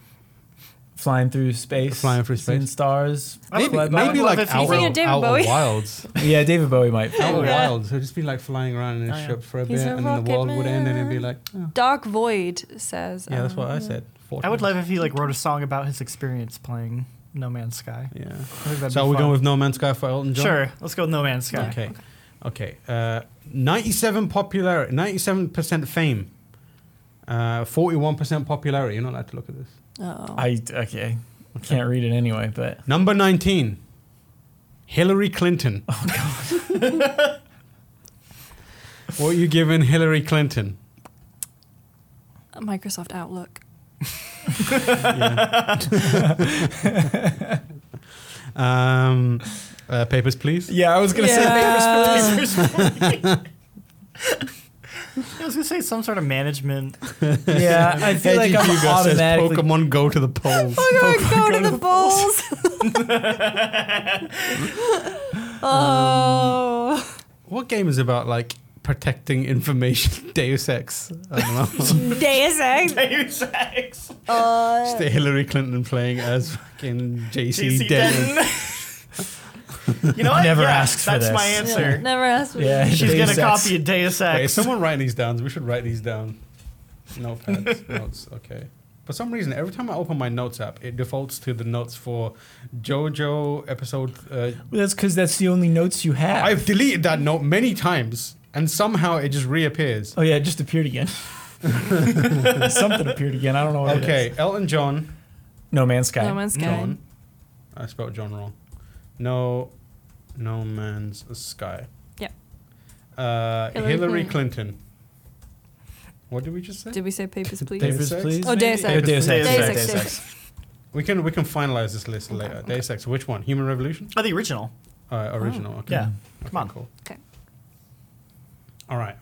Speaker 4: Flying through space.
Speaker 1: Flying through
Speaker 4: seeing
Speaker 1: space.
Speaker 4: stars.
Speaker 3: I would
Speaker 1: Maybe,
Speaker 3: love- I
Speaker 1: maybe
Speaker 3: would
Speaker 1: like
Speaker 3: love if he-
Speaker 1: Outer,
Speaker 2: Speaking of David
Speaker 1: Outer
Speaker 2: Bowie.
Speaker 1: Wilds.
Speaker 4: Yeah, David Bowie might.
Speaker 1: Outer
Speaker 2: Oh, Yeah. Oh,
Speaker 1: Wilds. He'd just be like flying around in a
Speaker 3: yeah.
Speaker 1: ship for a
Speaker 2: He's
Speaker 1: bit,
Speaker 2: a
Speaker 1: and then the
Speaker 2: rocket
Speaker 1: world would end, and it'd be
Speaker 2: man.
Speaker 1: like, oh.
Speaker 2: Dark Void says.
Speaker 1: yeah, that's what
Speaker 2: um,
Speaker 1: I said.
Speaker 3: I would love if he like wrote a song about his experience playing No Man's Sky.
Speaker 1: Yeah.
Speaker 3: I think that'd
Speaker 1: So
Speaker 3: be
Speaker 1: we're
Speaker 3: fun.
Speaker 1: going with No Man's Sky for Elton John.
Speaker 3: Sure, let's go with No Man's Sky.
Speaker 1: Okay. Okay. Uh, 97 popularity, 97% fame, uh, 41% popularity. You're not allowed to look at this.
Speaker 2: Oh.
Speaker 4: I okay. I can't read it anyway, but
Speaker 1: Number 19, Hillary Clinton. Oh, God. what are you giving Hillary Clinton?
Speaker 2: Microsoft Outlook.
Speaker 1: Um, uh, papers, please.
Speaker 4: yeah, I was
Speaker 2: Yeah.
Speaker 3: Papers, please. was gonna say some sort of management.
Speaker 4: yeah, I feel like I'm
Speaker 1: Hugo says
Speaker 4: automatically.
Speaker 1: Pokemon Go to the polls.
Speaker 2: We're going to the Bulls. oh.
Speaker 1: what game is about like protecting information? Deus Ex. I don't know.
Speaker 2: Deus Ex.
Speaker 3: Deus Ex.
Speaker 2: Uh,
Speaker 1: Just Hillary Clinton playing as fucking JC
Speaker 3: JC
Speaker 1: Denton.
Speaker 3: Denton. you know what?
Speaker 4: Never
Speaker 3: yeah,
Speaker 4: asks for
Speaker 3: That's
Speaker 4: this.
Speaker 3: my answer.
Speaker 2: Never asked me.
Speaker 4: Yeah,
Speaker 3: She's
Speaker 4: Deus
Speaker 3: gonna
Speaker 4: Ex.
Speaker 3: copy a Deus
Speaker 1: Wait, is
Speaker 3: Ex.
Speaker 1: someone writing these down? We should write these down. Notepads, notes, okay. For some reason, every time I open my notes app, it defaults to the notes for JoJo episode. Uh,
Speaker 4: Well, that's because that's the only notes you have.
Speaker 1: I've deleted that note many times, and somehow it just reappears.
Speaker 4: oh yeah, it just appeared again. Something appeared again. I don't
Speaker 1: Oh,
Speaker 4: know. What it is.
Speaker 1: Okay, Elton John.
Speaker 4: No Man's Sky.
Speaker 2: No one's
Speaker 1: John.
Speaker 2: going.
Speaker 1: I spelled John wrong. No, no man's sky.
Speaker 2: Yep.
Speaker 1: Uh, Hillary,
Speaker 2: Hillary
Speaker 1: Clinton.
Speaker 2: Clinton. What did we just say? Did we say papers, please?
Speaker 4: Papers,
Speaker 1: Deus Ex?
Speaker 4: please.
Speaker 2: Oh, Deus
Speaker 4: Oh,
Speaker 2: Ex. Deus
Speaker 4: Deus Ex. sorry,
Speaker 2: Ex,
Speaker 4: Deus
Speaker 2: Deus
Speaker 4: Ex.
Speaker 1: We can we can finalize this list later. Deus Ex. Which one? Human Revolution.
Speaker 3: Oh, the original.
Speaker 1: Uh, original. okay.
Speaker 3: Yeah.
Speaker 1: Okay,
Speaker 3: Come on.
Speaker 1: Cool.
Speaker 2: Okay.
Speaker 1: All right.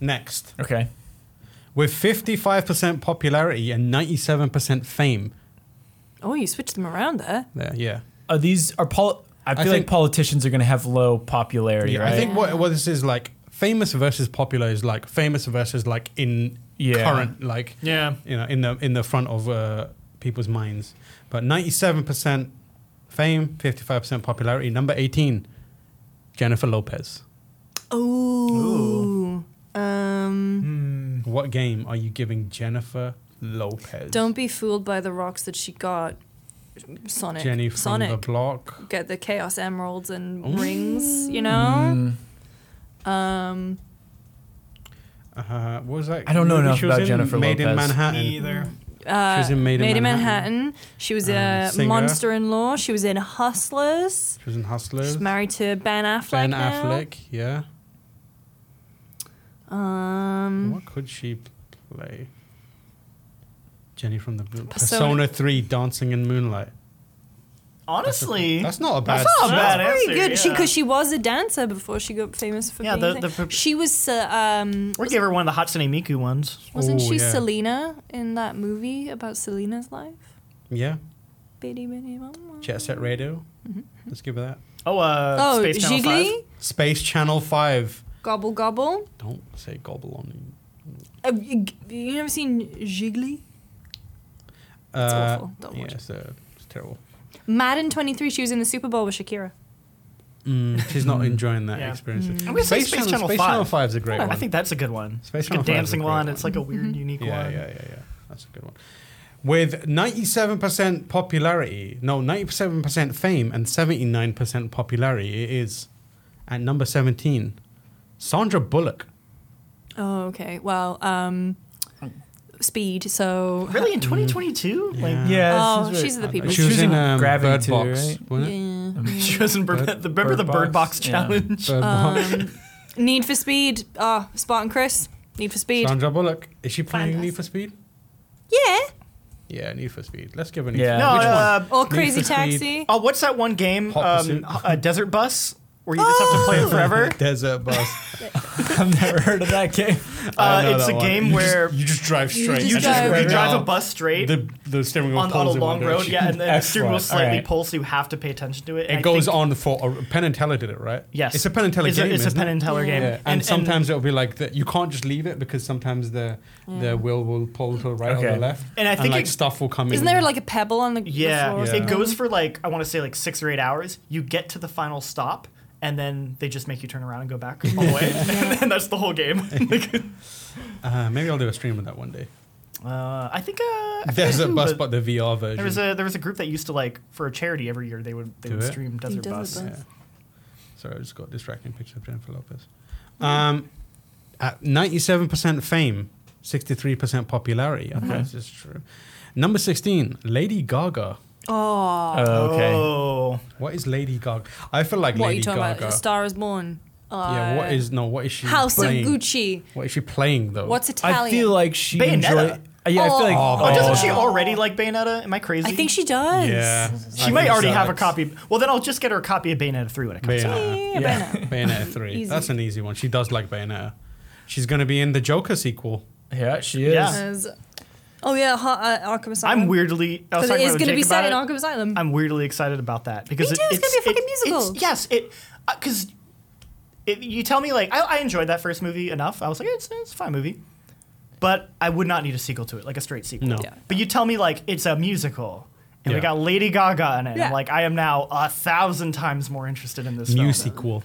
Speaker 1: Next,
Speaker 4: Okay.
Speaker 1: with fifty-five percent popularity and ninety-seven percent fame.
Speaker 2: Oh, you switched them around there.
Speaker 1: There. Yeah.
Speaker 4: Are these are pol? I feel
Speaker 1: think-
Speaker 4: like politicians are going to have low popularity,
Speaker 1: Yeah,
Speaker 4: right?
Speaker 1: I think what, what this is like famous versus popular is like famous versus like in
Speaker 4: Yeah.
Speaker 1: current like
Speaker 3: Yeah.
Speaker 1: you know in the in the front of uh, people's minds. But ninety seven percent fame, fifty five percent popularity. Number eighteen, Jennifer Lopez.
Speaker 2: Ooh. Um,
Speaker 4: Mm.
Speaker 1: What game are you giving Jennifer Lopez?
Speaker 2: don't be fooled by the rocks that she got. Sonic.
Speaker 1: Jenny from
Speaker 2: Sonic.
Speaker 1: the block.
Speaker 2: Get the Chaos Emeralds and
Speaker 1: Ooh. Mm.
Speaker 2: rings, you know? Um,
Speaker 1: Uh, what was that?
Speaker 4: I don't know
Speaker 1: movie
Speaker 4: enough
Speaker 1: she was
Speaker 4: about
Speaker 1: in?
Speaker 4: Jennifer
Speaker 1: Made in
Speaker 4: Lopez.
Speaker 1: Manhattan.
Speaker 3: Me either.
Speaker 2: uh,
Speaker 1: She was in Made in Manhattan.
Speaker 2: Manhattan. She was
Speaker 1: Um,
Speaker 2: a
Speaker 1: singer.
Speaker 2: monster in law. She was in Hustlers.
Speaker 1: She was in Hustlers.
Speaker 2: She's married to Ben Affleck.
Speaker 1: Ben
Speaker 2: now.
Speaker 1: Affleck. Yeah.
Speaker 2: Um,
Speaker 1: What could she play? Jenny from the Blue. Persona,
Speaker 2: Persona-
Speaker 1: 3 Dancing in Moonlight. That's a-
Speaker 3: Honestly,
Speaker 1: that's not a bad
Speaker 2: That's not
Speaker 1: shout.
Speaker 3: bad.
Speaker 2: bad. Very
Speaker 3: answer,
Speaker 2: good. She
Speaker 3: yeah.
Speaker 2: because she was a dancer before she got famous for
Speaker 3: Yeah,
Speaker 2: being.
Speaker 3: the-
Speaker 2: The,
Speaker 3: the-
Speaker 2: she was uh, um.
Speaker 3: we gave her one of the Hatsune Miku ones.
Speaker 2: Wasn't
Speaker 1: Oh,
Speaker 2: she
Speaker 1: yeah.
Speaker 2: Selena in that movie about Selena's life?
Speaker 1: Yeah.
Speaker 2: Bitty bitty mama.
Speaker 1: Jet Set Radio.
Speaker 2: Mm-hmm.
Speaker 1: Let's give her that.
Speaker 3: Oh, uh,
Speaker 2: Oh,
Speaker 3: Space Channel
Speaker 2: Jiggly,
Speaker 1: Space Channel 5.
Speaker 2: Gobble Gobble.
Speaker 1: Don't say gobble on you.
Speaker 2: Uh, you you never seen Jiggly? It's awful. Don't
Speaker 1: yeah,
Speaker 2: watch it.
Speaker 1: It's, uh, it's terrible.
Speaker 2: Madden 23. She was in the Super Bowl with Shakira.
Speaker 1: Mm, she's not enjoying that
Speaker 3: Yeah.
Speaker 1: experience.
Speaker 2: Mm.
Speaker 3: I'm gonna say Space Channel
Speaker 1: Space
Speaker 3: 5.
Speaker 1: Channel 5 is a great
Speaker 3: Five.
Speaker 1: one.
Speaker 3: I think that's a good one.
Speaker 1: Space
Speaker 3: it's like
Speaker 1: Channel 5
Speaker 3: a
Speaker 1: is a
Speaker 3: dancing
Speaker 1: great
Speaker 3: one.
Speaker 1: one.
Speaker 3: It's like a weird, unique
Speaker 1: yeah,
Speaker 3: one.
Speaker 1: yeah, yeah, yeah. That's a good one. With 97% popularity, no, 97% fame and 79% popularity, it is at number 17, Sandra Bullock.
Speaker 2: Oh, okay. Well, um, Speed. So
Speaker 3: Really, in 2022? Like,
Speaker 1: Mm-hmm. Yeah.
Speaker 4: Yeah.
Speaker 2: Oh,
Speaker 4: this is
Speaker 2: she's
Speaker 4: very-
Speaker 2: the people.
Speaker 1: She was in um,
Speaker 4: Gravity
Speaker 1: Bird
Speaker 4: too,
Speaker 1: Box,
Speaker 4: right?
Speaker 1: wasn't it?
Speaker 2: Yeah.
Speaker 3: she was in Bird,
Speaker 4: Bird-
Speaker 3: the, remember the
Speaker 4: Bird
Speaker 3: Bird Box,
Speaker 4: Box? Yeah.
Speaker 3: Challenge?
Speaker 1: Bird Box.
Speaker 2: Um, Need for Speed. Ah, Spot and Chris. Need for Speed.
Speaker 1: Sandra Bullock. Is she playing Need for
Speaker 2: Fantastic.
Speaker 1: Speed?
Speaker 2: Yeah.
Speaker 1: Yeah, Need for Speed. Let's give her Need
Speaker 4: Yeah.
Speaker 1: for Speed. Which
Speaker 3: No, uh,
Speaker 1: one?
Speaker 2: Or
Speaker 1: Need
Speaker 2: Crazy
Speaker 1: for Speed.
Speaker 2: Taxi.
Speaker 3: Oh, what's that one game?
Speaker 1: Hot
Speaker 3: Um,
Speaker 1: Pursuit. Oh.
Speaker 3: a desert bus where you just have to play it forever.
Speaker 1: Desert Bus.
Speaker 4: I've never heard of that game.
Speaker 1: I
Speaker 3: Uh,
Speaker 1: know
Speaker 3: it's
Speaker 1: that
Speaker 3: a
Speaker 1: one.
Speaker 3: game
Speaker 1: You
Speaker 3: where
Speaker 1: just, you just drive
Speaker 2: You
Speaker 1: straight.
Speaker 2: just
Speaker 3: you
Speaker 1: and
Speaker 3: just
Speaker 2: drive-
Speaker 3: you drive a
Speaker 1: out.
Speaker 3: bus straight
Speaker 1: The, the steering wheel
Speaker 3: on, on
Speaker 1: pulls
Speaker 3: a
Speaker 1: in one
Speaker 3: long road,
Speaker 1: direction.
Speaker 3: yeah, and then the steering wheel
Speaker 4: Excellent.
Speaker 3: slightly
Speaker 4: Alright.
Speaker 3: pulls, so you have to pay attention to it.
Speaker 1: It
Speaker 3: I
Speaker 1: goes
Speaker 3: think
Speaker 1: on for or Penn and Teller did it, right?
Speaker 3: Yes,
Speaker 1: it's a Penn and Teller
Speaker 3: It's a-
Speaker 1: game.
Speaker 3: It's a
Speaker 1: isn't
Speaker 3: Penn
Speaker 1: it?
Speaker 3: and Teller game,
Speaker 1: Yeah, and, sometimes it'll be like that. You can't just leave it because sometimes the the wheel will pull to the right or
Speaker 4: Okay.
Speaker 1: the left,
Speaker 3: And I think
Speaker 1: like
Speaker 3: it-
Speaker 1: stuff will come in.
Speaker 2: Isn't there like a pebble on the the
Speaker 3: Yeah,
Speaker 2: floor? or
Speaker 1: Yeah.
Speaker 3: it
Speaker 2: something?
Speaker 3: goes for like I want to say like six or eight hours. You get to the final stop, and then they just make you turn around and go back all the way, and then that's the whole game.
Speaker 1: uh, maybe I'll do a stream of that one day.
Speaker 3: uh, I think uh, I forget
Speaker 1: There's a
Speaker 3: who,
Speaker 1: bus,
Speaker 3: but
Speaker 1: but the VR version.
Speaker 3: there was a there was a group that used to like for a charity every year they would they
Speaker 1: Do
Speaker 3: would
Speaker 1: it?
Speaker 3: stream Desert,
Speaker 2: Desert
Speaker 3: Bus.
Speaker 2: Bus.
Speaker 1: yeah. Sorry, I just got distracting picture of Jennifer Lopez. Um, at 97% fame, 63% popularity. I think this is true. Number 16, Lady Gaga.
Speaker 2: Oh.
Speaker 4: Oh, okay.
Speaker 3: Oh,
Speaker 1: What is Lady Gaga? I feel like
Speaker 2: what are
Speaker 1: Lady
Speaker 2: you talking
Speaker 1: Gaga.
Speaker 2: about? A Star is Born. Uh,
Speaker 1: yeah, what is no? What is she?
Speaker 2: House of
Speaker 1: playing?
Speaker 2: Gucci?
Speaker 1: What is she playing though?
Speaker 2: What's
Speaker 4: I
Speaker 2: Italian?
Speaker 4: feel like she
Speaker 3: Bayonetta.
Speaker 4: enjoyed. Yeah, I feel like.
Speaker 1: Oh,
Speaker 3: oh, doesn't
Speaker 1: Oh.
Speaker 3: she already like Bayonetta? Am I crazy?
Speaker 2: I think she does.
Speaker 1: Yeah,
Speaker 3: She might already have a copy. Well, then I'll just get her a copy of Bayonetta 3 when it comes out.
Speaker 1: Bayonetta.
Speaker 2: Yeah,
Speaker 4: Yeah.
Speaker 2: Brenna.
Speaker 1: Bayonetta three.
Speaker 2: Easy.
Speaker 1: That's an easy one. She does like Bayonetta. She's going to be in the Joker sequel.
Speaker 4: Yeah, she is.
Speaker 3: Yeah.
Speaker 2: As- oh yeah, ha- uh, Arkham Asylum.
Speaker 3: I'm weirdly. I was
Speaker 2: Because it
Speaker 3: talking
Speaker 2: is
Speaker 3: about
Speaker 2: going to
Speaker 3: Jake
Speaker 2: be set in
Speaker 3: about it.
Speaker 2: Arkham Asylum.
Speaker 3: I'm weirdly excited about that because
Speaker 2: Me
Speaker 3: it-
Speaker 2: too, it's gonna be a
Speaker 3: it-
Speaker 2: fucking musical.
Speaker 3: it's- yes, it because it, you tell me like I, I enjoyed that first movie enough. I was like it's, it's a fine movie, but I would not need a sequel to it, like a straight sequel.
Speaker 1: No.
Speaker 2: Yeah.
Speaker 3: But you tell me like it's a musical. And we
Speaker 1: Yeah.
Speaker 3: got Lady Gaga in it.
Speaker 2: Yeah.
Speaker 3: I'm like, I am now a thousand times more interested in this
Speaker 1: New
Speaker 3: film.
Speaker 1: sequel.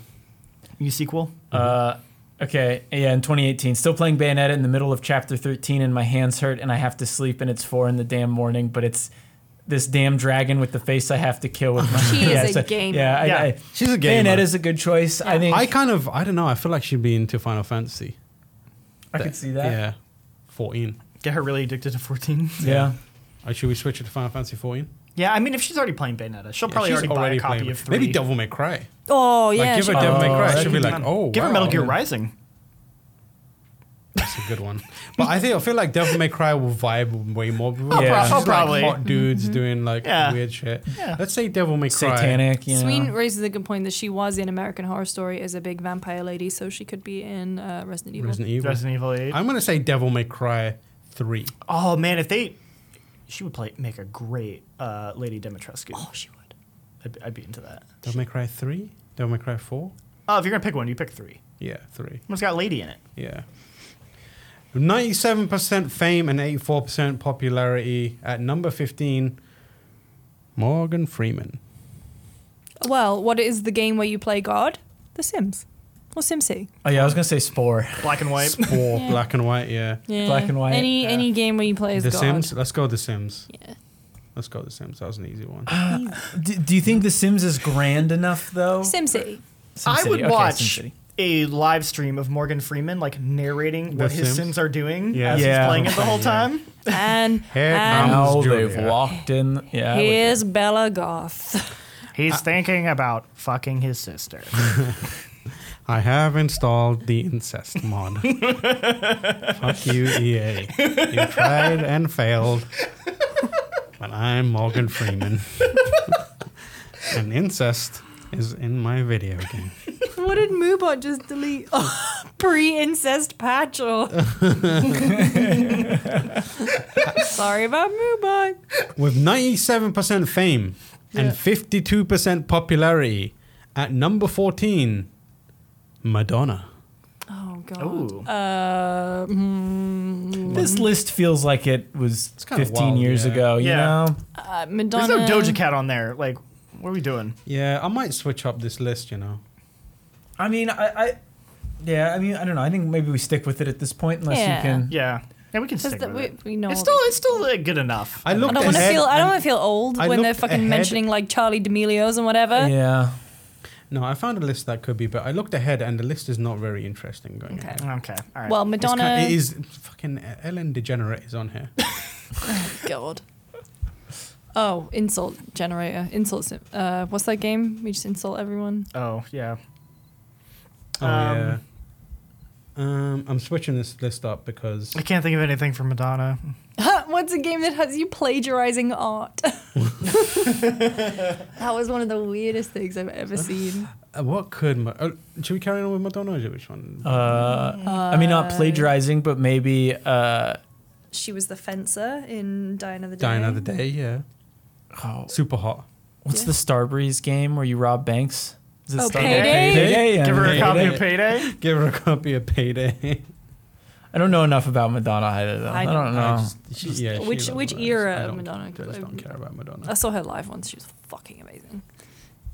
Speaker 3: New sequel.
Speaker 4: Uh, okay, yeah, in 2018, still playing Bayonetta in the middle of chapter 13, and my hands hurt, and I have to sleep, and it's four in the damn morning, but it's this damn dragon with the face I have to kill with my.
Speaker 2: She is a
Speaker 4: so-
Speaker 2: gamer.
Speaker 4: Yeah, I,
Speaker 3: Yeah.
Speaker 4: I,
Speaker 1: She's a gamer.
Speaker 4: Bayonetta's a good choice. I think
Speaker 1: I
Speaker 4: I,
Speaker 1: kind of, I don't know. I feel like she'd be into Final Fantasy.
Speaker 4: could see that.
Speaker 1: Yeah. 14.
Speaker 3: Get her really addicted to 14.
Speaker 4: Yeah.
Speaker 1: Uh, should we switch it to Final Fantasy 14?
Speaker 3: Yeah, I mean, if she's already playing Bayonetta, she'll probably
Speaker 1: she's
Speaker 3: already, buy a copy
Speaker 1: playing-
Speaker 3: of 3.
Speaker 1: Maybe Devil May Cry.
Speaker 2: oh
Speaker 1: like,
Speaker 2: yeah,
Speaker 1: give her
Speaker 2: she-
Speaker 1: Devil May
Speaker 4: Oh,
Speaker 1: Cry.
Speaker 4: that
Speaker 1: She'll be
Speaker 4: could
Speaker 1: like, oh,
Speaker 3: Give
Speaker 1: wow.
Speaker 3: her Metal Gear Rising.
Speaker 1: That's a good one. But I think I feel like Devil May Cry will vibe way more. with
Speaker 4: Oh,
Speaker 1: it.
Speaker 4: prob-
Speaker 1: It's
Speaker 4: oh,
Speaker 1: just, like,
Speaker 3: probably. Mm-hmm.
Speaker 1: hot dudes doing like
Speaker 3: Yeah.
Speaker 1: weird shit.
Speaker 3: Yeah.
Speaker 1: Let's say Devil May Cry.
Speaker 4: Satanic. You know.
Speaker 2: Sween raises a good point that she was in American Horror Story as a big vampire lady, so she could be in uh, Resident Evil.
Speaker 1: Resident Evil.
Speaker 3: Resident Evil 8.
Speaker 1: I'm gonna say Devil May Cry three.
Speaker 3: Oh man, if they, she would play make a great uh, Lady Dimitrescu. Oh, she would. I'd, I'd be into that.
Speaker 1: Devil May Cry three. Devil May Cry four.
Speaker 3: Oh, if you're gonna pick one, you pick three.
Speaker 1: Yeah, three.
Speaker 3: One's got lady in it.
Speaker 1: Yeah. Ninety-seven percent fame and eighty-four percent popularity. At number fifteen, Morgan Freeman.
Speaker 2: Well, what is the game where you play God? The Sims. Or SimCity.
Speaker 4: Oh yeah, I was gonna say Spore.
Speaker 3: Black and white.
Speaker 1: Four,
Speaker 2: Yeah.
Speaker 1: black and white. Yeah.
Speaker 2: Yeah.
Speaker 4: Black and white,
Speaker 2: Any
Speaker 4: yeah.
Speaker 2: any game where you play as
Speaker 1: the
Speaker 2: God.
Speaker 1: Sims. Let's go. The Sims.
Speaker 2: Yeah.
Speaker 1: Let's go. The Sims. That was an easy one.
Speaker 4: Do, do you think The Sims is grand enough though?
Speaker 2: SimCity.
Speaker 3: I
Speaker 4: SimCity.
Speaker 3: would
Speaker 4: Okay,
Speaker 3: watch
Speaker 4: SimCity.
Speaker 3: a live stream of Morgan Freeman like narrating
Speaker 1: The
Speaker 3: what his
Speaker 1: Sims?
Speaker 3: Sims, are doing
Speaker 1: Yeah.
Speaker 3: as
Speaker 4: Yeah.
Speaker 3: he's playing it the whole time.
Speaker 2: And,
Speaker 1: Here comes-
Speaker 2: and
Speaker 4: Now
Speaker 1: Julia.
Speaker 4: they've walked in. Yeah. I would-
Speaker 2: here's Bella Goth.
Speaker 3: He's thinking about fucking his sister.
Speaker 1: I have installed the incest mod. Fuck you, EA. You tried and failed. But I'm Morgan Freeman. and incest is in my video game.
Speaker 2: what did Moobot just delete? Oh, pre-incest patchel. Sorry about Moobot.
Speaker 1: With 97% fame and 52% popularity, at number 14, Madonna.
Speaker 2: Oh god.
Speaker 3: Ooh.
Speaker 2: Uh, mm,
Speaker 4: This list feels like it was
Speaker 1: It's kinda
Speaker 4: 15
Speaker 1: wild,
Speaker 4: years
Speaker 1: yeah.
Speaker 4: ago. You
Speaker 3: Yeah.
Speaker 4: know.
Speaker 2: uh,
Speaker 3: There's
Speaker 2: Madonna.
Speaker 3: no Doja Cat on there. Like, what are we doing?
Speaker 1: Yeah, I might switch up this list, you know.
Speaker 4: I mean, I, I, yeah, I mean, I don't know. I think maybe we stick with it at this point, unless
Speaker 2: Yeah.
Speaker 4: you can.
Speaker 3: Yeah. Yeah, we can
Speaker 2: Does
Speaker 3: stick
Speaker 2: that-
Speaker 3: with
Speaker 2: we-
Speaker 3: it.
Speaker 2: we know
Speaker 3: it's
Speaker 2: all
Speaker 3: still it's still uh, good enough.
Speaker 1: I
Speaker 2: I
Speaker 1: looked
Speaker 2: don't want to
Speaker 1: ahead
Speaker 2: feel. I
Speaker 1: and-
Speaker 2: don't want to feel old
Speaker 1: I
Speaker 2: when they're
Speaker 1: looked
Speaker 2: fucking
Speaker 1: ahead-
Speaker 2: mentioning like Charlie D'Amelio's and whatever.
Speaker 4: Yeah.
Speaker 1: No, I found a list that could be, but I looked ahead and the list is not very interesting going
Speaker 2: Okay.
Speaker 1: on.
Speaker 3: okay. All right.
Speaker 2: Well,
Speaker 1: It's kind-
Speaker 2: Madonna.
Speaker 1: it is fucking Ellen DeGenerate is on here.
Speaker 2: God. Oh, insult generator. Insult. sim- Uh, what's that game? We just insult everyone.
Speaker 3: oh yeah.
Speaker 1: Oh
Speaker 3: Um,
Speaker 1: yeah. Um, I'm switching this list up because
Speaker 3: I can't think of anything from Madonna.
Speaker 2: what's a game that has you plagiarizing art? that was one of the weirdest things I've ever seen.
Speaker 1: uh, what could Ma- uh, should we carry on with Madonna? Or do- which one?
Speaker 4: Uh, I mean, not plagiarizing, but maybe. Uh,
Speaker 2: She was the fencer in Die Another Day.
Speaker 1: Die Another Day. Yeah.
Speaker 4: oh,
Speaker 1: Super hot.
Speaker 4: what's
Speaker 2: Yeah.
Speaker 4: the Starbreeze game where you rob banks? Is
Speaker 2: Oh,
Speaker 4: Starbreeze?
Speaker 2: Payday?
Speaker 4: Payday, yeah.
Speaker 3: Give her a
Speaker 1: Payday.
Speaker 3: copy of Payday.
Speaker 1: Give her a copy of Payday.
Speaker 4: I don't know enough about Madonna either, though. I,
Speaker 2: I
Speaker 4: don't
Speaker 2: don't-
Speaker 4: know.
Speaker 1: I just- she- yeah, she
Speaker 2: Which-
Speaker 1: loves
Speaker 2: which
Speaker 1: Madonna.
Speaker 2: era
Speaker 1: I
Speaker 2: of
Speaker 1: don't-
Speaker 2: Madonna?
Speaker 1: I just don't care about
Speaker 2: I
Speaker 1: Madonna.
Speaker 2: saw her live once. She was fucking amazing.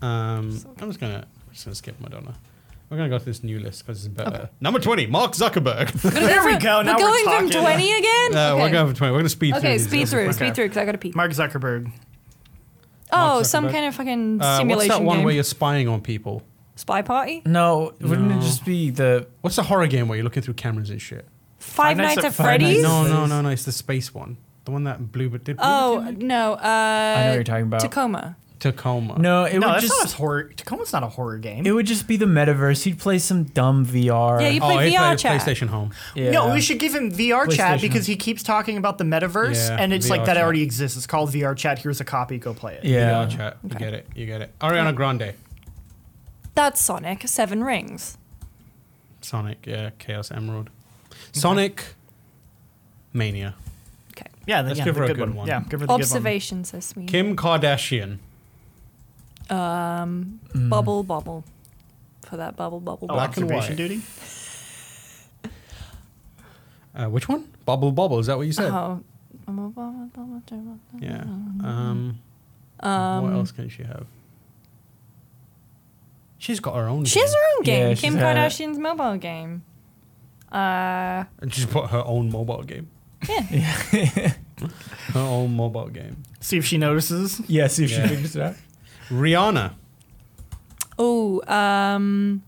Speaker 1: Um, I'm just gonna I'm just gonna skip Madonna. We're gonna go to this new list because it's better. Number twenty, Mark Zuckerberg.
Speaker 3: There we go. Now
Speaker 2: we're going
Speaker 3: talking.
Speaker 2: from 20 again?
Speaker 1: Uh,
Speaker 2: okay,
Speaker 1: We're going for twenty. We're gonna speed through.
Speaker 2: okay
Speaker 1: these
Speaker 2: speed
Speaker 1: lists.
Speaker 2: through,
Speaker 3: Okay.
Speaker 2: speed through, because I got to pee.
Speaker 3: Mark Zuckerberg.
Speaker 2: oh,
Speaker 1: Mark
Speaker 2: some
Speaker 1: Zuckerberg.
Speaker 2: kind of fucking
Speaker 1: Uh, what's
Speaker 2: simulation
Speaker 1: that one
Speaker 2: game.
Speaker 1: where you're spying on people?
Speaker 2: Spy Party?
Speaker 4: No, wouldn't
Speaker 1: No.
Speaker 4: it just be the?
Speaker 1: What's the horror game where you're looking through cameras and shit?
Speaker 2: Five, Nights, at Freddy's?
Speaker 1: No,
Speaker 4: Freddy's?
Speaker 1: no, no, no. It's the space one. The one that blew, but did Blue
Speaker 2: Oh,
Speaker 1: Bird do
Speaker 2: no. Uh,
Speaker 4: I know what you're talking about.
Speaker 2: Tacoma.
Speaker 1: it? Tacoma. Oh,
Speaker 4: No, it
Speaker 3: no,
Speaker 4: would
Speaker 3: that's not a
Speaker 4: just.
Speaker 3: horror. Tacoma's not a horror game.
Speaker 4: It would just be the metaverse. He'd play some dumb VR.
Speaker 2: Yeah, you-
Speaker 1: oh,
Speaker 2: played
Speaker 1: he
Speaker 2: VR
Speaker 1: played
Speaker 2: chat.
Speaker 1: PlayStation Home.
Speaker 4: Yeah.
Speaker 3: No, we should give him VR chat
Speaker 1: PlayStation.
Speaker 3: because he keeps talking about the metaverse,
Speaker 1: Yeah,
Speaker 3: and it's like
Speaker 1: VR
Speaker 3: that
Speaker 1: chat.
Speaker 3: already exists. It's called VR chat. Here's a copy. Go play it.
Speaker 4: Yeah.
Speaker 1: VR chat. You get it. You get it. Ariana Grande,
Speaker 2: That's Sonic, Seven Rings.
Speaker 1: Sonic. Yeah, Chaos Emerald. Sonic Mania.
Speaker 2: Okay.
Speaker 3: Yeah, the,
Speaker 1: Let's
Speaker 3: yeah,
Speaker 1: give
Speaker 3: the
Speaker 1: her a
Speaker 3: good,
Speaker 1: good
Speaker 3: one.
Speaker 1: one.
Speaker 3: Yeah, give her the
Speaker 2: Observation says so sweet.
Speaker 1: Kim Kardashian.
Speaker 2: Um,
Speaker 4: Mm.
Speaker 2: bubble bubble, for that bubble bubble.
Speaker 3: good one. Oh,
Speaker 2: bubble.
Speaker 1: Black and
Speaker 3: observation
Speaker 1: white.
Speaker 3: duty.
Speaker 1: Uh, which one? Bubble Bobble. Is that what you said?
Speaker 2: Oh. Bubble, bubble, bubble, bubble.
Speaker 1: Yeah. Um,
Speaker 2: Um,
Speaker 1: what else can she have? She's got her own.
Speaker 2: She has
Speaker 1: game.
Speaker 2: her own game,
Speaker 4: Yeah, she's
Speaker 2: Kim
Speaker 4: had it.
Speaker 2: Kardashian's mobile game. Uh,
Speaker 1: and she's put her own mobile game.
Speaker 2: yeah.
Speaker 1: Her own mobile game.
Speaker 3: See if she notices.
Speaker 4: Yeah, see if
Speaker 1: Yeah.
Speaker 4: she figures it out.
Speaker 1: Rihanna.
Speaker 2: oh, um,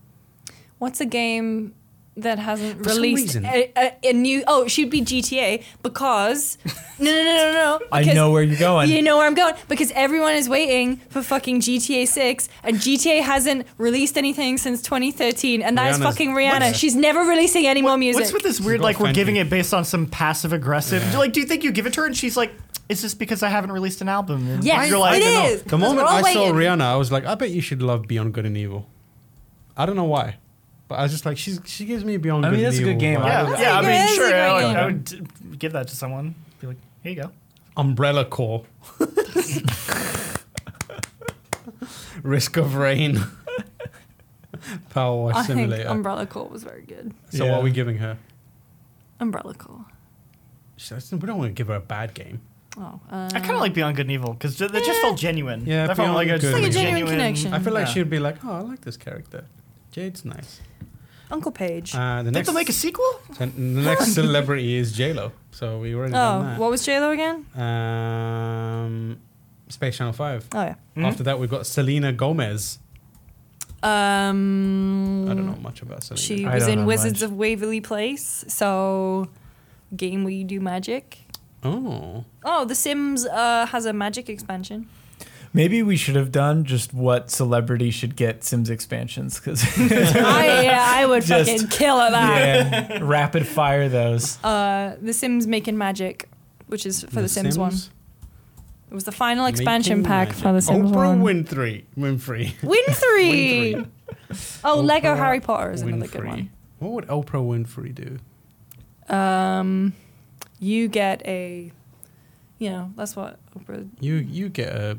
Speaker 2: what's a game that hasn't
Speaker 1: For some
Speaker 2: released
Speaker 1: reason-
Speaker 2: a, a, a new? Oh, she'd be GTA because no, no, no, no, no.
Speaker 4: I
Speaker 2: because-
Speaker 4: know where you're going.
Speaker 2: You know where I'm going because everyone is waiting for fucking GTA 6, and GTA hasn't released anything since 2013, and that is
Speaker 1: Rihanna's-
Speaker 2: fucking Rihanna.
Speaker 1: What's-
Speaker 2: She's never releasing any more music.
Speaker 3: What's with this weird,
Speaker 1: got
Speaker 3: like, we're
Speaker 1: Fenty.
Speaker 3: giving it based on some passive aggressive? Like, do you think you give it to her and she's like, is this because I haven't released an album? And
Speaker 2: Yes,
Speaker 3: you're like,
Speaker 2: it
Speaker 3: "No, no."
Speaker 2: is.
Speaker 1: The
Speaker 2: Because
Speaker 1: moment
Speaker 2: we're all
Speaker 1: I saw
Speaker 2: waiting.
Speaker 1: Rihanna, I was like, I bet you should love Beyond Good and Evil. I don't know why, but I was just like, she's she gives me Beyond.
Speaker 4: I mean,
Speaker 1: Good
Speaker 4: that's a
Speaker 1: and
Speaker 4: good
Speaker 1: Evil
Speaker 4: game.
Speaker 1: vibes.
Speaker 4: I
Speaker 3: Yeah,
Speaker 4: would-
Speaker 3: yeah. I
Speaker 2: That's a
Speaker 3: mean,
Speaker 2: great
Speaker 3: sure. I
Speaker 2: game.
Speaker 3: would, I would d- give that to someone. Be like, here you go.
Speaker 1: Umbrella Corps. Risk of Rain. Power Wash
Speaker 2: I think
Speaker 1: Simulator.
Speaker 2: Umbrella Corps was very good.
Speaker 1: so
Speaker 4: Yeah.
Speaker 1: what are we giving her?
Speaker 2: Umbrella Corps.
Speaker 1: She says, We don't want to give her a bad game.
Speaker 2: Oh, uh,
Speaker 3: I kind of like Beyond Good and Evil because it just felt genuine.
Speaker 1: Yeah,
Speaker 3: that felt
Speaker 1: Beyond
Speaker 3: like a,
Speaker 1: Good
Speaker 3: just
Speaker 1: and
Speaker 2: Evil. It's like a genuine connection.
Speaker 1: I feel like
Speaker 3: Yeah.
Speaker 1: she'd be like, oh, I like this character. Jade's nice.
Speaker 2: Uncle Page.
Speaker 1: Uh, the
Speaker 3: They have
Speaker 1: next,
Speaker 3: to make a sequel?
Speaker 1: the next celebrity is J Lo. So we already
Speaker 2: oh,
Speaker 1: done that.
Speaker 2: what was JLo again?
Speaker 1: Um, Space Channel Five.
Speaker 2: Oh yeah.
Speaker 3: Mm-hmm.
Speaker 1: After that, we've got Selena Gomez.
Speaker 2: Um,
Speaker 1: I don't know much about Selena.
Speaker 2: She
Speaker 4: I
Speaker 2: was
Speaker 4: don't
Speaker 2: in
Speaker 4: know
Speaker 2: Wizards
Speaker 4: much.
Speaker 2: of Waverly Place, so game where you do magic.
Speaker 1: oh,
Speaker 2: Oh, The Sims uh, has a magic expansion.
Speaker 4: Maybe we should have done just what celebrity should get Sims expansions because
Speaker 2: I, yeah, I would
Speaker 4: Just-
Speaker 2: fucking kill at that.
Speaker 4: yeah, rapid fire those.
Speaker 2: Uh, the Sims making magic, which is for the, Sims, one. It was the final expansion
Speaker 1: Making
Speaker 2: pack
Speaker 1: magic.
Speaker 2: for the Sims
Speaker 1: Oprah
Speaker 2: one.
Speaker 1: Winfrey. Winfrey.
Speaker 2: Win three.
Speaker 1: Winfrey.
Speaker 2: Oh, Lego
Speaker 1: Oprah
Speaker 2: Harry Potter is another good
Speaker 1: Winfrey.
Speaker 2: one.
Speaker 1: What would Oprah Winfrey do?
Speaker 2: Um, you get a, you know, that's what Oprah.
Speaker 1: You you get a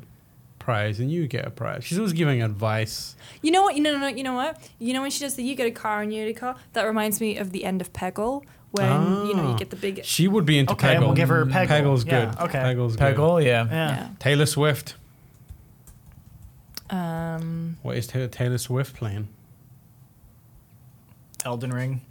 Speaker 1: prize and you get a prize. She's always giving advice.
Speaker 2: You know what? You know, no, no, you know what? You know when she does the you get a car and you get a car. That reminds me of the end of Peggle when you know
Speaker 1: Ah.
Speaker 2: you get the big.
Speaker 1: She would be into
Speaker 3: Okay,
Speaker 1: Peggle.
Speaker 3: we'll give her Peggle.
Speaker 1: Peggle's
Speaker 3: Yeah,
Speaker 1: good.
Speaker 3: okay.
Speaker 1: Peggle's good.
Speaker 4: Peggle, yeah.
Speaker 3: Yeah.
Speaker 2: Yeah.
Speaker 1: Taylor Swift.
Speaker 2: Um,
Speaker 1: What is Ta- Taylor Swift playing?
Speaker 3: Elden Ring.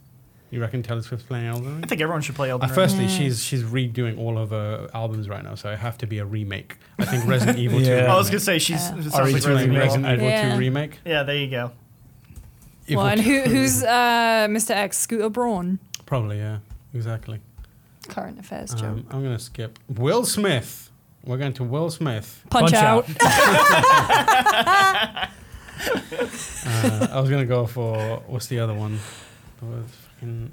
Speaker 1: You reckon Taylor Swift's playing Elden Ring?
Speaker 3: I think everyone should play
Speaker 1: Uh,
Speaker 3: Elden Ring.
Speaker 1: firstly, she's she's redoing all of her albums right now, so it have to be a remake. I think Resident Evil Two.
Speaker 4: Yeah.
Speaker 3: Oh, I was
Speaker 1: remake.
Speaker 3: gonna say she's.
Speaker 2: Uh,
Speaker 3: it sounds
Speaker 1: Are we
Speaker 3: like
Speaker 1: doing
Speaker 3: Resident Evil.
Speaker 1: Resident Evil
Speaker 2: Yeah.
Speaker 1: Two remake?
Speaker 3: Yeah, there you go.
Speaker 2: well,
Speaker 1: Evil
Speaker 2: and who,
Speaker 1: 2.
Speaker 2: who's uh, Mr. X? Scooter Braun.
Speaker 1: probably yeah, exactly.
Speaker 2: Current affairs joke.
Speaker 1: Um, I'm gonna skip Will Smith. We're going to Will Smith.
Speaker 2: Punch, out.
Speaker 1: Uh, I was gonna go for what's the other one? The one with fucking-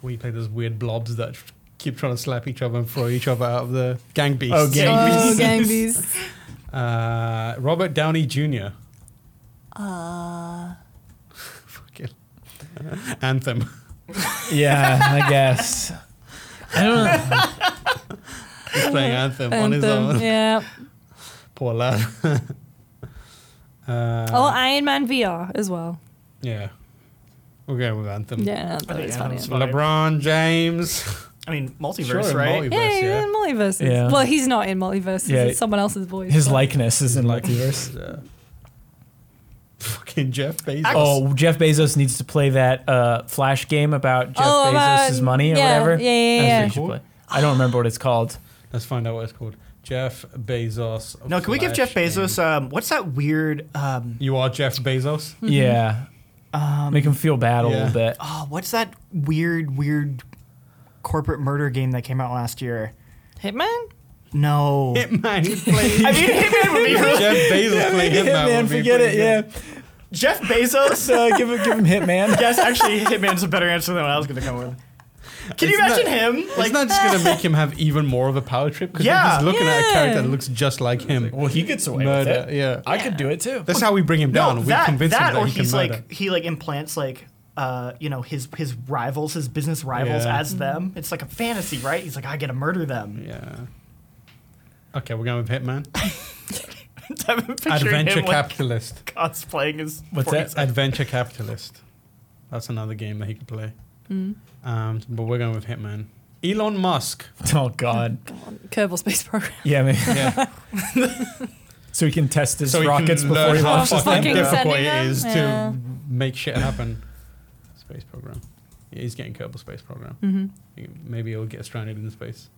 Speaker 1: We play those weird blobs that keep trying to slap each other and throw each other out of the gang beast.
Speaker 4: Oh, gang
Speaker 2: Oh,
Speaker 4: beasts.
Speaker 2: gang beasts.
Speaker 1: Uh, Robert Downey Jr.
Speaker 2: Uh,
Speaker 1: Fucking Anthem.
Speaker 4: Yeah, I guess. I don't know.
Speaker 1: He's playing Anthem, on his
Speaker 2: Anthem,
Speaker 1: own.
Speaker 2: Yeah.
Speaker 1: Poor lad. uh,
Speaker 2: oh, Iron Man VR as well.
Speaker 1: yeah. We're going with Anthem.
Speaker 2: Yeah, that
Speaker 3: think
Speaker 2: was
Speaker 3: that
Speaker 2: funny.
Speaker 3: was-
Speaker 1: LeBron James.
Speaker 3: I mean,
Speaker 1: Sure,
Speaker 3: multiverse,
Speaker 1: in
Speaker 3: right?
Speaker 1: multiverse,
Speaker 2: Yeah, he's
Speaker 1: yeah.
Speaker 2: in multiverses.
Speaker 4: Yeah.
Speaker 2: Well, he's not in multiverses.
Speaker 4: Yeah.
Speaker 2: It's someone else's voice.
Speaker 4: His
Speaker 2: but-
Speaker 4: likeness is in
Speaker 1: Like,
Speaker 4: multiverse.
Speaker 1: uh, Fucking Jeff Bezos.
Speaker 4: Oh, Jeff Bezos needs to play that uh, Flash game about Jeff
Speaker 2: Oh, about-
Speaker 4: Bezos' money or
Speaker 2: yeah,
Speaker 4: whatever.
Speaker 2: yeah, yeah,
Speaker 4: That's what
Speaker 2: yeah.
Speaker 4: you should play. I don't remember what it's called.
Speaker 1: Let's find out what it's called. Jeff Bezos.
Speaker 3: No, can we give Jeff
Speaker 1: Flash
Speaker 3: Bezos?
Speaker 1: game.
Speaker 3: Um, what's that weird? Um,
Speaker 1: you are Jeff Bezos.
Speaker 2: Mm-hmm.
Speaker 4: Yeah. Make him feel bad a
Speaker 1: yeah.
Speaker 4: little bit.
Speaker 3: oh, what's that weird, weird corporate murder game that came out last year?
Speaker 2: Hitman?
Speaker 3: No.
Speaker 1: Hitman. He played
Speaker 3: I mean, Hitman would be really-
Speaker 1: Jeff Bezos played Hitman.
Speaker 4: Hitman,
Speaker 1: would be
Speaker 4: forget it.
Speaker 1: pretty good.
Speaker 4: Yeah.
Speaker 3: Jeff Bezos.
Speaker 4: So give him, give him Hitman.
Speaker 3: Yes, actually, Hitman's a better answer than what I was gonna come with. Can you
Speaker 1: It's not-
Speaker 3: imagine him?
Speaker 1: It's not just gonna make him have even more of a power trip because
Speaker 3: Yeah.
Speaker 1: he's just looking at a
Speaker 2: Yeah.
Speaker 1: character that looks just like him.
Speaker 4: Well, he gets away
Speaker 1: Murder. Yeah.
Speaker 4: I could do it too.
Speaker 1: That's how we bring him down.
Speaker 3: No,
Speaker 1: we
Speaker 3: that,
Speaker 1: convince
Speaker 3: that
Speaker 1: him that
Speaker 3: or
Speaker 1: he can
Speaker 3: he's
Speaker 1: murder.
Speaker 3: like he like implants like uh, you know his his rivals, his business rivals,
Speaker 1: Yeah.
Speaker 3: as them. It's like a fantasy, right? He's like, I get to murder them.
Speaker 1: Yeah. Okay, we're going with Hitman.
Speaker 3: I'm picturing
Speaker 1: Adventure
Speaker 3: him like,
Speaker 1: capitalist.
Speaker 3: cosplaying as
Speaker 4: What's
Speaker 3: Forrest.
Speaker 1: Adventure capitalist. That's another game that he could play.
Speaker 3: Hmm.
Speaker 1: Um, but we're going with Hitman. Elon Musk.
Speaker 4: Oh God.
Speaker 2: Come on, Kerbal Space Program.
Speaker 4: Yeah, man.
Speaker 1: Yeah.
Speaker 4: so he can test his
Speaker 1: so he
Speaker 4: rockets
Speaker 1: can
Speaker 4: before
Speaker 1: learn
Speaker 4: he
Speaker 1: how
Speaker 4: launches them.
Speaker 1: fucking
Speaker 2: Fucking
Speaker 1: difficult
Speaker 2: sending
Speaker 1: it
Speaker 2: them?
Speaker 1: is
Speaker 2: Yeah.
Speaker 1: to make shit happen. Space program. Yeah, he's getting Kerbal Space Program.
Speaker 2: Mm-hmm.
Speaker 1: He- Maybe he'll get stranded in space.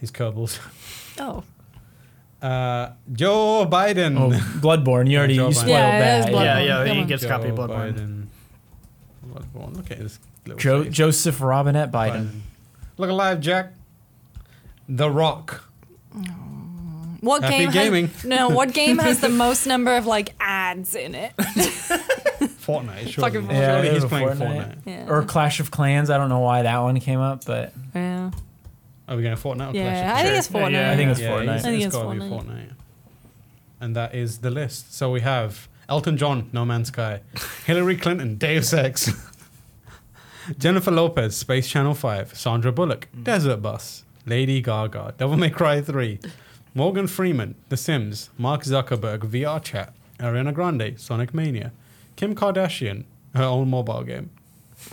Speaker 1: He's Kerbals.
Speaker 2: Oh,
Speaker 1: Uh, Joe Biden.
Speaker 4: Oh, Bloodborne. You already
Speaker 1: Joe Biden.
Speaker 4: you spoiled
Speaker 2: Yeah, it
Speaker 4: that.
Speaker 2: is Bloodborne.
Speaker 3: yeah, yeah,
Speaker 2: Come
Speaker 3: he
Speaker 2: on.
Speaker 3: gets
Speaker 1: Joe
Speaker 3: a copy of Bloodborne.
Speaker 1: Biden. Bloodborne. Look at this little
Speaker 4: Jo-
Speaker 1: face.
Speaker 4: Joseph Robinette Biden.
Speaker 1: Look alive, Jack. The Rock.
Speaker 2: what
Speaker 1: Happy
Speaker 2: game?
Speaker 1: gaming.
Speaker 2: Has, no, what game has the most number of like ads in it?
Speaker 1: Fortnite. Surely.
Speaker 2: Fucking Fortnite.
Speaker 4: Yeah,
Speaker 1: Surely
Speaker 4: it
Speaker 1: he's
Speaker 4: was
Speaker 1: playing Fortnite.
Speaker 4: Fortnite.
Speaker 2: Yeah.
Speaker 4: Or Clash of Clans. I don't know why that one came up, but
Speaker 2: yeah.
Speaker 1: Are we going to Fortnite? Or Clash
Speaker 2: Yeah, I
Speaker 1: of
Speaker 2: think
Speaker 1: Clans?
Speaker 2: it's Fortnite.
Speaker 4: Yeah, I think it's Fortnite.
Speaker 1: it's-
Speaker 2: I think
Speaker 1: it's
Speaker 2: it's
Speaker 1: got to be
Speaker 2: Fortnite.
Speaker 1: Fortnite. And that is the list. So we have Elton John, No Man's Sky, Hillary Clinton, Deus Ex, Jennifer Lopez, Space Channel 5, Sandra Bullock,
Speaker 2: Mm.
Speaker 1: Desert Bus, Lady Gaga, Devil May Cry 3, Morgan Freeman, The Sims, Mark Zuckerberg, VR Chat, Ariana Grande, Sonic Mania, Kim Kardashian, her own mobile game,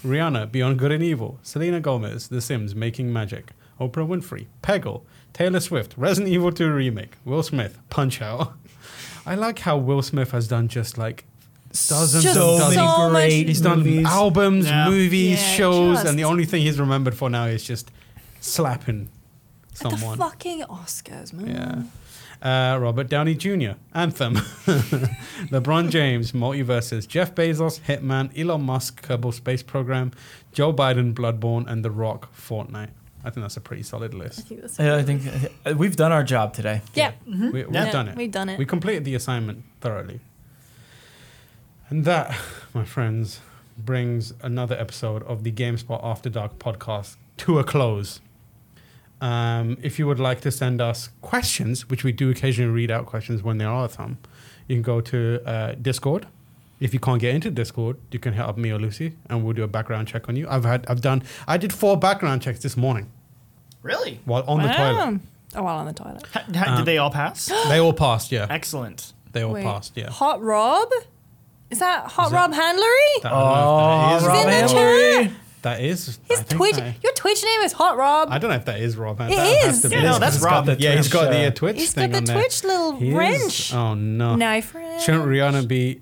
Speaker 1: Rihanna, Beyond Good and Evil, Selena Gomez, The Sims, Making Magic, Oprah Winfrey, Peggle, Taylor Swift, Resident Evil 2 Remake, Will Smith, Punch Out. I like how Will Smith has done just like dozens
Speaker 2: Just
Speaker 1: and
Speaker 4: so
Speaker 1: dozens.
Speaker 4: many
Speaker 2: so much-
Speaker 4: great
Speaker 1: He's done
Speaker 4: movies.
Speaker 1: albums,
Speaker 3: Yeah.
Speaker 1: movies,
Speaker 2: Yeah,
Speaker 1: shows,
Speaker 2: just-
Speaker 1: and the only thing he's remembered for now is just slapping
Speaker 2: At the
Speaker 1: someone.
Speaker 2: fucking Oscars, man.
Speaker 1: Yeah. Uh, Robert Downey Jr., Anthem, LeBron James, Multiverses, Jeff Bezos, Hitman, Elon Musk, Kerbal Space Program, Joe Biden, Bloodborne, and The Rock, Fortnite. I think that's a pretty solid
Speaker 2: I
Speaker 1: list.
Speaker 2: think that's.
Speaker 4: yeah, I think uh, we've done our job today.
Speaker 2: Yeah.
Speaker 1: We, have
Speaker 2: Yeah,
Speaker 1: done it.
Speaker 2: We've done it.
Speaker 1: We completed the assignment thoroughly. And that, my friends, brings another episode of the GameSpot After Dark podcast to a close. Um, if you would like to send us questions, which we do occasionally read out questions when there are some, you can go to uh, Discord. If you can't get into Discord, you can hit up me or Lucy, and we'll do a background check on you. I've had, I've done, I did four background checks this morning
Speaker 3: Really?
Speaker 1: while on the toilet.
Speaker 2: Oh, while on the toilet.
Speaker 3: Ha- ha-
Speaker 1: Um,
Speaker 3: did they all pass?
Speaker 1: They all passed, yeah.
Speaker 3: Excellent.
Speaker 1: They all
Speaker 2: Wait.
Speaker 1: passed, yeah.
Speaker 2: Hot Rob? Is that Hot
Speaker 1: Is that-
Speaker 2: Rob Handlery?
Speaker 1: That-
Speaker 4: Oh,
Speaker 1: that is-
Speaker 4: Rob
Speaker 2: in the
Speaker 4: Hillary.
Speaker 2: chat.
Speaker 1: That is. I
Speaker 2: His
Speaker 1: think
Speaker 2: Twitch.
Speaker 1: that-
Speaker 2: Your Twitch name is Hot Rob.
Speaker 1: I don't know if that is Rob. It
Speaker 2: It
Speaker 1: is. that Has
Speaker 2: is.
Speaker 1: to be
Speaker 3: Yeah, no, that's
Speaker 1: He's
Speaker 3: Rob.
Speaker 1: got the- yeah, he's got the uh,
Speaker 4: Twitch,
Speaker 1: Twitch
Speaker 2: He's got
Speaker 1: thing
Speaker 2: the
Speaker 1: on there.
Speaker 2: Twitch little
Speaker 1: He is-
Speaker 2: wrench.
Speaker 1: Oh no.
Speaker 2: Knife wrench.
Speaker 1: Shouldn't Rihanna be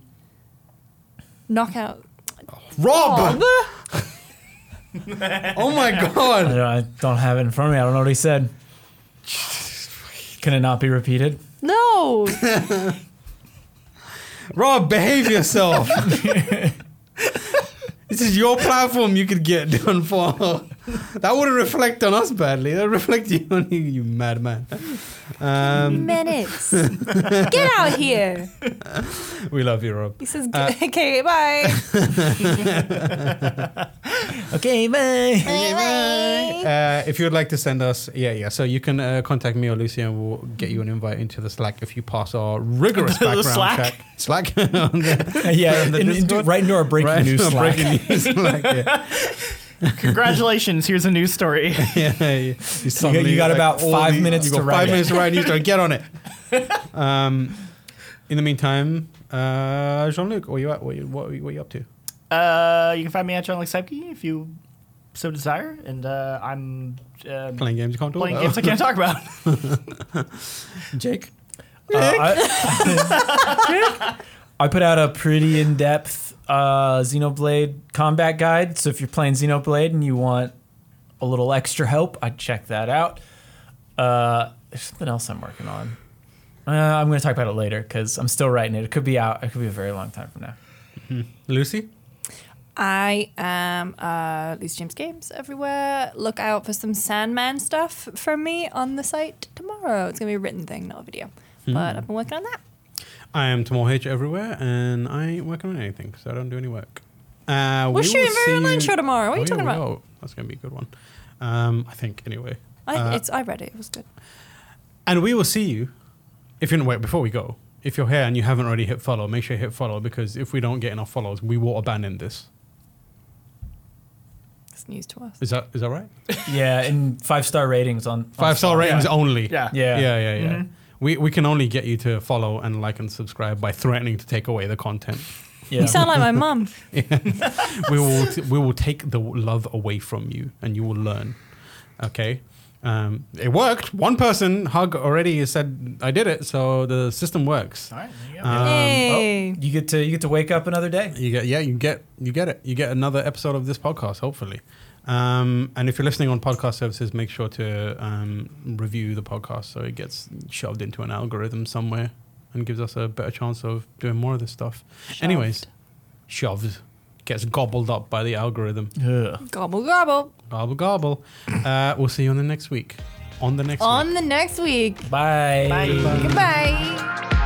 Speaker 2: Knockout.
Speaker 1: Rob? Oh my
Speaker 4: I
Speaker 1: god.
Speaker 4: don't, I don't have it in front of me. I don't know what he said. Can it not be repeated?
Speaker 2: No.
Speaker 1: Rob, behave yourself. this is your platform. You could get done for. That wouldn't reflect on us badly. That reflect you on you, you madman. Um,
Speaker 2: Minutes. Get out here.
Speaker 1: we love you, Rob.
Speaker 2: He says,
Speaker 1: Uh,
Speaker 2: okay, bye.
Speaker 4: Okay, bye.
Speaker 2: bye.
Speaker 1: Uh, if you would like to send us, yeah, yeah. So you can uh, contact me or Lucy, and we'll get you an invite into the Slack if you pass our rigorous
Speaker 3: The
Speaker 1: background
Speaker 3: Slack?
Speaker 1: check. Slack, on the,
Speaker 4: yeah,
Speaker 1: the
Speaker 4: in- in-
Speaker 1: Discord?
Speaker 4: right into our breaking
Speaker 1: right?
Speaker 4: news Slack.
Speaker 1: Breaking news Slack. Yeah,
Speaker 3: Congratulations. here's a news story.
Speaker 1: yeah, yeah. You, suddenly,
Speaker 4: got about
Speaker 1: all
Speaker 4: five minutes
Speaker 1: you
Speaker 4: to
Speaker 1: got
Speaker 4: write
Speaker 1: Five
Speaker 4: it.
Speaker 1: minutes to write a news story. Get on it. Um, in the meantime, uh, Jean Luc, where you at? What you, what, you- what you up to?
Speaker 3: Uh, you can find me at John Lexipke if you so desire, and uh, I'm uh,
Speaker 1: Playing games you can't talk
Speaker 3: playing
Speaker 1: about.
Speaker 3: games I can't talk about.
Speaker 1: Jake,
Speaker 4: Uh, I, I put out a pretty in-depth uh, Xenoblade combat guide. So if you're playing Xenoblade and you want a little extra help, I'd check that out. Uh, there's something else I'm working on. Uh, I'm going to talk about it later because I'm still writing it. It could be out. It could be a very long time from now.
Speaker 1: Lucy.
Speaker 2: I am uh, Lucy James Games everywhere. Look out for some Sandman stuff from me on the site tomorrow. It's going to be a written thing, not a video.
Speaker 1: Hmm.
Speaker 2: But I've been working on that.
Speaker 1: I am Tamor H everywhere, and I ain't working on anything because I don't do any work. Uh,
Speaker 2: We're
Speaker 1: we
Speaker 2: shooting
Speaker 1: will
Speaker 2: a
Speaker 1: see
Speaker 2: very online
Speaker 1: you-
Speaker 2: show tomorrow. What are you
Speaker 1: Oh,
Speaker 2: talking
Speaker 1: yeah,
Speaker 2: about?
Speaker 1: we are. That's going to be a good one. Um, I think, anyway.
Speaker 2: I,
Speaker 1: Uh,
Speaker 2: it's, I read it. It was good.
Speaker 1: and we will see you. If you're wait before we go, if you're here and you haven't already hit follow, make sure you hit follow because if we don't get enough follows, we will abandon this.
Speaker 2: It's news to us.
Speaker 1: Is that is that right?
Speaker 4: yeah, and five star ratings on, on
Speaker 1: Five star
Speaker 4: Spotify.
Speaker 1: ratings only.
Speaker 3: Yeah.
Speaker 1: Yeah,
Speaker 4: Yeah.
Speaker 1: yeah, yeah. We, we can only get you to follow and like and subscribe by threatening to take away the content.
Speaker 4: Yeah.
Speaker 2: You sound like my mum.
Speaker 1: we will we will take the love away from you, and you will learn. Okay, um, it worked. One person hug already said I did it, so the system works.
Speaker 3: All right. There you go.
Speaker 1: Um,
Speaker 2: Hey.
Speaker 4: you get to you get to wake up another day.
Speaker 1: You get yeah, you get you get it. You get another episode of this podcast, hopefully. Um, and if you're listening on podcast services, make sure to um, review the podcast so it gets shoved into an algorithm somewhere and gives us a better chance of doing more of this stuff. Anyways, shoved gets gobbled up by the algorithm.
Speaker 2: Gobble gobble.
Speaker 1: Gobble gobble. Uh, we'll see you on the next week. On the next week.
Speaker 2: On the next week.
Speaker 4: Bye.
Speaker 3: Bye.
Speaker 2: Goodbye.